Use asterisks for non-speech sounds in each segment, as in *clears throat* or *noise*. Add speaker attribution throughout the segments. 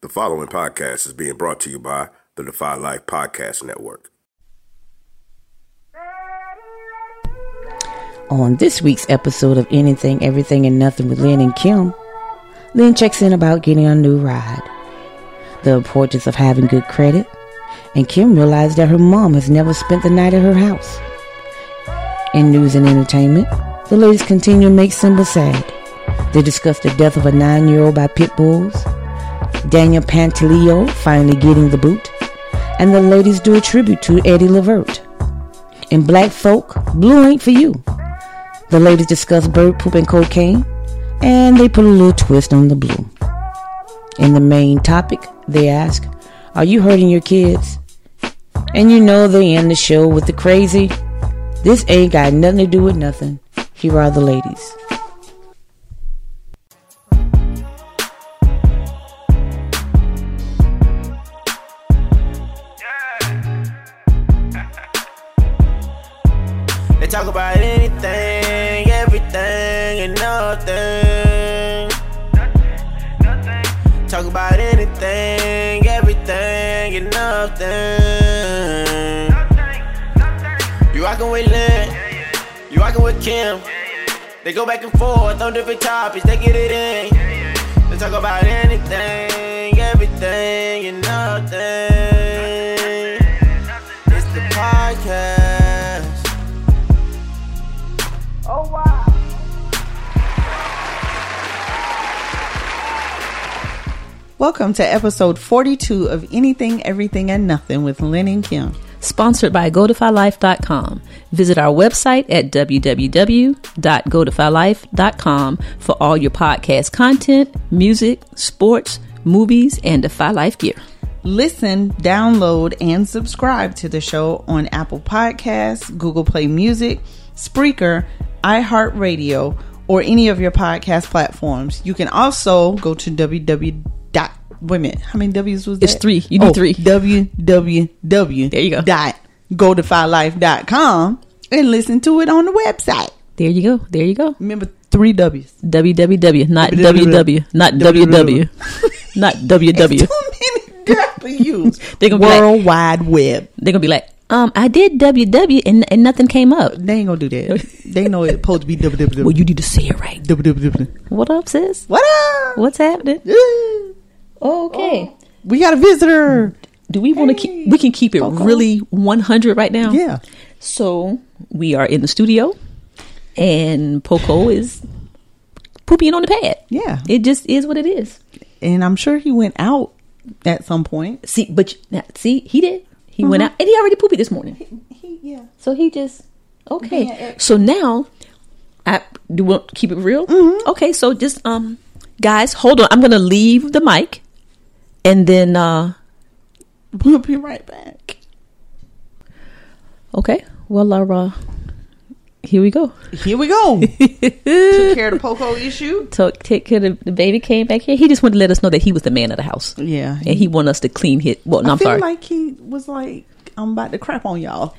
Speaker 1: The following podcast is being brought to you by the Defy Life Podcast Network.
Speaker 2: On this week's episode of Anything, Everything, and Nothing with Lynn and Kim, Lynn checks in about getting a new ride, the importance of having good credit, and Kim realized that her mom has never spent the night at her house. In news and entertainment, the ladies continue to make Simba sad. They discuss the death of a nine year old by pit bulls, Daniel Pantaleo finally getting the boot, and the ladies do a tribute to Eddie Lavert. In Black Folk, Blue Ain't For You. The ladies discuss bird poop and cocaine, and they put a little twist on the blue. In the main topic, they ask, Are you hurting your kids? And you know they end the show with the crazy, This ain't got nothing to do with nothing. Here are the ladies.
Speaker 3: They talk about anything, everything, and nothing. Talk about anything, everything, and nothing. You rockin' with Lynn, you rockin' with Kim. They go back and forth on different topics, they get it in. They talk about anything, everything, and nothing. It's the podcast.
Speaker 4: Welcome to episode 42 of Anything, Everything, and Nothing with Lynn and Kim.
Speaker 5: sponsored by godifylife.com. Visit our website at www.godifylife.com for all your podcast content, music, sports, movies, and Defy Life gear.
Speaker 4: Listen, download, and subscribe to the show on Apple Podcasts, Google Play Music, Spreaker, iHeartRadio, or any of your podcast platforms. You can also go to www. dot- Wait a minute. How many W's was that? Oh,
Speaker 5: It's three. You do three.
Speaker 4: www.
Speaker 5: There you go.
Speaker 4: Dot godifylife.com and listen to it on the website.
Speaker 5: There you go. There you go.
Speaker 4: Remember three W's.
Speaker 5: www, not ww, not ww, *laughs* not ww.
Speaker 4: Too many W's.
Speaker 5: They gonna be like-
Speaker 4: World Wide Web.
Speaker 5: They're gonna be like, um, I did ww and and nothing came up.
Speaker 4: They ain't gonna do that. they know it's supposed to be www.
Speaker 5: Well, you need to say it right.
Speaker 4: www.
Speaker 5: What up, sis?
Speaker 4: What up?
Speaker 5: What's happening?
Speaker 4: Ooh,
Speaker 5: Okay.
Speaker 4: We got a visitor.
Speaker 5: Do we want to keep? We can keep it really one hundred right now.
Speaker 4: Yeah.
Speaker 5: So we are in the studio, and Poco is pooping on the pad.
Speaker 4: Yeah.
Speaker 5: it just is what it is.
Speaker 4: And I'm sure he went out at some point.
Speaker 5: See, but you- now, see, he did. He went out, and he already pooped this morning.
Speaker 4: yeah.
Speaker 5: So he just okay. so now, I do want keep it real. Okay, so just um, guys, hold on. I'm gonna leave the mic, and then uh,
Speaker 4: We'll be right back.
Speaker 5: okay. Well, uh, uh here we go.
Speaker 4: Here we go. Took care of the Poco issue.
Speaker 5: So take care. of- The baby came back here. He just wanted to let us know that he was the man of the house.
Speaker 4: Yeah.
Speaker 5: and he wanted us to clean his. Well, no,
Speaker 4: I
Speaker 5: I'm
Speaker 4: feel
Speaker 5: sorry.
Speaker 4: like he was like, I'm about to crap on y'all.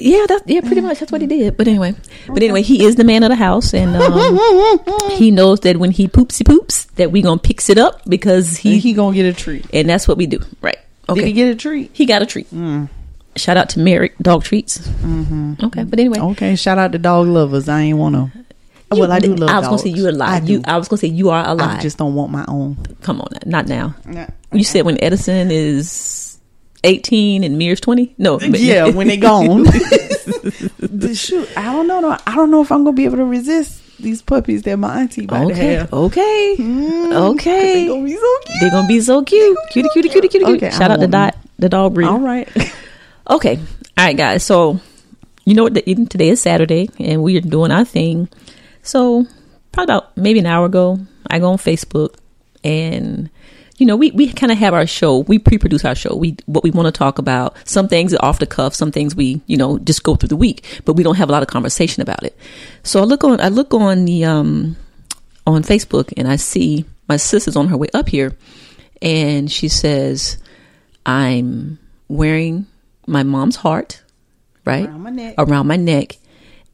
Speaker 5: yeah, that's yeah,
Speaker 4: Mm.
Speaker 5: pretty much that's what he did. But anyway, but anyway, he is the man of the house, and
Speaker 4: *laughs*
Speaker 5: um, he knows that when he poops, he poops that we gonna picks it up because he,
Speaker 4: He, he gonna get a treat.
Speaker 5: and that's what we do, right? Okay,
Speaker 4: Did he get Mm. a treat?
Speaker 5: He got a treat. Shout out to Merrick Dog Treats.
Speaker 4: Mm-hmm.
Speaker 5: Okay, but anyway,
Speaker 4: *laughs* Okay, shout out to dog lovers. I ain't want to.
Speaker 5: you-
Speaker 4: Oh, Well, I do love
Speaker 5: I was
Speaker 4: dogs.
Speaker 5: gonna say you alive.
Speaker 4: I
Speaker 5: you,
Speaker 4: do.
Speaker 5: I was gonna say you are alive.
Speaker 4: I just don't want my own.
Speaker 5: Come on, not now. You said when Edison is eighteen and Mears twenty. No, but- *laughs*
Speaker 4: yeah, when they gone. The shoot, I don't know. though. I don't know if I'm gonna be able to resist these puppies that my auntie *laughs* about to
Speaker 5: Okay.
Speaker 4: have. Mm,
Speaker 5: Okay.
Speaker 4: *laughs* They
Speaker 5: Okay.
Speaker 4: gonna be so cute.
Speaker 5: They're gonna be so cute. Cutie, cutie, cutie, cutie, cutie.
Speaker 4: Okay,
Speaker 5: Shout
Speaker 4: I
Speaker 5: out to
Speaker 4: want
Speaker 5: Dot, the dog breeder.
Speaker 4: All
Speaker 5: *laughs*
Speaker 4: right.
Speaker 5: Okay. All right, guys. So, you know what? The, even today is Saturday, and we are doing our thing. So, probably about maybe an hour ago, I go on Facebook, and you know, we we kind of have our show. We pre-produce our show. We what we want to talk about. Some things are off the cuff. Some things we you know just go through the week, but we don't have a lot of conversation about it. So I look on. I look on the um on Facebook, and I see my sister's on her way up here, and she says, I'm wearing my mom's heart, right? Around
Speaker 4: my neck.
Speaker 5: Around my neck.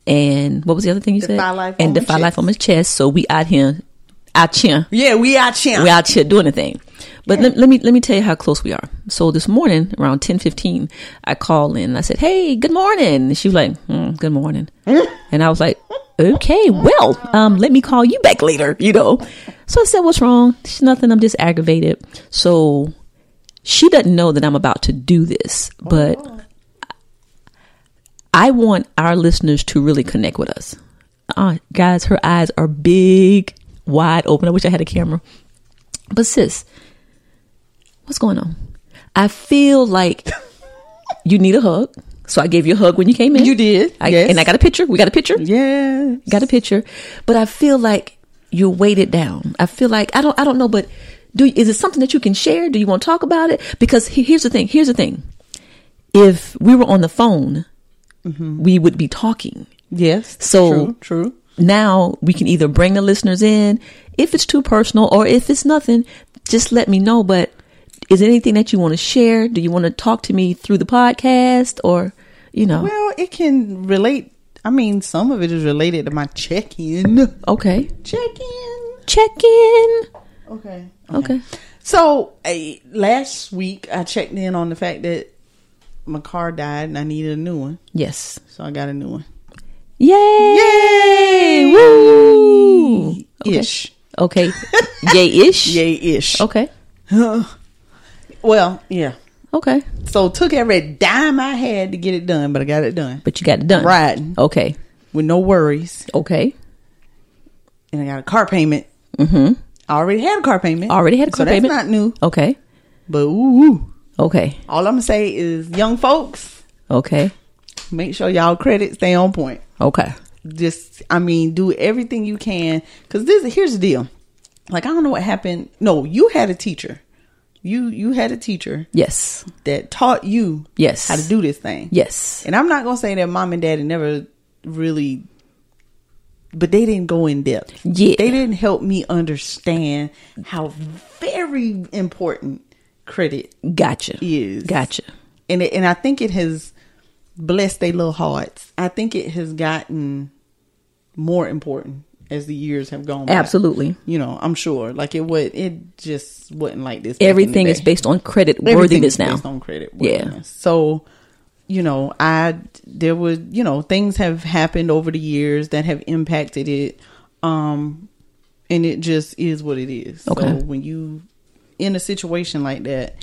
Speaker 5: And what was the other thing you
Speaker 4: Defy
Speaker 5: said?
Speaker 4: life on
Speaker 5: and
Speaker 4: my
Speaker 5: defy life
Speaker 4: chest.
Speaker 5: on my chest. So we out here, out here,
Speaker 4: Yeah, we are champ.
Speaker 5: we out here doing the thing. But let, let me let me tell you how close we are. So this morning around ten fifteen, I called in. I said, "Hey, good morning." And she was like, "Mm, "Good morning," and I was like, "Okay, well, um, let me call you back later." You know. So I said, "What's wrong?" She's nothing. I'm just aggravated. So she doesn't know that I'm about to do this, but I want our listeners to really connect with us. Uh, guys, her eyes are big, wide open. I wish I had a camera. But sis, what's going on? I
Speaker 4: *laughs*
Speaker 5: feel like you need a hug. So I gave you a hug when you came in.
Speaker 4: You did,
Speaker 5: I,
Speaker 4: yes.
Speaker 5: And I got a picture. We got a picture.
Speaker 4: Yeah.
Speaker 5: Got a picture. But I feel like you're weighted down. I feel like I don't I don't know, but do is it something that you can share? Do you want to talk about it? Because he- here's the thing. Here's the thing. If we were on the phone, we would be talking.
Speaker 4: Yes.
Speaker 5: So-
Speaker 4: true. true.
Speaker 5: Now we can either bring the listeners in if it's too personal or if it's nothing, just let me know. But is there anything that you want to share? Do you want to talk to me through the podcast or, you know?
Speaker 4: Well, it can relate. I mean, some of it is related to my check in.
Speaker 5: okay.
Speaker 4: Check in.
Speaker 5: Check in.
Speaker 4: Okay.
Speaker 5: Okay.
Speaker 4: So eh, last week I checked in on the fact that my car died and I needed a new one,
Speaker 5: Yes.
Speaker 4: so I got a new one.
Speaker 5: Yay.
Speaker 4: Yay!
Speaker 5: Woo!
Speaker 4: Ish. *laughs*
Speaker 5: Okay. Yay ish.
Speaker 4: Yay ish.
Speaker 5: Okay.
Speaker 4: Well, yeah.
Speaker 5: Okay.
Speaker 4: So it took every dime I had to get it done, but I got it done
Speaker 5: But you got it done.
Speaker 4: Riding.
Speaker 5: Okay.
Speaker 4: with no worries,
Speaker 5: Okay.
Speaker 4: and I got a car payment. Mm-hmm. I already had a car payment.
Speaker 5: Already had a car
Speaker 4: so that's
Speaker 5: payment.
Speaker 4: not new,
Speaker 5: Okay.
Speaker 4: but ooh, ooh.
Speaker 5: Okay.
Speaker 4: all I'm gonna say is, young folks,
Speaker 5: Okay.
Speaker 4: make sure y'all credit stay on point.
Speaker 5: Okay.
Speaker 4: just I mean, do everything you can because this here's the deal. Like I don't know what happened. No, you had a teacher. You you had a teacher
Speaker 5: Yes.
Speaker 4: that taught you
Speaker 5: Yes.
Speaker 4: how to do this thing.
Speaker 5: Yes.
Speaker 4: And I'm not gonna say that mom and daddy never really, but they didn't go in depth.
Speaker 5: Yeah.
Speaker 4: they didn't help me understand how very important credit
Speaker 5: Gotcha.
Speaker 4: is.
Speaker 5: Gotcha.
Speaker 4: and it, and I think it has blessed their little hearts. I think it has gotten more important as the years have gone. by.
Speaker 5: Absolutely.
Speaker 4: you know, I'm sure. Like it would, it just wasn't like this. back in the
Speaker 5: Everything
Speaker 4: day.
Speaker 5: is based on credit
Speaker 4: Everything
Speaker 5: worthiness
Speaker 4: is
Speaker 5: now.
Speaker 4: based on credit.
Speaker 5: Yeah.
Speaker 4: worthiness. So, you know, I there was you know things have happened over the years that have impacted it, um, and it just is what it is.
Speaker 5: Okay.
Speaker 4: So when you in a situation like that,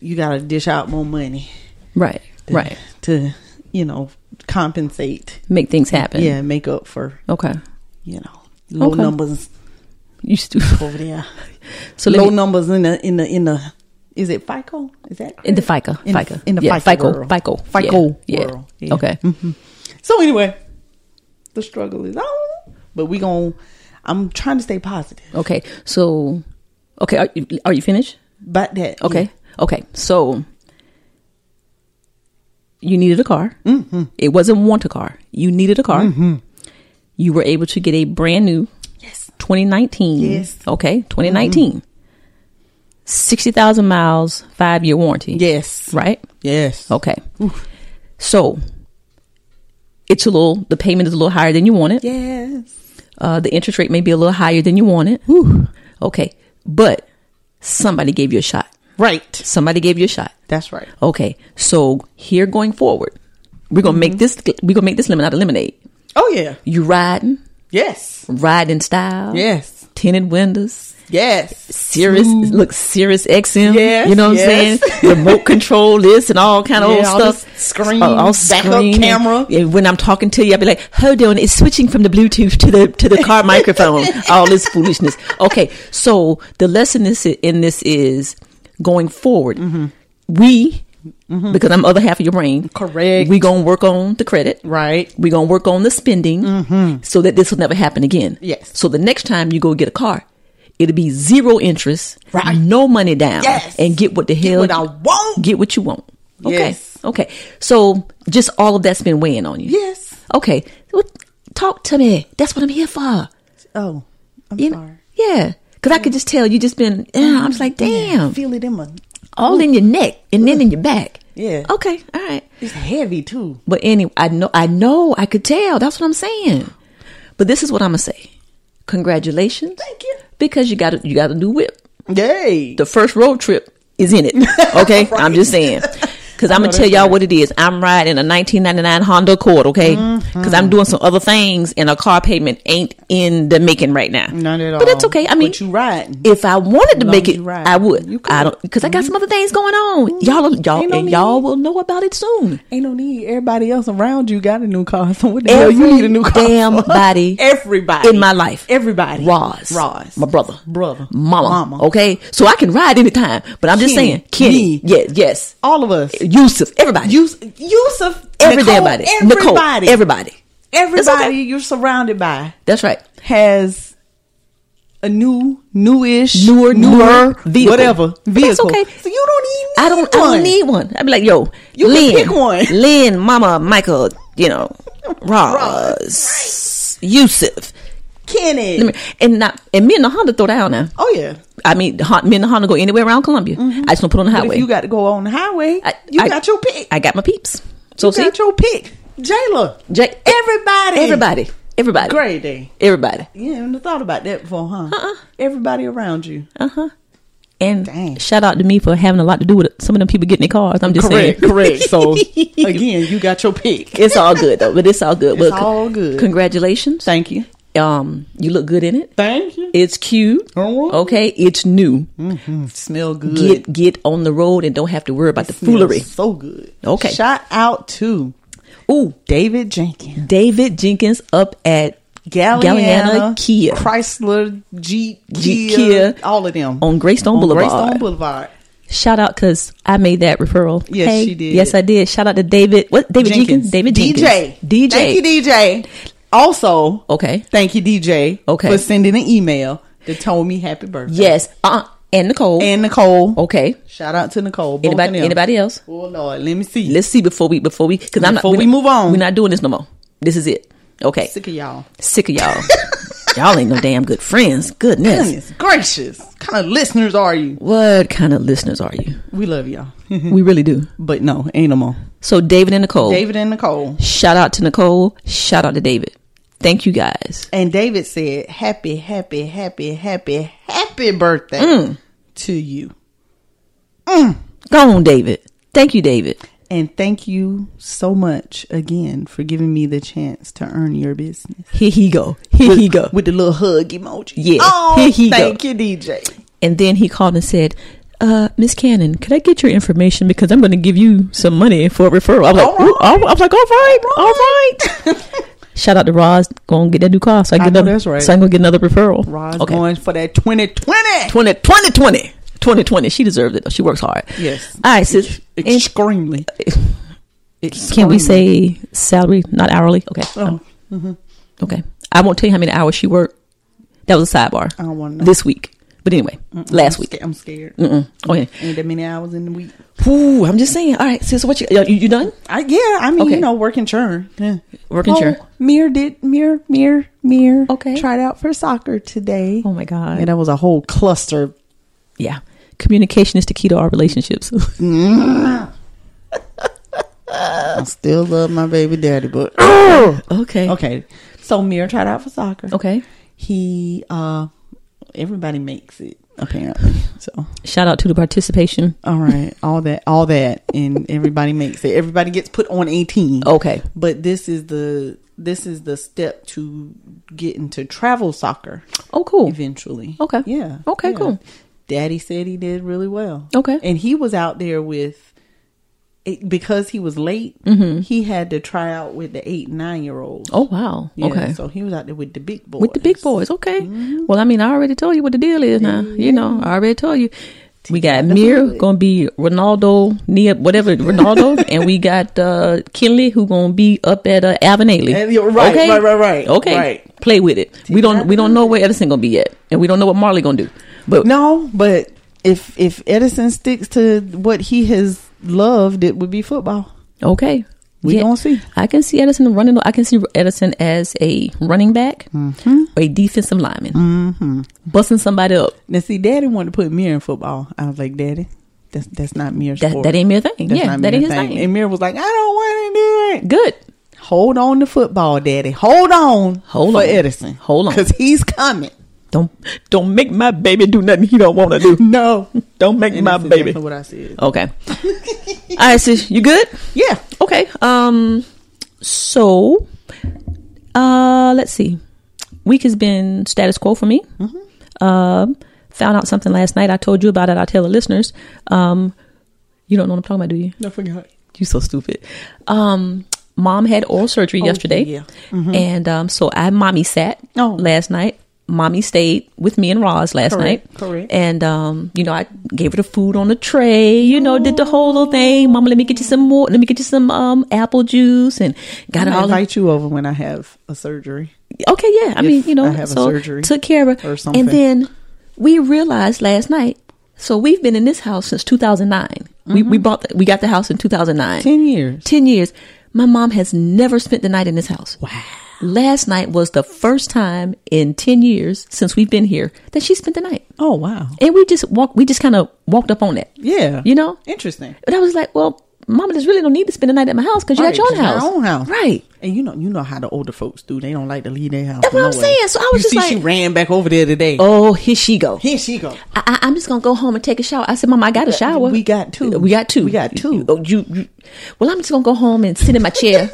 Speaker 4: you gotta dish out more money
Speaker 5: Right. Right.
Speaker 4: to you know compensate
Speaker 5: Make things happen.
Speaker 4: yeah make up for
Speaker 5: Okay.
Speaker 4: you know low
Speaker 5: Okay.
Speaker 4: numbers
Speaker 5: You stu-
Speaker 4: over there
Speaker 5: *laughs* so let
Speaker 4: low
Speaker 5: me-
Speaker 4: numbers in the in the in the is it FICO is that
Speaker 5: in the
Speaker 4: correct?
Speaker 5: FICA.
Speaker 4: in
Speaker 5: FICA.
Speaker 4: in the
Speaker 5: yeah,
Speaker 4: FICO
Speaker 5: FICO.
Speaker 4: world.
Speaker 5: FICO.
Speaker 4: FICO
Speaker 5: Yeah.
Speaker 4: world.
Speaker 5: Yeah.
Speaker 4: Yeah. Mm-hmm.
Speaker 5: Okay.
Speaker 4: so anyway the struggle is on but we gon' I'm trying to stay positive
Speaker 5: Okay. So, okay. Are you, are you finished?
Speaker 4: but that
Speaker 5: Okay.
Speaker 4: yeah.
Speaker 5: Okay. So you needed a car. Mm-hmm. It wasn't want a car. You needed a car.
Speaker 4: Mm-hmm.
Speaker 5: You were able to get a brand new
Speaker 4: yes
Speaker 5: 2019.
Speaker 4: Yes. Mm-hmm.
Speaker 5: Okay. 2019. 60,000 miles, five year warranty.
Speaker 4: yes
Speaker 5: Right? Oh.
Speaker 4: yes
Speaker 5: Okay. So it's a little, the payment is a little higher than you wanted.
Speaker 4: yes
Speaker 5: Uh, the interest rate may be a little higher than you wanted. Okay. But somebody gave you a shot.
Speaker 4: right
Speaker 5: Somebody gave you a shot.
Speaker 4: that's right
Speaker 5: Okay, so here going forward, we're gonna make this we're gonna make this lemon out of lemonade.
Speaker 4: oh yeah
Speaker 5: You riding,
Speaker 4: yes
Speaker 5: riding in style.
Speaker 4: yes
Speaker 5: Tinted windows,
Speaker 4: yes
Speaker 5: Sirius look Sirius XM.
Speaker 4: Yes,
Speaker 5: you know what
Speaker 4: yes.
Speaker 5: I'm saying? Remote control this and all kind of
Speaker 4: Yeah,
Speaker 5: old
Speaker 4: all
Speaker 5: stuff.
Speaker 4: this screen,
Speaker 5: Uh,
Speaker 4: backup camera.
Speaker 5: And, and when I'm talking to you, I'll be like, "Hold on, it's switching from the Bluetooth to the to the
Speaker 4: *laughs*
Speaker 5: car microphone." All this foolishness. Okay, so the lesson is in this is going forward.
Speaker 4: Mm-hmm.
Speaker 5: We, because I'm other half of your brain,
Speaker 4: Correct.
Speaker 5: We gonna work on the credit,
Speaker 4: right
Speaker 5: we're gonna work on the spending so that this will never happen again.
Speaker 4: Mm-hmm. Yes.
Speaker 5: So the next time you go get a car, it'll be zero interest,
Speaker 4: Right.
Speaker 5: No money down,
Speaker 4: Yes.
Speaker 5: and get what the hell
Speaker 4: what I want.
Speaker 5: Get what you want. Okay.
Speaker 4: Yes.
Speaker 5: Okay. So just all of that's been weighing on you.
Speaker 4: yes
Speaker 5: Okay. Well, talk to me. That's what I'm here for.
Speaker 4: oh I'm
Speaker 5: You know-
Speaker 4: sorry Mm-hmm.
Speaker 5: Yeah. Because I could just tell you just been. eh, I'm just like, damn,
Speaker 4: feel it in my
Speaker 5: all in your neck and then in your back.
Speaker 4: Yeah.
Speaker 5: Okay. All right.
Speaker 4: It's heavy too.
Speaker 5: But anyway, I know, I know, I could tell. That's what I'm saying. But this is what I'm gonna say. Congratulations,
Speaker 4: Thank you.
Speaker 5: because you got a, you got a new whip.
Speaker 4: Yay.
Speaker 5: the first road trip
Speaker 4: *laughs*
Speaker 5: is in it. Okay, I'm just saying. Because I'm gonna tell y'all what it is. I'm riding a 1999 Honda Accord, okay? Because
Speaker 4: Mm-hmm.
Speaker 5: I'm doing some other things, and a car payment ain't in the making right now.
Speaker 4: Not at all.
Speaker 5: But that's okay. I mean,
Speaker 4: but you riding.
Speaker 5: if I wanted to
Speaker 4: Long
Speaker 5: make
Speaker 4: as
Speaker 5: it,
Speaker 4: you ride.
Speaker 5: I would.
Speaker 4: You could. Mm-hmm.
Speaker 5: I don't because I got some other things going on. Y'all, y'all,
Speaker 4: Ain't no
Speaker 5: and y'all
Speaker 4: need.
Speaker 5: will know about it soon.
Speaker 4: Ain't no need. Everybody else around you got a new car. *laughs* So what the hell you need a new car? *laughs*
Speaker 5: damn
Speaker 4: for?
Speaker 5: body
Speaker 4: Everybody
Speaker 5: in my life.
Speaker 4: Everybody.
Speaker 5: Roz,
Speaker 4: Roz.
Speaker 5: my brother,
Speaker 4: Brother.
Speaker 5: mama,
Speaker 4: Mama.
Speaker 5: Okay, so I can ride anytime. But I'm just
Speaker 4: Kenny.
Speaker 5: saying, Kenny.
Speaker 4: Me.
Speaker 5: Yes, yes.
Speaker 4: All of us.
Speaker 5: Yusuf, everybody.
Speaker 4: Use use of
Speaker 5: everybody. Nicole,
Speaker 4: Everybody.
Speaker 5: everybody.
Speaker 4: everybody
Speaker 5: okay.
Speaker 4: you're surrounded by
Speaker 5: That's right.
Speaker 4: has a new, newish,
Speaker 5: Newer, newer vehicle.
Speaker 4: whatever
Speaker 5: But that's
Speaker 4: vehicle.
Speaker 5: okay.
Speaker 4: So you don't even.
Speaker 5: I don't. I
Speaker 4: one.
Speaker 5: don't need one. I'd be like, yo,
Speaker 4: You can
Speaker 5: Lynn,
Speaker 4: pick one. *laughs*
Speaker 5: Lynn, Mama, Michael, you know, Roz, Yusuf,
Speaker 4: Kenny.
Speaker 5: Let me- and not and me and the Honda throw down now.
Speaker 4: oh yeah.
Speaker 5: I mean, Hon- me and the Honda go anywhere around Columbia. I just don't put on
Speaker 4: Mm-hmm.
Speaker 5: the
Speaker 4: But
Speaker 5: highway.
Speaker 4: if you got to go on the highway,
Speaker 5: I-
Speaker 4: you
Speaker 5: I-
Speaker 4: got your pick.
Speaker 5: I got my peeps. So
Speaker 4: you
Speaker 5: see,
Speaker 4: got your pick. Jayla.
Speaker 5: Jay-
Speaker 4: everybody.
Speaker 5: everybody, everybody,
Speaker 4: Great day.
Speaker 5: everybody.
Speaker 4: You haven't thought about that before, huh?
Speaker 5: Uh-uh.
Speaker 4: Everybody around you.
Speaker 5: Uh huh. And
Speaker 4: Dang.
Speaker 5: shout out to me for having a lot to do with some of them people getting their cars. I'm just
Speaker 4: correct,
Speaker 5: saying.
Speaker 4: correct.
Speaker 5: *laughs*
Speaker 4: So again, you got your pick.
Speaker 5: It's all good though, but it's all good.
Speaker 4: It's
Speaker 5: Well, c-
Speaker 4: all good.
Speaker 5: Congratulations.
Speaker 4: Thank you.
Speaker 5: um, you look good in it.
Speaker 4: Thank you.
Speaker 5: It's cute.
Speaker 4: Alright.
Speaker 5: Okay, it's new.
Speaker 4: smell good.
Speaker 5: Get get on the road and don't have to worry about the
Speaker 4: Smells
Speaker 5: foolery.
Speaker 4: So good.
Speaker 5: Okay.
Speaker 4: Shout out to
Speaker 5: Ooh,
Speaker 4: David Jenkins.
Speaker 5: David Jenkins up at
Speaker 4: Galliana,
Speaker 5: Kia.
Speaker 4: Chrysler, Jeep,
Speaker 5: Jeep,
Speaker 4: Kia,
Speaker 5: Kia,
Speaker 4: all of them
Speaker 5: on Greystone Boulevard.
Speaker 4: Greystone Boulevard.
Speaker 5: Shout out because I made that referral.
Speaker 4: Yes,
Speaker 5: Hey,
Speaker 4: she did.
Speaker 5: Yes, I did. Shout out to David. What David Jenkins? David
Speaker 4: DJ,
Speaker 5: Jenkins. DJ.
Speaker 4: Thank you, DJ. Also,
Speaker 5: Okay.
Speaker 4: thank you, DJ.
Speaker 5: Okay.
Speaker 4: for sending an email that told me happy birthday.
Speaker 5: Yes. Uh. uh And Nicole.
Speaker 4: and Nicole.
Speaker 5: okay.
Speaker 4: Shout out to Nicole. both of
Speaker 5: Anybody?
Speaker 4: them.
Speaker 5: Anybody else?
Speaker 4: Oh Lord, let me see.
Speaker 5: Let's see before we before we because I'm not
Speaker 4: Before we
Speaker 5: not-
Speaker 4: move on.
Speaker 5: We're not doing this no more. This is it. Okay.
Speaker 4: Sick of y'all.
Speaker 5: Sick of *laughs* y'all. y'all ain't no damn good friends. Goodness.
Speaker 4: Goodness gracious, kind of listeners are you?
Speaker 5: What kind of listeners are you?
Speaker 4: We love y'all, *laughs*
Speaker 5: We really do.
Speaker 4: but no, ain't no more.
Speaker 5: So David and Nicole.
Speaker 4: David and Nicole.
Speaker 5: Shout out to Nicole. Shout out to David. Thank you guys.
Speaker 4: And David said, "Happy, happy, happy, happy, happy birthday to you."
Speaker 5: Go on, David. Thank you, David.
Speaker 4: And thank you so much again for giving me the chance to earn your business.
Speaker 5: Here he go. Here he go.
Speaker 4: With the little hug emoji.
Speaker 5: Yeah.
Speaker 4: Oh,
Speaker 5: Here he go.
Speaker 4: thank you, DJ.
Speaker 5: And then he called and said, uh, Miss Cannon, could I get your information? Because I'm going to give you some money for a referral. I'm like,
Speaker 4: All
Speaker 5: "Ooh,
Speaker 4: right.
Speaker 5: all- I was like, all right, all right. *laughs* Shout out to Roz. Go and get that new car. So
Speaker 4: I
Speaker 5: I, can get
Speaker 4: know
Speaker 5: another,
Speaker 4: that's right.
Speaker 5: So I'm going to get another referral.
Speaker 4: Roz going for that 2020.
Speaker 5: 20, 2020. 2020. She deserves it, though. She works hard.
Speaker 4: Yes.
Speaker 5: All right, sis. And
Speaker 4: Extremely.
Speaker 5: can we say salary, not hourly? Okay. Um,
Speaker 4: Oh,
Speaker 5: Okay. I won't tell you how many hours she worked. That was a sidebar.
Speaker 4: I don't wanna know.
Speaker 5: This week. But anyway, last
Speaker 4: I'm
Speaker 5: week.
Speaker 4: sca- I'm scared.
Speaker 5: Mm-mm. Okay.
Speaker 4: Ain't that many hours in the week.
Speaker 5: Ooh, I'm just saying. All right, sis, what you, you, you done?
Speaker 4: I yeah, I mean
Speaker 5: Okay.
Speaker 4: you know work and churn. Yeah.
Speaker 5: Work and
Speaker 4: oh,
Speaker 5: churn.
Speaker 4: Mir did Mir Mir Mir.
Speaker 5: Okay.
Speaker 4: tried out for soccer today.
Speaker 5: Oh my God.
Speaker 4: And that was a whole cluster.
Speaker 5: yeah. Communication is the key to our relationships. *laughs*
Speaker 4: I still love my baby daddy, *coughs* but
Speaker 5: okay.
Speaker 4: okay. So Mir tried out for soccer.
Speaker 5: Okay.
Speaker 4: He uh, everybody makes it *laughs* apparently. So
Speaker 5: Shout out to the participation.
Speaker 4: all right, all that, all that, and everybody makes it. Everybody gets put on a team.
Speaker 5: Okay.
Speaker 4: but this is the this is the step to get into travel soccer.
Speaker 5: Oh, cool.
Speaker 4: eventually.
Speaker 5: Okay.
Speaker 4: Yeah.
Speaker 5: Okay,
Speaker 4: yeah.
Speaker 5: cool.
Speaker 4: Daddy said he did really well.
Speaker 5: Okay.
Speaker 4: And he was out there with it, because he was late. He had to try out with the eight nine year olds.
Speaker 5: Mm-hmm. Oh, wow.
Speaker 4: Yeah,
Speaker 5: okay.
Speaker 4: So Mm-hmm. he was out there with the big boys.
Speaker 5: With the big boys. Okay. Well, I mean, I already told you what the deal is now. You know, I already told you. We got Mir gonna be Ronaldo, Nia, whatever
Speaker 4: *laughs*
Speaker 5: Ronaldo, and we got uh, Kinley who gonna be up at uh, Avenaley.
Speaker 4: And you're right, right, right, right,
Speaker 5: okay.
Speaker 4: right.
Speaker 5: Play with it. We don't we don't know where Edison gonna be yet, and we don't know what Marley gonna do. But
Speaker 4: No, but if if Edison sticks to what he has loved, it would be football.
Speaker 5: Okay.
Speaker 4: We gonna see.
Speaker 5: I can see Edison running. I can see Edison as a running back
Speaker 4: Mm-hmm.
Speaker 5: or a defensive lineman, mm-hmm. busting somebody up.
Speaker 4: Now, see, Daddy wanted to put Mir in football. I was like, Daddy, that's that's not Mir's
Speaker 5: That
Speaker 4: sport.
Speaker 5: that ain't mere thing.
Speaker 4: That's
Speaker 5: yeah,
Speaker 4: not
Speaker 5: that ain't
Speaker 4: Mir's
Speaker 5: his
Speaker 4: thing.
Speaker 5: thing.
Speaker 4: And Mir was like, I don't want to do it.
Speaker 5: Good.
Speaker 4: Hold on to football, Daddy. Hold on.
Speaker 5: Hold
Speaker 4: for
Speaker 5: on.
Speaker 4: Edison.
Speaker 5: Hold on.
Speaker 4: Because he's coming.
Speaker 5: Don't don't make my baby do nothing he don't want to do.
Speaker 4: No,
Speaker 5: Don't make
Speaker 4: And
Speaker 5: my
Speaker 4: that's
Speaker 5: baby.
Speaker 4: exactly What I said.
Speaker 5: Okay. All right, sis, you good?
Speaker 4: Yeah.
Speaker 5: Okay. Um. So, uh, let's see. Week has been status quo for me.
Speaker 4: Mm-hmm.
Speaker 5: Uh, found out something last night. I told you about it. I tell the listeners. Um, you don't know what I'm talking about, do you?
Speaker 4: I forgot.
Speaker 5: You so stupid. Um, mom had oral surgery yesterday,
Speaker 4: Oh, yeah. Mm-hmm.
Speaker 5: and um, so I mommy sat
Speaker 4: Oh.
Speaker 5: last night. Mommy stayed with me and Roz last
Speaker 4: Correct,
Speaker 5: night.
Speaker 4: correct.
Speaker 5: And um, you know, I gave her the food on the tray. You know, did the
Speaker 4: Oh.
Speaker 5: whole little thing. Mama, let me get you some more. Let me get you some um apple juice and got it
Speaker 4: I
Speaker 5: all.
Speaker 4: invite you over when I have a surgery.
Speaker 5: okay, yeah. I mean, you know,
Speaker 4: I have a
Speaker 5: so
Speaker 4: surgery
Speaker 5: took care of her.
Speaker 4: or something.
Speaker 5: And then we realized last night. So we've been in this house since 2009. We
Speaker 4: Mm-hmm.
Speaker 5: we bought the, we got the house in 2009.
Speaker 4: Ten years.
Speaker 5: 10 years. My mom has never spent the night in this house. Wow. Last night was the first time in 10 years since we've been here that she spent the night.
Speaker 4: Oh wow.
Speaker 5: And we just walked, we just kind of walked up on it.
Speaker 4: Yeah.
Speaker 5: You know?
Speaker 4: Interesting.
Speaker 5: But I was like, well, mama, there's really no need to spend the night at my house because you
Speaker 4: Right,
Speaker 5: got your own
Speaker 4: she's got
Speaker 5: house.
Speaker 4: her own house.
Speaker 5: Right.
Speaker 4: And you know, you know how the older folks do. They don't like to leave their house.
Speaker 5: That's what I'm
Speaker 4: nowhere.
Speaker 5: saying. So I was
Speaker 4: you
Speaker 5: just
Speaker 4: see, she
Speaker 5: like-
Speaker 4: ran back over there today.
Speaker 5: Oh, here she go.
Speaker 4: Here she go.
Speaker 5: I, I, I'm just gonna go home and take a shower. I said, Mom, I got a shower.
Speaker 4: Uh, we got two.
Speaker 5: We got two.
Speaker 4: We got two.
Speaker 5: Oh, you, you. Well, I'm just gonna go home and sit in my chair.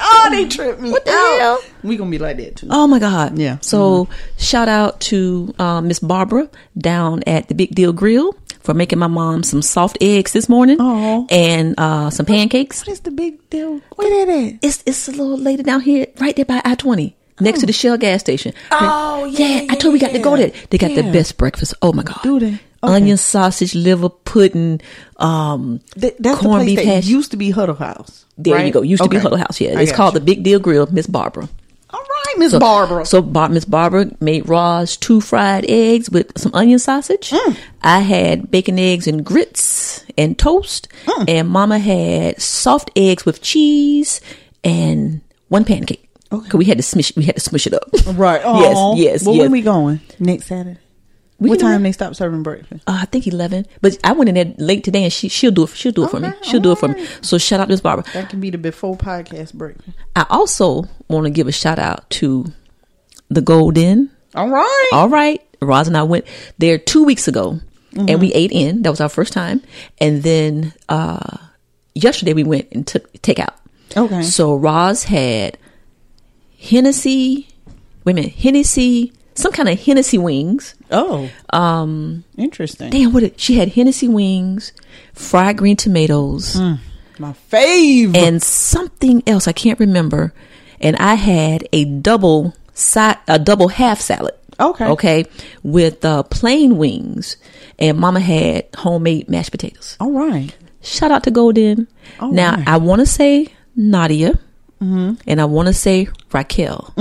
Speaker 4: Oh, they tripped me.
Speaker 5: What the
Speaker 4: out.
Speaker 5: hell?
Speaker 4: We gonna be like that too.
Speaker 5: Oh my God!
Speaker 4: Yeah. Mm-hmm.
Speaker 5: So shout out to uh, Miss Barbara down at the Big Deal Grill for making my mom some soft eggs this morning
Speaker 4: Aw.
Speaker 5: and uh, some pancakes.
Speaker 4: What is the big deal? What is it?
Speaker 5: It's it's a little lady down here, right there by I twenty, next to the Shell gas station.
Speaker 4: Oh, yeah,
Speaker 5: I told we got to go
Speaker 4: yeah.
Speaker 5: there. They got
Speaker 4: Yeah.
Speaker 5: the best breakfast. Oh my God!
Speaker 4: Do they? Okay.
Speaker 5: Onion sausage, liver pudding, um,
Speaker 4: Th- that's
Speaker 5: corned
Speaker 4: the place
Speaker 5: beef
Speaker 4: that
Speaker 5: hash.
Speaker 4: used to be Huddle House.
Speaker 5: there you
Speaker 4: right?
Speaker 5: go. Used to be
Speaker 4: Okay.
Speaker 5: Huddle House. Yeah,
Speaker 4: I
Speaker 5: it's
Speaker 4: got
Speaker 5: called
Speaker 4: you.
Speaker 5: the Big Deal Grill, Miss Barbara.
Speaker 4: All right, Miss
Speaker 5: So-
Speaker 4: Barbara.
Speaker 5: So Bar- Miss Barbara made Roz two fried eggs with some onion sausage.
Speaker 4: Mm.
Speaker 5: I had bacon eggs and grits and toast.
Speaker 4: Mm.
Speaker 5: And Mama had soft eggs with cheese and one pancake. Okay. Cause we had to smush, we had to smush it up.
Speaker 4: *laughs* right. Aw.
Speaker 5: *laughs* Yes. Yes.
Speaker 4: Well,
Speaker 5: yes.
Speaker 4: when we going next Saturday?
Speaker 5: We
Speaker 4: what
Speaker 5: can-
Speaker 4: time they stop serving breakfast?
Speaker 5: Uh, I think eleven. But I went in there late today, and she she'll do it. She'll do it for me.
Speaker 4: Okay,
Speaker 5: She'll do it for me.
Speaker 4: alright.
Speaker 5: So shout out to Miss Barbara.
Speaker 4: That can be the before podcast breakfast.
Speaker 5: I also want to give a shout out to the Golden.
Speaker 4: All right.
Speaker 5: *laughs* all right. Roz and I went there two weeks ago and we ate in. That was our first time. And then uh yesterday we went and took takeout.
Speaker 4: Okay.
Speaker 5: So Roz had Hennessy, wait a minute, Hennessy, some kind of Hennessy wings.
Speaker 4: oh,
Speaker 5: Um
Speaker 4: interesting.
Speaker 5: damn what it, she had Hennessy wings, fried green tomatoes,
Speaker 4: My fave.
Speaker 5: and something else I can't remember. And I had a double side, a double half salad.
Speaker 4: Okay.
Speaker 5: Okay. With uh, plain wings, and Mama had homemade mashed potatoes.
Speaker 4: All right.
Speaker 5: Shout out to Golden.
Speaker 4: All
Speaker 5: now
Speaker 4: right.
Speaker 5: I want to say Nadia,
Speaker 4: Mm-hmm.
Speaker 5: and I want to say Raquel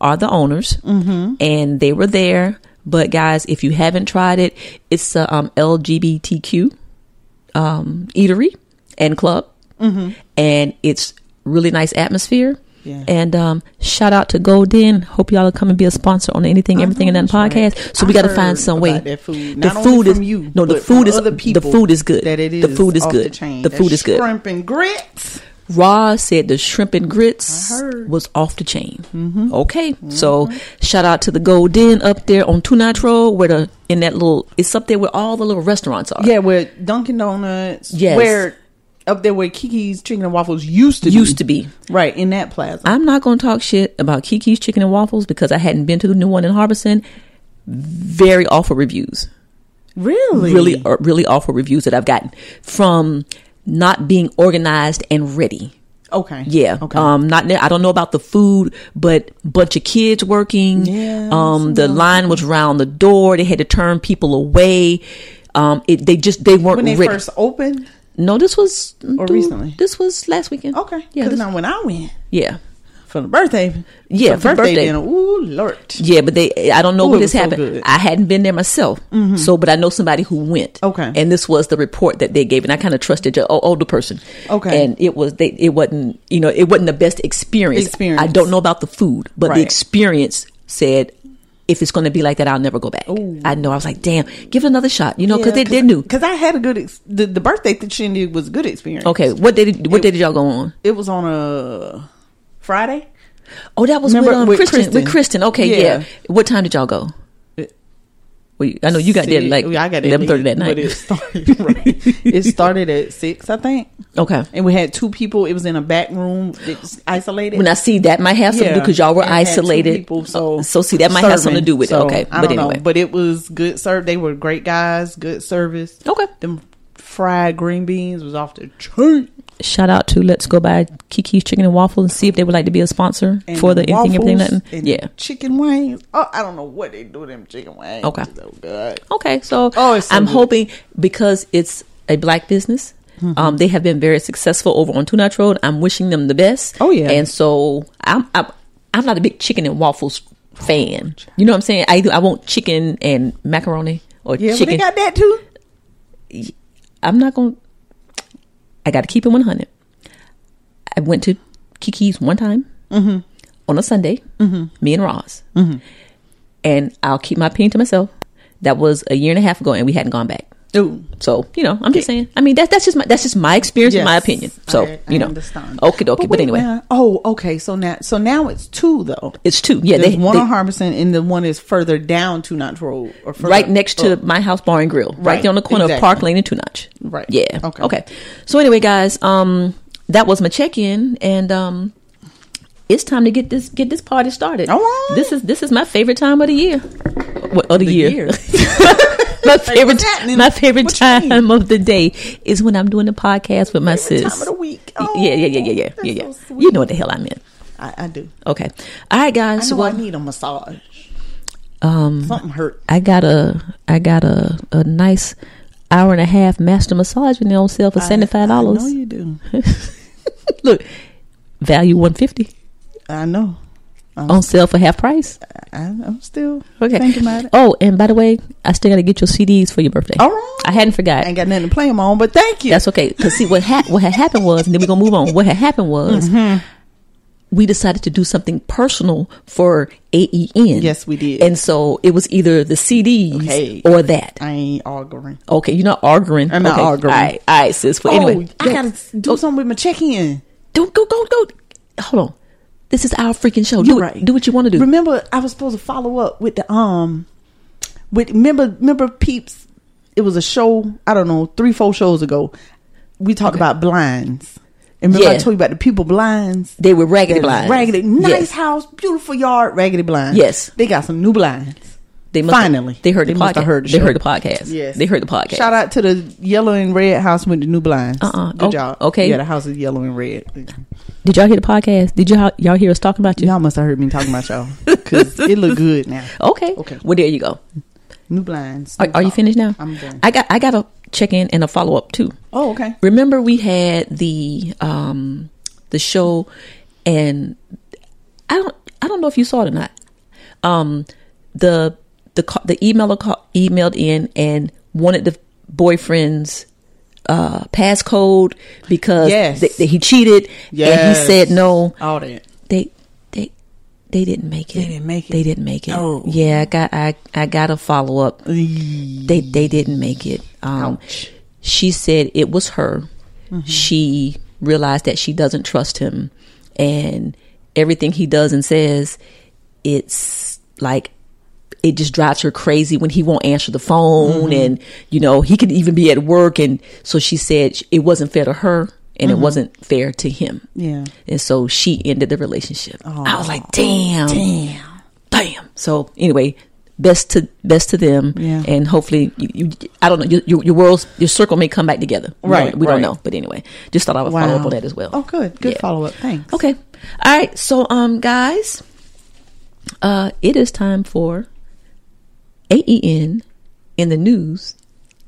Speaker 5: are the owners,
Speaker 4: Mm-hmm.
Speaker 5: and they were there. But guys, if you haven't tried it, it's a um, LGBTQ um, eatery and club, and it's really nice atmosphere.
Speaker 4: Mm-hmm. Yeah.
Speaker 5: And um, shout out to Golden. Hope y'all come and be a sponsor on anything, everything, and that
Speaker 4: that's right.
Speaker 5: podcast. So we
Speaker 4: I
Speaker 5: got to find
Speaker 4: heard
Speaker 5: some
Speaker 4: about
Speaker 5: way.
Speaker 4: that food. Not only
Speaker 5: food
Speaker 4: from
Speaker 5: is
Speaker 4: you,
Speaker 5: no. The
Speaker 4: but from
Speaker 5: food is
Speaker 4: other
Speaker 5: the
Speaker 4: people
Speaker 5: food is good.
Speaker 4: That it is.
Speaker 5: the food is
Speaker 4: off
Speaker 5: good.
Speaker 4: The, chain.
Speaker 5: The
Speaker 4: That
Speaker 5: food is good. Uh,
Speaker 4: Shrimp and grits.
Speaker 5: Roz said the shrimp and grits
Speaker 4: I heard. Mm-hmm.
Speaker 5: was off the chain. Okay, so shout out to the Gold Den up there on Tunat Road, where the in that little it's up there where all the little restaurants are.
Speaker 4: Yeah, where Dunkin' Donuts.
Speaker 5: Yes.
Speaker 4: Where up there where Kiki's Chicken and Waffles used to
Speaker 5: used to be.
Speaker 4: be. right in that plaza.
Speaker 5: I'm not going to talk shit about Kiki's Chicken and Waffles because I hadn't been to the new one in Harbison. Very awful reviews.
Speaker 4: really,
Speaker 5: Really, uh, really awful reviews that I've gotten from not being organized and ready.
Speaker 4: okay.
Speaker 5: Yeah.
Speaker 4: Okay.
Speaker 5: Um. Not. I don't know about the food, but bunch of kids working.
Speaker 4: Yeah,
Speaker 5: Um.
Speaker 4: that's
Speaker 5: The line was round the door. They had to turn people away. Um. It. They just. They weren't
Speaker 4: when they
Speaker 5: ready.
Speaker 4: first opened.
Speaker 5: no. This was.
Speaker 4: Or
Speaker 5: dude,
Speaker 4: recently?
Speaker 5: This was last weekend.
Speaker 4: Okay.
Speaker 5: Yeah.
Speaker 4: Because
Speaker 5: this-
Speaker 4: now when I went
Speaker 5: yeah.
Speaker 4: for the birthday.
Speaker 5: Yeah,
Speaker 4: For
Speaker 5: for
Speaker 4: the birthday,
Speaker 5: birthday.
Speaker 4: dinner. Ooh, lord.
Speaker 5: Yeah, but they, I don't know
Speaker 4: Ooh,
Speaker 5: what
Speaker 4: Oh, it was
Speaker 5: has
Speaker 4: so
Speaker 5: happened.
Speaker 4: good. Mm-hmm.
Speaker 5: I hadn't been there myself, so but I know somebody who went.
Speaker 4: Okay.
Speaker 5: and this was the report that they gave, and I kind of trusted the o- older person.
Speaker 4: Okay.
Speaker 5: and it was they, it wasn't you know it wasn't the best experience.
Speaker 4: Experience.
Speaker 5: I don't know about the food, but
Speaker 4: Right.
Speaker 5: the experience said. If it's going to be like that, I'll never go back. I know. I was like, damn, give it another shot, you know, because they, they knew.
Speaker 4: Because I had a good ex- the, the birthday that she did was a good experience.
Speaker 5: Okay, what day did what day did y'all go on?
Speaker 4: It was on a Friday.
Speaker 5: Oh, that was
Speaker 4: Remember,
Speaker 5: with, um,
Speaker 4: with
Speaker 5: Kristen,
Speaker 4: Kristen.
Speaker 5: With Kristen, okay, yeah.
Speaker 4: Yeah.
Speaker 5: What time did y'all go? We, I know you got there
Speaker 4: See,
Speaker 5: like
Speaker 4: I got there
Speaker 5: eleven thirty
Speaker 4: late,
Speaker 5: that
Speaker 4: But
Speaker 5: *laughs*
Speaker 4: it
Speaker 5: night.
Speaker 4: started, *laughs* right. it started at six, I think,
Speaker 5: Okay.
Speaker 4: and we had two people. It was in a back room, that's isolated.
Speaker 5: When I see that might have something to
Speaker 4: Yeah.
Speaker 5: do because y'all were
Speaker 4: And had two
Speaker 5: isolated.
Speaker 4: people, so
Speaker 5: Oh, so see that might have something
Speaker 4: serving.
Speaker 5: to do with
Speaker 4: So,
Speaker 5: it. Okay,
Speaker 4: I
Speaker 5: but
Speaker 4: don't
Speaker 5: anyway.
Speaker 4: know, but it was good serve. They were great guys, good service.
Speaker 5: Okay.
Speaker 4: them fried green beans was off the chart.
Speaker 5: Shout out to Let's Go Buy Kiki's Chicken and Waffles and see if they would like to be a sponsor
Speaker 4: And
Speaker 5: for the anything, everything,
Speaker 4: waffles
Speaker 5: nothing.
Speaker 4: and
Speaker 5: Yeah.
Speaker 4: chicken wings. Oh, I don't know what they do with them chicken wings.
Speaker 5: Okay.
Speaker 4: so good.
Speaker 5: Okay, so,
Speaker 4: Oh, it's so
Speaker 5: I'm
Speaker 4: good.
Speaker 5: hoping because it's a black business,
Speaker 4: Mm-hmm.
Speaker 5: um, they have been very successful over on Two Notch Road. I'm wishing them the best.
Speaker 4: Oh, yeah.
Speaker 5: and so I'm I'm, I'm not a big chicken and waffles fan. You know what I'm saying? I do. I want chicken and macaroni or
Speaker 4: Yeah, but they
Speaker 5: chicken.
Speaker 4: got that too.
Speaker 5: I'm not going. to I got to keep it 100. I went to Kiki's one time
Speaker 4: Mm-hmm.
Speaker 5: on a Sunday, me and Roz. And I'll keep my opinion to myself. That was a year and a half ago, and we hadn't gone back.
Speaker 4: Ooh.
Speaker 5: So you know, I'm just saying. I mean, that that's just my that's just my experience and my
Speaker 4: Yes,
Speaker 5: opinion. So
Speaker 4: I- I
Speaker 5: you know,
Speaker 4: understand.
Speaker 5: okay, okay. But,
Speaker 4: wait
Speaker 5: anyway,
Speaker 4: now. oh, okay. So now, so now it's two though.
Speaker 5: it's two. Yeah,
Speaker 4: There's
Speaker 5: they,
Speaker 4: one
Speaker 5: they-
Speaker 4: on Harbison, and the one is further down to Notch Road, or further
Speaker 5: right next to
Speaker 4: up.
Speaker 5: my house bar and grill, right,
Speaker 4: Right,
Speaker 5: there on the corner of Park
Speaker 4: exactly.
Speaker 5: Lane and Two Notch.
Speaker 4: Right.
Speaker 5: Yeah.
Speaker 4: Okay.
Speaker 5: Okay. Okay. So anyway, guys, um, that was my check in, and um, it's time to get this get this party started.
Speaker 4: All right.
Speaker 5: This is this is my favorite time of the year. What of the, year? *laughs*
Speaker 4: year.
Speaker 5: my favorite
Speaker 4: what's happening?
Speaker 5: my favorite
Speaker 4: What you mean?
Speaker 5: time of the day is when I'm doing the podcast with my sis.
Speaker 4: time of the week.
Speaker 5: Y- yeah, yeah, yeah, yeah, yeah,
Speaker 4: Oh,
Speaker 5: yeah. yeah.
Speaker 4: that's so
Speaker 5: you know what the hell I meant.
Speaker 4: I, I do.
Speaker 5: Okay. All right,
Speaker 4: I
Speaker 5: guys.
Speaker 4: know I
Speaker 5: well,
Speaker 4: need a massage.
Speaker 5: um,
Speaker 4: Something hurt.
Speaker 5: I got a I got a a nice hour and a half master massage when they on sale for seventy five
Speaker 4: I know
Speaker 5: dollars.
Speaker 4: you do.
Speaker 5: Look, value one fifty
Speaker 4: I know. Oh.
Speaker 5: on sale for half price.
Speaker 4: I, I'm still
Speaker 5: Okay.
Speaker 4: thinking about
Speaker 5: *laughs*
Speaker 4: it.
Speaker 5: Oh, and by the way, I still got to get your CDs for your birthday.
Speaker 4: All right.
Speaker 5: I hadn't
Speaker 4: I
Speaker 5: forgot.
Speaker 4: ain't got nothing to play them on, but thank you.
Speaker 5: That's okay. Because see, what ha- what had happened was, and then we're gonna move on. What had happened was,
Speaker 4: Mm-hmm.
Speaker 5: we decided to do something personal for AEN.
Speaker 4: Yes, we did.
Speaker 5: And so it was either the CDs
Speaker 4: Okay.
Speaker 5: or that.
Speaker 4: I ain't arguing.
Speaker 5: Okay, you're not arguing.
Speaker 4: I'm not
Speaker 5: okay.
Speaker 4: arguing.
Speaker 5: All right, all right, sis. Well, anyway,
Speaker 4: oh, I gotta do something with my check-in.
Speaker 5: Don't go, go, go. Hold on. This is our freaking show. Do,
Speaker 4: You're
Speaker 5: it- do what you want to do.
Speaker 4: Remember, I was supposed to follow up with the um, with remember remember peeps. It was a show. I don't know, three four shows ago. We talked about blinds. And remember, I
Speaker 5: Yeah.
Speaker 4: told you about the people blinds.
Speaker 5: they were raggedy
Speaker 4: That was
Speaker 5: blinds.
Speaker 4: Raggedy, nice
Speaker 5: Yes.
Speaker 4: house, beautiful yard, raggedy blinds.
Speaker 5: Yes.
Speaker 4: they got some new blinds.
Speaker 5: They must
Speaker 4: Finally.
Speaker 5: they heard
Speaker 4: They
Speaker 5: the
Speaker 4: must have
Speaker 5: podcast.
Speaker 4: heard the
Speaker 5: they
Speaker 4: show.
Speaker 5: heard the podcast.
Speaker 4: Yes.
Speaker 5: they heard the podcast.
Speaker 4: Shout out to the yellow and red house with the new blinds.
Speaker 5: Uh-uh.
Speaker 4: Good
Speaker 5: Oh,
Speaker 4: job.
Speaker 5: okay.
Speaker 4: Yeah, the house is yellow and red.
Speaker 5: Did y'all hear the podcast? Did y'all y'all hear us talking about you?
Speaker 4: Y'all must have heard me talking about y'all
Speaker 5: *laughs*
Speaker 4: because it look good now.
Speaker 5: Okay.
Speaker 4: Okay.
Speaker 5: Well, there you go.
Speaker 4: New blinds.
Speaker 5: Are,
Speaker 4: new
Speaker 5: are you
Speaker 4: talk.
Speaker 5: finished now?
Speaker 4: I'm done.
Speaker 5: I got I got a check in and a follow up too.
Speaker 4: oh, okay.
Speaker 5: Remember we had the um the show and I don't I don't know if you saw it or not. Um the the ca- the emailer ca- emailed in and wanted the boyfriend's uh passcode because
Speaker 4: Yes.
Speaker 5: th- th- he cheated and he
Speaker 4: Yes.
Speaker 5: said no.
Speaker 4: All that.
Speaker 5: They they they didn't make it. They
Speaker 4: didn't make it.
Speaker 5: They didn't make it.
Speaker 4: Oh.
Speaker 5: Yeah, I got I I got a follow up they they didn't make it. Um,
Speaker 4: Ouch. Mm-hmm.
Speaker 5: she said it was her. She realized that she doesn't trust him, and everything he does and says, it's like it just drives her crazy when he won't answer the
Speaker 4: Mm-hmm.
Speaker 5: phone, and you know he could even be at work. And so she said sh- it wasn't fair to her,
Speaker 4: Mm-hmm.
Speaker 5: and it wasn't fair to him.
Speaker 4: Yeah.
Speaker 5: And so she ended the relationship. I was like, damn, damn, damn. So anyway, best to best to them,
Speaker 4: Yeah.
Speaker 5: and hopefully, you, you, I don't know, your, your, your world's your circle may come back together. We
Speaker 4: Right,
Speaker 5: don't, we
Speaker 4: right.
Speaker 5: don't know, but anyway, just thought I would follow up on that as well.
Speaker 4: Oh, good. Good
Speaker 5: Yeah.
Speaker 4: follow up. Thanks.
Speaker 5: Okay, all right. So, um, guys, uh, it is time for AEN in the news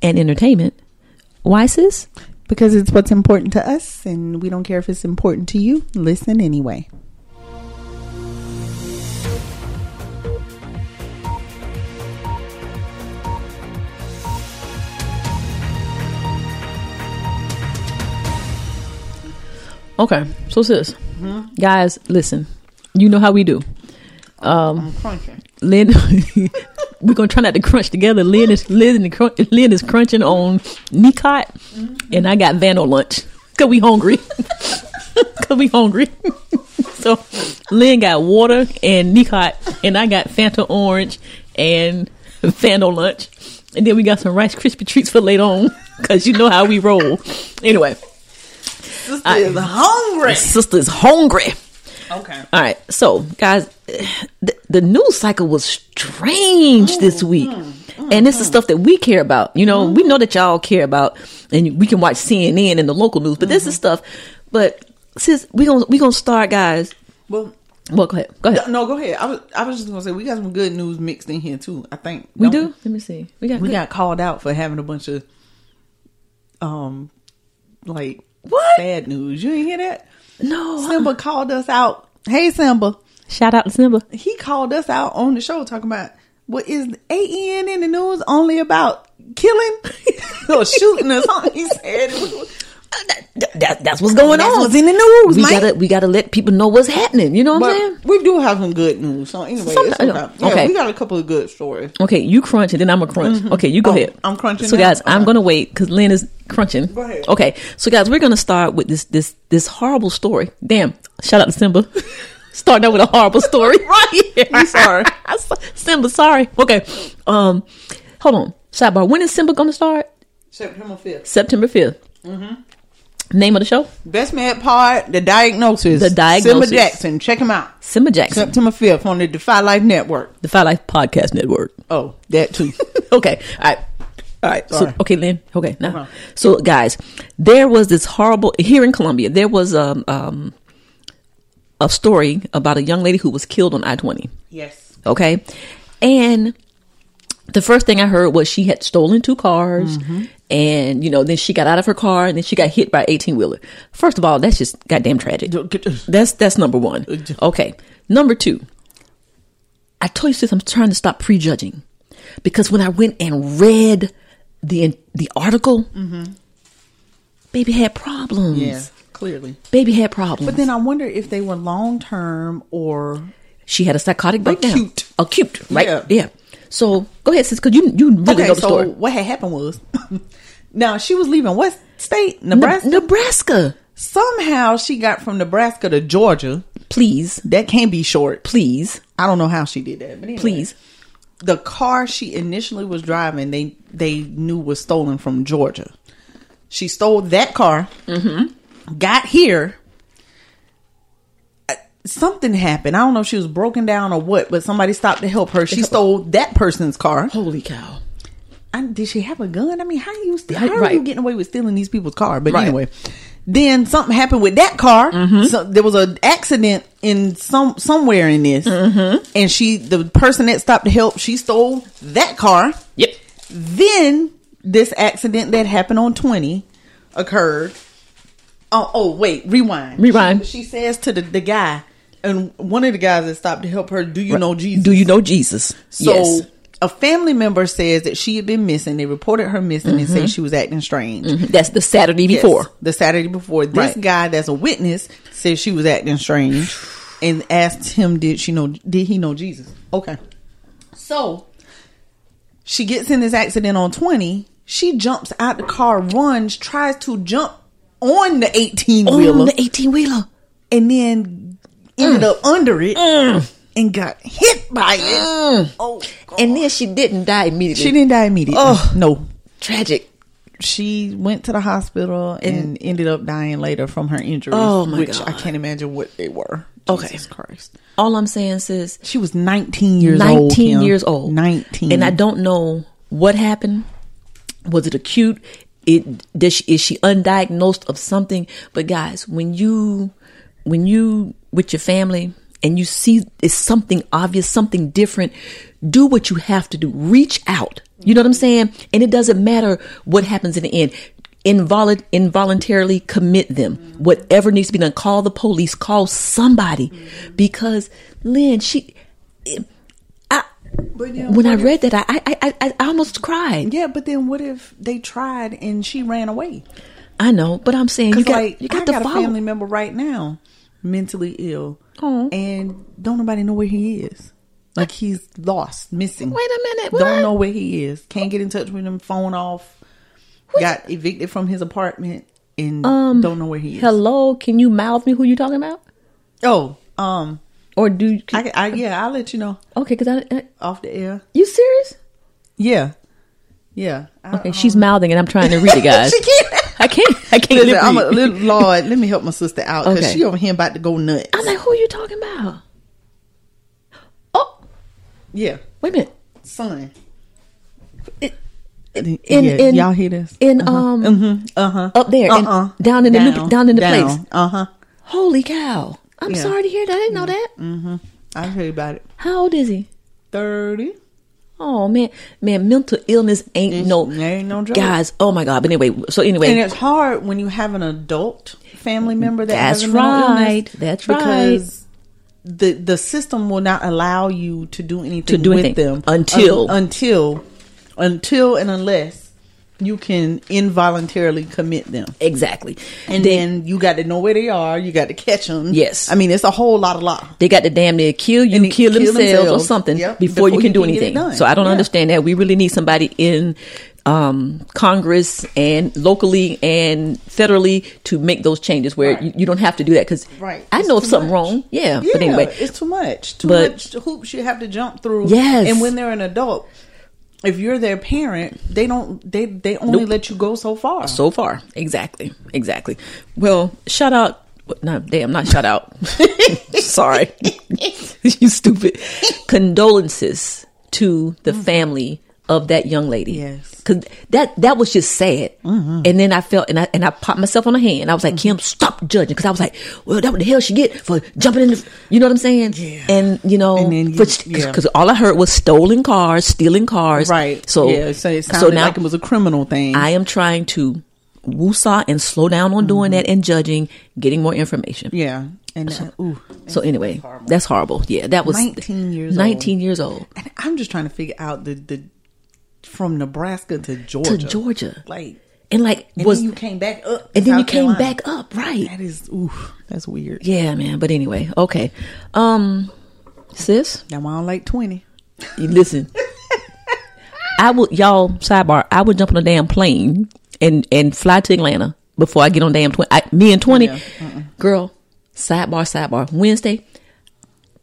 Speaker 5: and entertainment. Why, sis?
Speaker 4: Because it's what's important to us, and we don't care if it's important to you. Listen anyway.
Speaker 5: Okay, so sis,
Speaker 4: Mm-hmm.
Speaker 5: guys, listen. You know how we do. Um,
Speaker 4: I'm crunching.
Speaker 5: Lynn, *laughs* we're gonna try not to crunch together. Lynn is Lynn, and crunch, Lynn is crunching on Nicot,
Speaker 4: Mm-hmm.
Speaker 5: *laughs* and I got Vano lunch because we hungry. *laughs* Because we hungry. so Lynn got water and Nicot, and I got Fanta orange and Fanta lunch, and then we got some Rice Krispie treats for later on because you know how we roll. Anyway,
Speaker 4: Sister is hungry.
Speaker 5: sister's hungry.
Speaker 4: Okay.
Speaker 5: All right, so guys, the, the news cycle was strange this week, and it's the stuff that we care about. You know, we know that y'all care about, and we can watch CNN and the local news, but this is stuff. But since we gonna we gonna start, guys.
Speaker 4: Well,
Speaker 5: Well, go ahead, go ahead.
Speaker 4: no, go ahead. I was I was just gonna say we got some good news mixed in here too. I think
Speaker 5: we
Speaker 4: don't-
Speaker 5: do. Let me see. We got
Speaker 4: We
Speaker 5: good-
Speaker 4: got called out for having a bunch of um like
Speaker 5: What?
Speaker 4: sad news. You ain't hear that?
Speaker 5: no
Speaker 4: Simba called us out. Hey Simba.
Speaker 5: Shout out to Simba.
Speaker 4: he called us out on the show talking about what is AEN in the news only about killing *laughs* or shooting or something. He said it was,
Speaker 5: That, that- that's what's going
Speaker 4: That's
Speaker 5: on.
Speaker 4: what's in the news,
Speaker 5: We
Speaker 4: man.
Speaker 5: gotta we gotta let people know what's happening. You know what I'm saying?
Speaker 4: but we do have some good news. So anyway,
Speaker 5: Some-
Speaker 4: it's
Speaker 5: I know.
Speaker 4: about- yeah,
Speaker 5: Okay.
Speaker 4: we got a couple of good stories.
Speaker 5: Okay, you crunch and then I'm a crunch. Okay, you go
Speaker 4: Oh,
Speaker 5: ahead.
Speaker 4: I'm crunching
Speaker 5: So
Speaker 4: now?
Speaker 5: guys, I'm
Speaker 4: Okay.
Speaker 5: gonna wait because Lynn is crunching.
Speaker 4: Go ahead.
Speaker 5: Okay, so guys, we're gonna start with this this this horrible story. Damn! Shout out to Simba. *laughs* Starting out with a
Speaker 4: *laughs*
Speaker 5: horrible story. *laughs* right. I'm sorry, Simba. Sorry. Okay. Um, hold on. Sidebar. When is Simba gonna start?
Speaker 4: September fifth,
Speaker 5: September 5th
Speaker 4: Mm-hmm.
Speaker 5: Name of the show:
Speaker 4: best mad part, the diagnosis.
Speaker 5: The Diagnosis.
Speaker 4: Simba Jackson, check him out.
Speaker 5: Simba Jackson,
Speaker 4: September fifth on the Defy Life Network.
Speaker 5: the Five Life Podcast Network.
Speaker 4: Oh, that
Speaker 5: *laughs*
Speaker 4: too.
Speaker 5: okay. All right. All right. So,
Speaker 4: Sorry.
Speaker 5: okay, Lynn. Okay. Now, so guys, there was this horrible here in Columbia. There was um, um, a story about a young lady who was killed on I twenty.
Speaker 4: yes.
Speaker 5: Okay, and the first thing I heard was she had stolen two cars,
Speaker 4: Mm-hmm.
Speaker 5: and you know, then she got out of her car, and then she got hit by eighteen wheeler. First of all, that's just goddamn tragic. That's that's number one.
Speaker 4: Uh,
Speaker 5: Okay, number two. I told you sis, I'm trying to stop prejudging, because when I went and read the the article, baby had problems.
Speaker 4: Mm-hmm. Yeah, Mm. clearly.
Speaker 5: Baby had problems.
Speaker 4: But then I wonder if they were long term or
Speaker 5: she had a psychotic breakdown.
Speaker 4: Acute.
Speaker 5: acute, right?
Speaker 4: Yeah.
Speaker 5: Yeah. So go ahead, sis, because you you really know the
Speaker 4: so
Speaker 5: story.
Speaker 4: what had happened was, *laughs* now she was leaving what state? Nebraska.
Speaker 5: Ne- Nebraska.
Speaker 4: Somehow she got from Nebraska to Georgia.
Speaker 5: Please,
Speaker 4: That can be short.
Speaker 5: please,
Speaker 4: I don't know how she did that, but anyway,
Speaker 5: please.
Speaker 4: the car she initially was driving, they they knew was stolen from Georgia. She stole that car. Got here. Uh, Something happened. I don't know if she was broken down or what, but somebody stopped to help her. She stole that person's car.
Speaker 5: Holy cow!
Speaker 4: I, did she have a gun? I mean, how you st-
Speaker 5: Right,
Speaker 4: how are you
Speaker 5: right.
Speaker 4: getting away with stealing these people's car? But
Speaker 5: Right. Mm-hmm.
Speaker 4: anyway, then something happened with that car. So there was an accident in some somewhere in this,
Speaker 5: Mm-hmm.
Speaker 4: and she the person that stopped to help she stole that car.
Speaker 5: Yep.
Speaker 4: Then this accident that happened on twenty occurred. Oh, oh wait, rewind,
Speaker 5: Rewind.
Speaker 4: She, she says to the, the guy and one of the guys that stopped to help her, "Do you know Jesus?
Speaker 5: Do you know Jesus?
Speaker 4: So
Speaker 5: yes.
Speaker 4: a family member says that she had been missing. They reported her missing and said she was acting strange.
Speaker 5: That's the Saturday
Speaker 4: Yes,
Speaker 5: Mm-hmm. before.
Speaker 4: the Saturday before, this
Speaker 5: Right.
Speaker 4: guy that's a witness said she was acting strange and asked him, "Did she know? Did he know Jesus?" Okay, so she gets in this accident on twenty. She jumps out the car, runs, tries to jump on the eighteen
Speaker 5: On
Speaker 4: wheeler,
Speaker 5: the Mm. eighteen wheeler.
Speaker 4: and then ended up under it
Speaker 5: Mm.
Speaker 4: and got hit by it.
Speaker 5: *gasps*
Speaker 4: Oh,
Speaker 5: And then she didn't die immediately.
Speaker 4: she didn't die immediately.
Speaker 5: Oh.
Speaker 4: no,
Speaker 5: Tragic.
Speaker 4: she went to the hospital and, ended up dying later from her injuries.
Speaker 5: Oh, my
Speaker 4: which
Speaker 5: God.
Speaker 4: I can't imagine what they were.
Speaker 5: Okay.
Speaker 4: Jesus Christ.
Speaker 5: All I'm saying, sis,
Speaker 4: She was 19 years old.
Speaker 5: 19
Speaker 4: Kim.
Speaker 5: years old.
Speaker 4: 19.
Speaker 5: And I don't know what happened. Was it acute? It does she, is she undiagnosed of something? But guys, when you when you with your family and you see it's something obvious, something different, do what you have to do. Reach out. You know what I'm saying? And it doesn't matter what happens in the end. Invol- involuntarily commit them. Whatever needs to be done, call the police, call somebody, because Lynn, she, I, when I read that, I, I, I, I- I almost cried.
Speaker 4: Yeah, but then what if they tried and she ran away?
Speaker 5: I know, but I'm saying you
Speaker 4: Because
Speaker 5: got,
Speaker 4: like
Speaker 5: you
Speaker 4: I
Speaker 5: got to
Speaker 4: got a
Speaker 5: follow.
Speaker 4: family member right now, mentally ill,
Speaker 5: Oh.
Speaker 4: and don't nobody know where he is. Like he's lost, missing.
Speaker 5: Wait a minute,
Speaker 4: Don't
Speaker 5: what?
Speaker 4: know where he is. Can't get in touch with him. Phone off. Got evicted from his
Speaker 5: Um,
Speaker 4: apartment and don't know where he is.
Speaker 5: Hello, can you mouth me who you talking about?
Speaker 4: Oh, Um,
Speaker 5: Or do I,
Speaker 4: I, I yeah, I'll let you know
Speaker 5: okay? Because I, I-
Speaker 4: off the air.
Speaker 5: you serious?
Speaker 4: Yeah, yeah. I-
Speaker 5: Okay, she's mouthing and I'm trying to read it, guys.
Speaker 4: *laughs* She can't.
Speaker 5: I can't. I can't.
Speaker 4: Listen, I'm a,
Speaker 5: read.
Speaker 4: little, Lord, let me help my sister out because
Speaker 5: Okay.
Speaker 4: she over here about to go nuts.
Speaker 5: I'm like, who are you talking about? Oh,
Speaker 4: yeah,
Speaker 5: wait a minute.
Speaker 4: son.
Speaker 5: It-
Speaker 4: in,
Speaker 5: in- in-
Speaker 4: y'all hear Uh-huh. this?
Speaker 5: In um,
Speaker 4: Uh huh.
Speaker 5: up there, and down in the loop- down in the place.
Speaker 4: Uh huh.
Speaker 5: Holy cow! I'm
Speaker 4: Yeah. Mm-hmm.
Speaker 5: sorry to hear that. I didn't know that.
Speaker 4: I heard about it.
Speaker 5: How old is he?
Speaker 4: Thirty.
Speaker 5: Oh man, man, mental illness ain't no
Speaker 4: ain't no joke.
Speaker 5: guys. Oh my god! But anyway, so anyway,
Speaker 4: And it's hard when you have an adult family member that has
Speaker 5: That's
Speaker 4: a mental illness
Speaker 5: right. That's right.
Speaker 4: because The the system will not allow you to do anything
Speaker 5: do
Speaker 4: with
Speaker 5: anything
Speaker 4: them
Speaker 5: until-
Speaker 4: un- until until and unless you can involuntarily commit them.
Speaker 5: exactly.
Speaker 4: And
Speaker 5: They-
Speaker 4: then you got to know where they are. You got to catch them.
Speaker 5: Yes.
Speaker 4: I mean it's a whole lot of lot.
Speaker 5: They got to damn near kill you,
Speaker 4: And they
Speaker 5: kill,
Speaker 4: kill
Speaker 5: themselves,
Speaker 4: themselves.
Speaker 5: or something
Speaker 4: Yep,
Speaker 5: before,
Speaker 4: before
Speaker 5: you can
Speaker 4: you
Speaker 5: do
Speaker 4: can get it
Speaker 5: anything.
Speaker 4: done.
Speaker 5: So I don't
Speaker 4: Yeah.
Speaker 5: understand that. We really need somebody in um, Congress and locally and federally to make those changes where you, you don't have to do that because
Speaker 4: Right.
Speaker 5: I
Speaker 4: It's
Speaker 5: know if
Speaker 4: too
Speaker 5: something
Speaker 4: much.
Speaker 5: wrong. Yeah,
Speaker 4: Yeah,
Speaker 5: but anyway,
Speaker 4: it's too much. Too
Speaker 5: But-
Speaker 4: much hoops you have to jump through.
Speaker 5: Yes.
Speaker 4: and when they're an adult, if you're their parent, they don't. They they only
Speaker 5: Nope.
Speaker 4: let you go so far.
Speaker 5: so far exactly, exactly. Well, shout out. No, damn, not shout out. *laughs* Sorry, *laughs* you stupid. Condolences to the family of that young lady.
Speaker 4: Mm-hmm. Yes. Mm-hmm.
Speaker 5: because that that was just sad. And then I felt and I and I popped myself on the hand. I was like, Kim, stop judging, because I was like, well, that what the hell she get for jumping in. The, you know what I'm saying?
Speaker 4: Yeah.
Speaker 5: And you know,
Speaker 4: And then you-
Speaker 5: because
Speaker 4: yeah.
Speaker 5: all I heard was stolen cars, stealing cars.
Speaker 4: right.
Speaker 5: So
Speaker 4: yeah. So it sounded like it was a criminal thing.
Speaker 5: I am trying to woosah and slow down on doing that and judging, getting more information.
Speaker 4: Mm-hmm. yeah. And uh, ooh,
Speaker 5: So anyway, that's horrible. Yeah, that was
Speaker 4: 19 years old.
Speaker 5: 19 years old
Speaker 4: and I'm just trying to figure out the the from Nebraska to
Speaker 5: to
Speaker 4: Georgia.
Speaker 5: Georgia,
Speaker 4: like.
Speaker 5: and like
Speaker 4: And
Speaker 5: was
Speaker 4: then you came back up. to
Speaker 5: and then you
Speaker 4: South
Speaker 5: came
Speaker 4: Carolina.
Speaker 5: back up, right?
Speaker 4: That is ooh, that's weird.
Speaker 5: Yeah, man. But anyway, okay. Um, sis,
Speaker 4: Now I don't like twenty. *laughs*
Speaker 5: you listen. I would y'all sidebar. I would jump on a damn plane and and fly to Atlanta before I get on damn twenty. I, me and twenty,
Speaker 4: Yeah, uh-uh.
Speaker 5: girl. Sidebar, sidebar. Wednesday,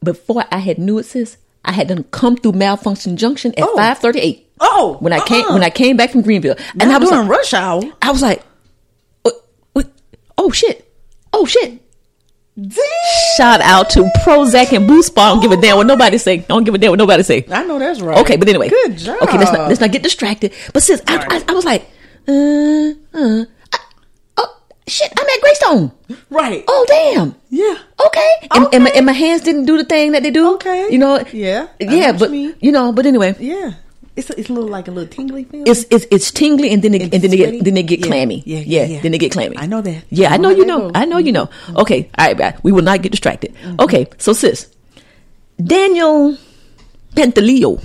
Speaker 5: before I had knew it, sis, I had done come through malfunction junction at
Speaker 4: Oh.
Speaker 5: five thirty eight.
Speaker 4: Oh,
Speaker 5: when I came when I came back from Greenville, and I was
Speaker 4: doing
Speaker 5: like,
Speaker 4: rush hour.
Speaker 5: I was like, "What- what- oh shit, oh shit. Shout out to Prozac and Boost Bar. I don't give a damn what nobody say. I don't give a damn what nobody say.
Speaker 4: I know that's right.
Speaker 5: Okay, but anyway,
Speaker 4: good job.
Speaker 5: Okay, let's not let's not get distracted. But since I, I, I was like, uh, uh, I, oh shit, I'm at Greystone.
Speaker 4: right.
Speaker 5: Oh damn.
Speaker 4: Yeah.
Speaker 5: Okay. And, and, my,
Speaker 4: Okay.
Speaker 5: and my hands didn't do the thing that they do.
Speaker 4: Okay.
Speaker 5: You know.
Speaker 4: Yeah, I know
Speaker 5: Yeah,
Speaker 4: what you
Speaker 5: but
Speaker 4: mean.
Speaker 5: you know. But anyway,
Speaker 4: Yeah, it's a, it's a little like a little tingly feeling.
Speaker 5: it's it's it's tingly and then it,
Speaker 4: It's
Speaker 5: and then they
Speaker 4: sweaty?
Speaker 5: get then they get
Speaker 4: Yeah,
Speaker 5: clammy.
Speaker 4: yeah,
Speaker 5: Yeah,
Speaker 4: yeah,
Speaker 5: yeah,
Speaker 4: yeah.
Speaker 5: Then they get clammy.
Speaker 4: I know that.
Speaker 5: Yeah, I know
Speaker 4: I Mm-hmm.
Speaker 5: you
Speaker 4: know.
Speaker 5: know. I know you know. Okay, all right, all right. We will not get distracted.
Speaker 4: Mm-hmm.
Speaker 5: Okay, so sis, Daniel Pantaleo,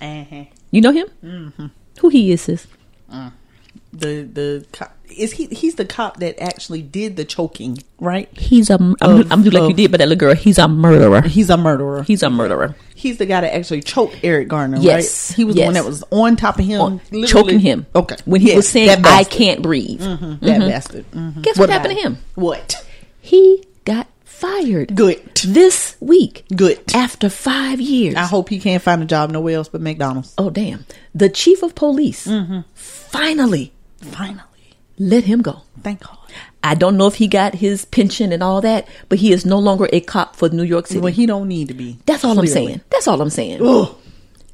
Speaker 4: uh-huh.
Speaker 5: you know him?
Speaker 4: Mm-hmm.
Speaker 5: Who he is, sis?
Speaker 4: the the cop is he he's the cop that actually did the choking, right?
Speaker 5: He's a. I'm, I'm, I'm do like
Speaker 4: Of-
Speaker 5: you did, but that little girl. He's a murderer.
Speaker 4: He's a murderer.
Speaker 5: He's a murderer.
Speaker 4: He's the guy that actually choked Eric Garner.
Speaker 5: Yes,
Speaker 4: right? he was the one
Speaker 5: yes.
Speaker 4: that was on top of him, Oh, literally-
Speaker 5: Choking him.
Speaker 4: Okay,
Speaker 5: When he
Speaker 4: Yes,
Speaker 5: was saying,
Speaker 4: that
Speaker 5: "I
Speaker 4: bastard. Mm-hmm.
Speaker 5: can't Mm-hmm. breathe."
Speaker 4: that bastard. Mhm.
Speaker 5: Guess what,
Speaker 4: about
Speaker 5: happened to
Speaker 4: it?
Speaker 5: him?
Speaker 4: What?
Speaker 5: He got fired.
Speaker 4: Good.
Speaker 5: This week.
Speaker 4: Good. Ah.
Speaker 5: After five years.
Speaker 4: I hope he can't find a job nowhere else but McDonald's.
Speaker 5: oh damn the chief of police
Speaker 4: Mm-hmm.
Speaker 5: finally
Speaker 4: Finally,
Speaker 5: let him go
Speaker 4: thank God.
Speaker 5: i don't know if he got his pension and all that but he is no longer a cop for new york city
Speaker 4: Well, he don't need to be.
Speaker 5: that's all i'm
Speaker 4: clearly.
Speaker 5: saying that's all i'm saying
Speaker 4: Ugh.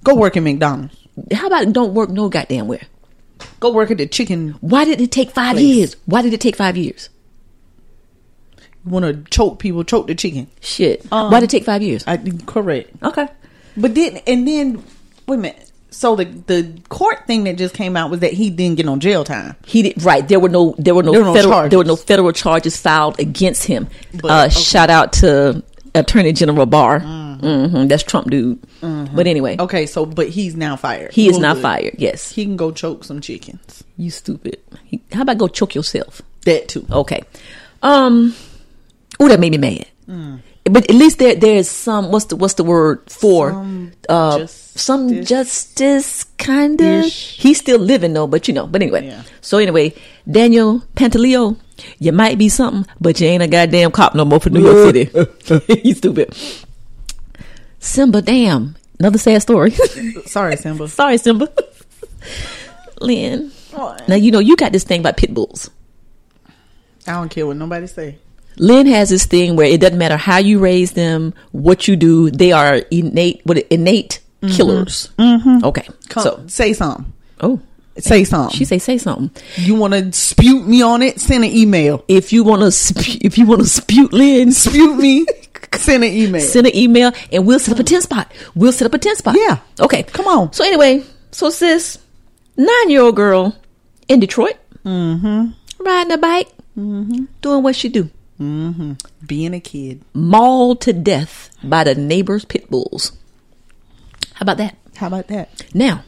Speaker 4: Go work at McDonald's.
Speaker 5: how about don't work no goddamn where
Speaker 4: Go work at the chicken.
Speaker 5: why did it take five
Speaker 4: Please.
Speaker 5: years why did it take five years
Speaker 4: Want to choke people? Choke the chicken.
Speaker 5: shit
Speaker 4: Um,
Speaker 5: why did it take five years
Speaker 4: I correct.
Speaker 5: okay
Speaker 4: But then, and then, wait a minute. So the the court thing that just came out was that he didn't get on jail time.
Speaker 5: he did right. There were no there were no
Speaker 4: There were no
Speaker 5: federal
Speaker 4: charges.
Speaker 5: there were no federal charges filed against him.
Speaker 4: But-
Speaker 5: uh,
Speaker 4: okay. Mm.
Speaker 5: Shout out to Attorney General Barr. hmm That's Trump dude. But anyway,
Speaker 4: Mm-hmm. Okay, so but he's now fired.
Speaker 5: he is
Speaker 4: Well,
Speaker 5: not
Speaker 4: good.
Speaker 5: fired. Yes,
Speaker 4: He can go choke some chickens.
Speaker 5: You stupid. How about go choke yourself?
Speaker 4: That too.
Speaker 5: Okay. Um. Oh, that made me mad.
Speaker 4: Mm.
Speaker 5: But at least there there is some. What's the what's the word for?
Speaker 4: Some
Speaker 5: uh,
Speaker 4: justice.
Speaker 5: some justice kind of.
Speaker 4: Ish.
Speaker 5: He's still living though, but you know. But anyway.
Speaker 4: Yeah.
Speaker 5: So anyway, Daniel Pantaleo You might be something, but you ain't a goddamn cop no more for New York
Speaker 4: *laughs*
Speaker 5: City. you stupid. Simba, damn. Another sad story. *laughs*
Speaker 4: Sorry, Simba.
Speaker 5: Sorry, Simba. Lynn. Now you know you got this thing about pit bulls.
Speaker 4: I don't care what nobody say.
Speaker 5: Lynn has this thing where it doesn't matter how you raise them, what you do, they are innate what innate killers. Okay.
Speaker 4: Mm-hmm. Come,
Speaker 5: So
Speaker 4: say something.
Speaker 5: oh
Speaker 4: Say something.
Speaker 5: she say say something.
Speaker 4: you want to dispute me on it? Send an email.
Speaker 5: If you want to sp- if you want to spute Lynn,
Speaker 4: Dispute *laughs*
Speaker 5: *laughs*
Speaker 4: me? send an email.
Speaker 5: send an email and we'll set up a 10 spot. We'll set up a 10 spot.
Speaker 4: Yeah.
Speaker 5: Okay.
Speaker 4: Come on.
Speaker 5: So anyway, so sis, nine year old girl in Detroit, mm-hmm. riding a bike,
Speaker 4: Mm-hmm.
Speaker 5: doing what she do,
Speaker 4: Being a kid.
Speaker 5: mauled to death by the neighbor's pit bulls. How about that?
Speaker 4: How about that?
Speaker 5: Now,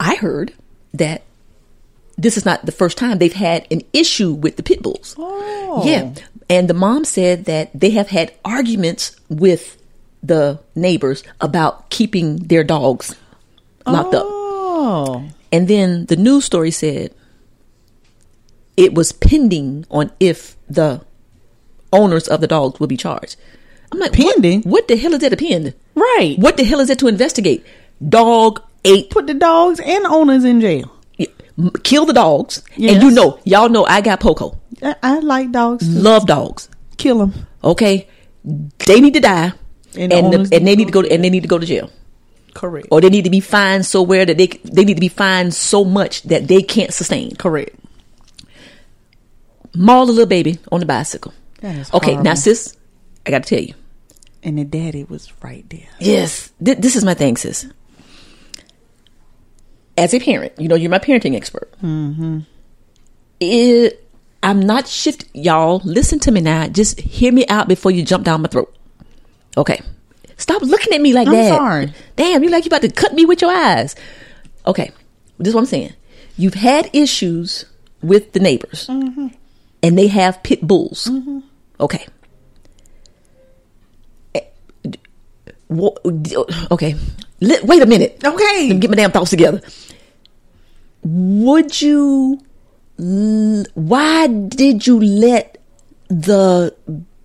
Speaker 5: I heard that this is not the first time they've had an issue with the pit bulls.
Speaker 4: Oh.
Speaker 5: Yeah. And the mom said that they have had arguments with the neighbors about keeping their dogs locked up.
Speaker 4: Oh.
Speaker 5: And then the news story said it was pending on if the owners of the dogs would be charged. I'm like, what-
Speaker 4: Pending?
Speaker 5: What, the hell is that a pin?
Speaker 4: Right.
Speaker 5: What the hell is it to investigate? Dog ate,
Speaker 4: Put the dogs and owners in jail.
Speaker 5: m- kill the dogs.
Speaker 4: Yes.
Speaker 5: And you know, y'all know I got Poco.
Speaker 4: I, I like dogs.
Speaker 5: Love dogs.
Speaker 4: Kill them.
Speaker 5: okay they need to die
Speaker 4: And
Speaker 5: and
Speaker 4: the
Speaker 5: and,
Speaker 4: owners
Speaker 5: they Oh, need to go and they need to go to jail
Speaker 4: Correct.
Speaker 5: or they need to be fined so where that they c- they need to be fined so much that they can't sustain
Speaker 4: Correct.
Speaker 5: maul the little baby on the bicycle
Speaker 4: That is
Speaker 5: okay now
Speaker 4: horrible.
Speaker 5: sis i gotta tell you
Speaker 4: And the daddy was right there.
Speaker 5: yes Th- this is my thing sis as a parent you know you're my parenting expert mm-hmm. it, i'm not shift y'all listen to me now just hear me out before you jump down my throat okay stop looking at me like
Speaker 4: I'm
Speaker 5: that
Speaker 4: sorry.
Speaker 5: Damn, you like you about to cut me with your eyes. Okay, this is what I'm saying. You've had issues with the neighbors,
Speaker 4: Mm-hmm.
Speaker 5: and they have pit bulls. Okay. Eh, d- wha- d- Okay. Let- Wait a minute.
Speaker 4: Okay.
Speaker 5: Let me get my damn thoughts together. Would you? l- Why did you let the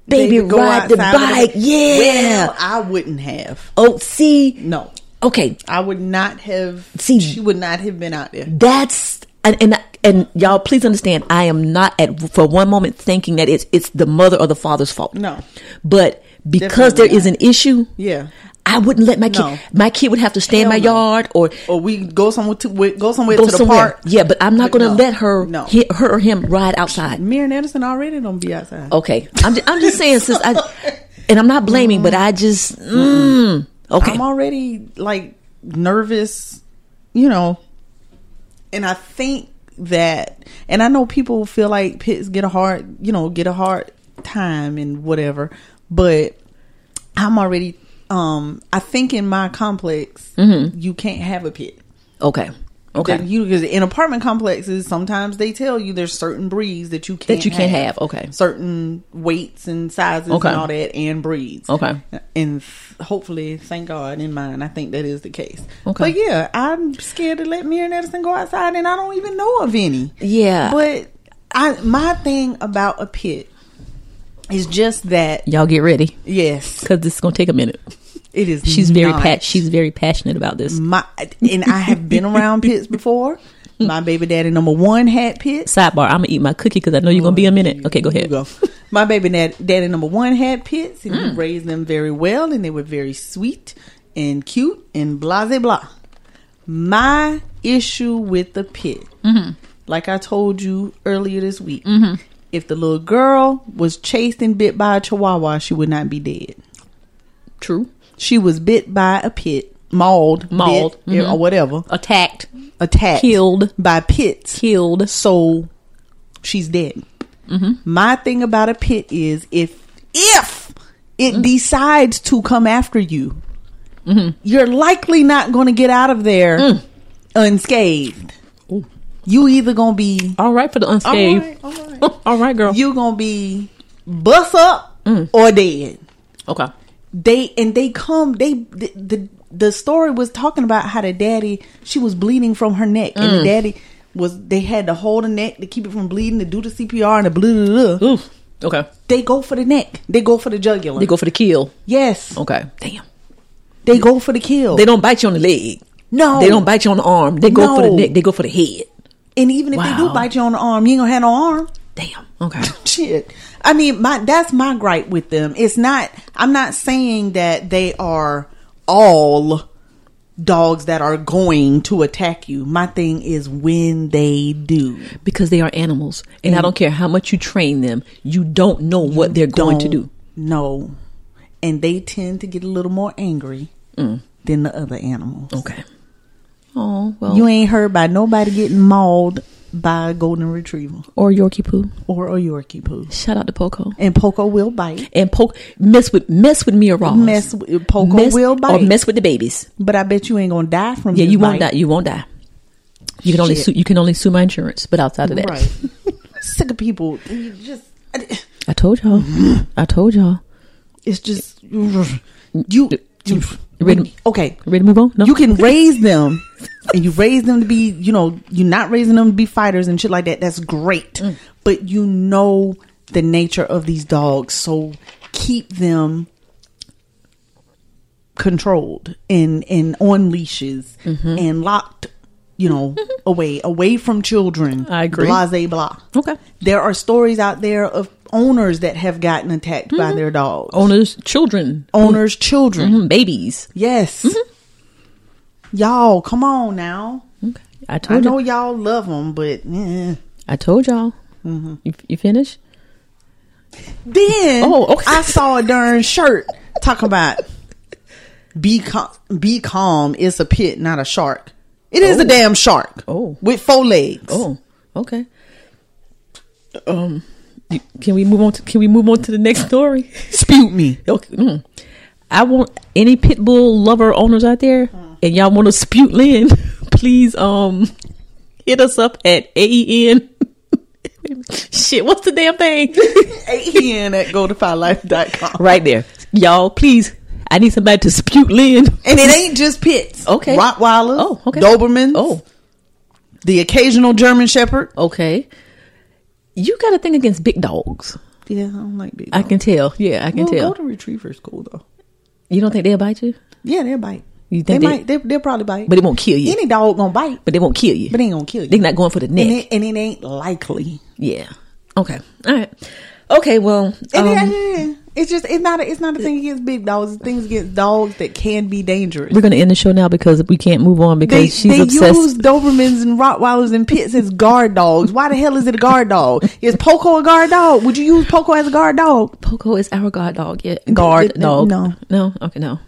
Speaker 5: baby,
Speaker 4: go
Speaker 5: ride the
Speaker 4: outside with it.
Speaker 5: bike? yeah.
Speaker 4: Well, I wouldn't have.
Speaker 5: oh, see.
Speaker 4: No.
Speaker 5: Okay,
Speaker 4: I would not have.
Speaker 5: See-
Speaker 4: she would not have been out there.
Speaker 5: that's and and and y'all please understand i am not at for one moment thinking that it's it's the mother or the father's fault
Speaker 4: No.
Speaker 5: but because
Speaker 4: Definitely
Speaker 5: there is
Speaker 4: not.
Speaker 5: an issue
Speaker 4: Yeah.
Speaker 5: i wouldn't let my kid
Speaker 4: No.
Speaker 5: my kid would have to stay in
Speaker 4: Hell
Speaker 5: my
Speaker 4: no.
Speaker 5: yard or
Speaker 4: Or we go somewhere to we- go somewhere
Speaker 5: go
Speaker 4: to the
Speaker 5: somewhere
Speaker 4: park.
Speaker 5: yeah but i'm not
Speaker 4: But
Speaker 5: going to
Speaker 4: no.
Speaker 5: let her
Speaker 4: No.
Speaker 5: he- her or him ride outside
Speaker 4: Me and Anderson already don't be outside.
Speaker 5: okay i'm just, I'm just saying since
Speaker 4: *laughs*
Speaker 5: i and i'm not blaming but i just mm, okay
Speaker 4: I'm already like nervous, you know. And I think that, and I know people feel like pits get a hard, you know, get a hard time and whatever, but I'm already, um, I think in my complex, you can't have a pit.
Speaker 5: okay okay
Speaker 4: That you because in apartment complexes sometimes they tell you there's certain breeds that you can't
Speaker 5: you can't have, okay.
Speaker 4: certain weights and sizes
Speaker 5: Okay.
Speaker 4: and all that and breeds
Speaker 5: Okay.
Speaker 4: and th- hopefully thank God in mine I think that is the case
Speaker 5: Okay.
Speaker 4: but yeah I'm scared to let Mary and Edison go outside and I don't even know of any
Speaker 5: yeah
Speaker 4: but I my thing about a pit is just that
Speaker 5: y'all get ready
Speaker 4: yes
Speaker 5: because this is going to take a minute
Speaker 4: it is
Speaker 5: she's very
Speaker 4: not. Mm.
Speaker 5: pat she's very passionate about this
Speaker 4: my and I have been around pits
Speaker 5: *laughs*
Speaker 4: before. My baby daddy number one had pits.
Speaker 5: sidebar. I'm gonna eat my cookie because I know you're gonna be a minute. Okay, go
Speaker 4: Here you
Speaker 5: ahead.
Speaker 4: go. My baby dad, daddy number one had pits, and
Speaker 5: Mm.
Speaker 4: he raised them very well, and they were very sweet and cute and blah blah blah. My issue with the pit,
Speaker 5: Mm-hmm.
Speaker 4: like I told you earlier this week, if the little girl was chased and bit by a chihuahua, she would not be dead.
Speaker 5: True.
Speaker 4: She was bit by a pit, mauled,
Speaker 5: Mauled,
Speaker 4: bit, or whatever,
Speaker 5: Attacked,
Speaker 4: attacked,
Speaker 5: Killed.
Speaker 4: by pits,
Speaker 5: killed.
Speaker 4: so she's dead. My thing about a pit is if if it decides to come after you, you're likely not going to get out of there unscathed. You either going to be
Speaker 5: All right for the unscathed.
Speaker 4: all right,
Speaker 5: *laughs* All right, girl.
Speaker 4: *laughs* you going to be bust up or dead
Speaker 5: okay.
Speaker 4: they and they come they the,
Speaker 5: Mm.
Speaker 4: the the story was talking about how the daddy she was bleeding from her neck and the daddy was they had to hold the neck to keep it from bleeding to do the CPR and the blah blah blah.
Speaker 5: Ooh. Okay.
Speaker 4: They go for the neck. They go for the jugular.
Speaker 5: They go for the kill.
Speaker 4: yes.
Speaker 5: Okay. Damn.
Speaker 4: They go for the kill.
Speaker 5: They don't bite you on the leg.
Speaker 4: no.
Speaker 5: They don't bite you on the arm. They go for the
Speaker 4: No.
Speaker 5: neck. They go for the head.
Speaker 4: And even if they do
Speaker 5: Wow.
Speaker 4: bite you on the arm, you ain't gonna have no arm.
Speaker 5: Damn. Okay.
Speaker 4: Shit. I mean, my that's my gripe with them. It's not. I'm not saying that they are all dogs that are going to attack you. My thing is when they do.
Speaker 5: *laughs* Because they are animals, and I don't care how much you train them, you don't know what they're going to do.
Speaker 4: No. And they tend to get a little more angry
Speaker 5: Mm.
Speaker 4: than the other animals.
Speaker 5: Okay. Oh well.
Speaker 4: You ain't heard by nobody getting mauled by a golden retriever
Speaker 5: or Yorkie poo.
Speaker 4: or a Yorkie poo.
Speaker 5: Shout out to Poco.
Speaker 4: And Poco will bite.
Speaker 5: And poke mess with mess with Mia Ross.
Speaker 4: Mess with- Poco will
Speaker 5: or
Speaker 4: bite.
Speaker 5: mess with the babies.
Speaker 4: But I bet you ain't gonna die from
Speaker 5: Yeah,
Speaker 4: his
Speaker 5: you won't
Speaker 4: bite.
Speaker 5: die. You won't die. You can only
Speaker 4: Shit.
Speaker 5: sue. You can only sue my insurance. But outside of that,
Speaker 4: Right. *laughs* Sick of people. You just
Speaker 5: I told y'all. I told y'all.
Speaker 4: it's
Speaker 5: *laughs*
Speaker 4: just you you
Speaker 5: You ready?
Speaker 4: okay.
Speaker 5: Ready to move on? No.
Speaker 4: You can raise them and you raise them to be, you know, you're not raising them to be fighters and shit like that. That's great.
Speaker 5: Mm.
Speaker 4: But you know the nature of these dogs, so keep them controlled and and on leashes
Speaker 5: Mm-hmm.
Speaker 4: and locked, you
Speaker 5: *laughs*
Speaker 4: know, away away from children.
Speaker 5: I agree.
Speaker 4: Blase blah.
Speaker 5: Okay.
Speaker 4: There are stories out there of owners that have gotten attacked by
Speaker 5: Mm-hmm.
Speaker 4: their dogs.
Speaker 5: Owners, children,
Speaker 4: Owners' children.
Speaker 5: Mhm, babies.
Speaker 4: Yes. Y'all, come on now.
Speaker 5: Okay. Mm-hmm. I
Speaker 4: I
Speaker 5: told you.
Speaker 4: know y'all love them, but eh.
Speaker 5: I told y'all. You, you finish?
Speaker 4: then
Speaker 5: Oh, okay.
Speaker 4: I saw a darn shirt talking about be calm, be calm. It's a pit, not a shark. It is a damn shark.
Speaker 5: Oh.
Speaker 4: with four legs.
Speaker 5: Oh, okay. Um, you- can we move on? To, can we move on to the next story? *laughs*
Speaker 4: Dispute me.
Speaker 5: Okay. mm. I want any pit bull lover owners out there, and y'all want to dispute Lynn, *laughs* please um hit us up at AEN. *laughs* Shit, what's the damn thing? *laughs*
Speaker 4: AEN at goldifylife.com.
Speaker 5: right there. Y'all, please. I need somebody to dispute Lynn.
Speaker 4: And it ain't just pits.
Speaker 5: Okay.
Speaker 4: Rottweilers.
Speaker 5: Oh, okay.
Speaker 4: Dobermans.
Speaker 5: Oh,
Speaker 4: The occasional German Shepherd.
Speaker 5: okay. You got a thing against big dogs.
Speaker 4: Yeah, I don't like big.
Speaker 5: I can tell. Yeah, I can
Speaker 4: well,
Speaker 5: tell.
Speaker 4: Golden Retriever's cool though.
Speaker 5: You don't think they'll bite you?
Speaker 4: Yeah, they'll bite.
Speaker 5: You
Speaker 4: they
Speaker 5: think they-
Speaker 4: might. They, they'll probably bite.
Speaker 5: But it won't kill you.
Speaker 4: Any dog gonna bite,
Speaker 5: but they won't kill you.
Speaker 4: but it ain't gonna kill you.
Speaker 5: They're not going for the neck.
Speaker 4: and, it, and it ain't likely.
Speaker 5: yeah. Okay. All right. Okay. Well,
Speaker 4: And it-
Speaker 5: um,
Speaker 4: yeah, it's just it's not a, it's not a thing against big dogs. It's things against dogs that can be dangerous.
Speaker 5: we're going to end the show now because we can't move on because
Speaker 4: They,
Speaker 5: she's
Speaker 4: they
Speaker 5: obsessed.
Speaker 4: use Dobermans and Rottweilers and Pits as guard dogs. Why the hell is it a guard dog? Is Poco a guard dog? Would you use Poco as a guard dog?
Speaker 5: Poco is our guard dog. Yeah, guard
Speaker 4: th-
Speaker 5: dog.
Speaker 4: no.
Speaker 5: no. Okay, no.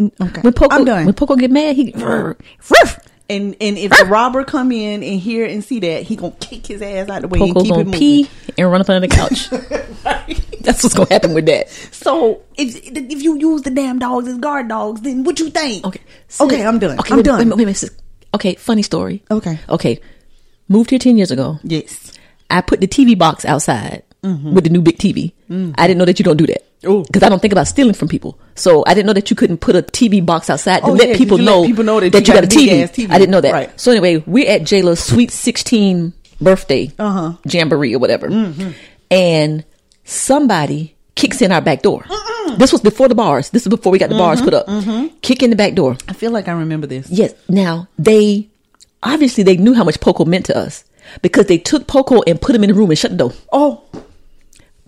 Speaker 4: Okay,
Speaker 5: When Poco,
Speaker 4: I'm done.
Speaker 5: when Poco get mad, he ruff.
Speaker 4: and and if the robber come in and hear and see that, he gonna kick his ass out the way
Speaker 5: Poco
Speaker 4: and keep it
Speaker 5: gonna
Speaker 4: moving.
Speaker 5: pee and run up under
Speaker 4: *laughs*
Speaker 5: the couch. That's what's gonna happen with that.
Speaker 4: So if if you use the damn dogs as guard dogs, then what you think?
Speaker 5: Okay.
Speaker 4: okay, I'm done.
Speaker 5: Okay,
Speaker 4: I'm
Speaker 5: wait, a
Speaker 4: done.
Speaker 5: minute, Wait, a minute, wait a minute, sis. Okay, funny story.
Speaker 4: Okay.
Speaker 5: Okay. Moved here 10 years ago.
Speaker 4: Yes.
Speaker 5: I put the TV box outside
Speaker 4: Mm-hmm.
Speaker 5: with the new big TV. I didn't know that you don't do that.
Speaker 4: Oh.
Speaker 5: Because I don't think about stealing from people. So I didn't know that you couldn't put a TV box outside to
Speaker 4: Oh,
Speaker 5: let,
Speaker 4: yeah, 'cause
Speaker 5: people,
Speaker 4: you let
Speaker 5: know
Speaker 4: people know that you
Speaker 5: you
Speaker 4: got
Speaker 5: got a
Speaker 4: a big
Speaker 5: TV.
Speaker 4: ass TV.
Speaker 5: I didn't know that.
Speaker 4: Right.
Speaker 5: So anyway, we're at Jayla's sweet 16 birthday
Speaker 4: Uh-huh.
Speaker 5: jamboree or whatever.
Speaker 4: Mm-hmm.
Speaker 5: And somebody kicks in our back door. This was before the bars. This is before we got the
Speaker 4: Mm-hmm.
Speaker 5: bars put up. Kick in the back door.
Speaker 4: I feel like I remember this.
Speaker 5: Yes. Now they obviously they knew how much Poco meant to us because they took Poco and put him in the room and shut the door.
Speaker 4: Oh,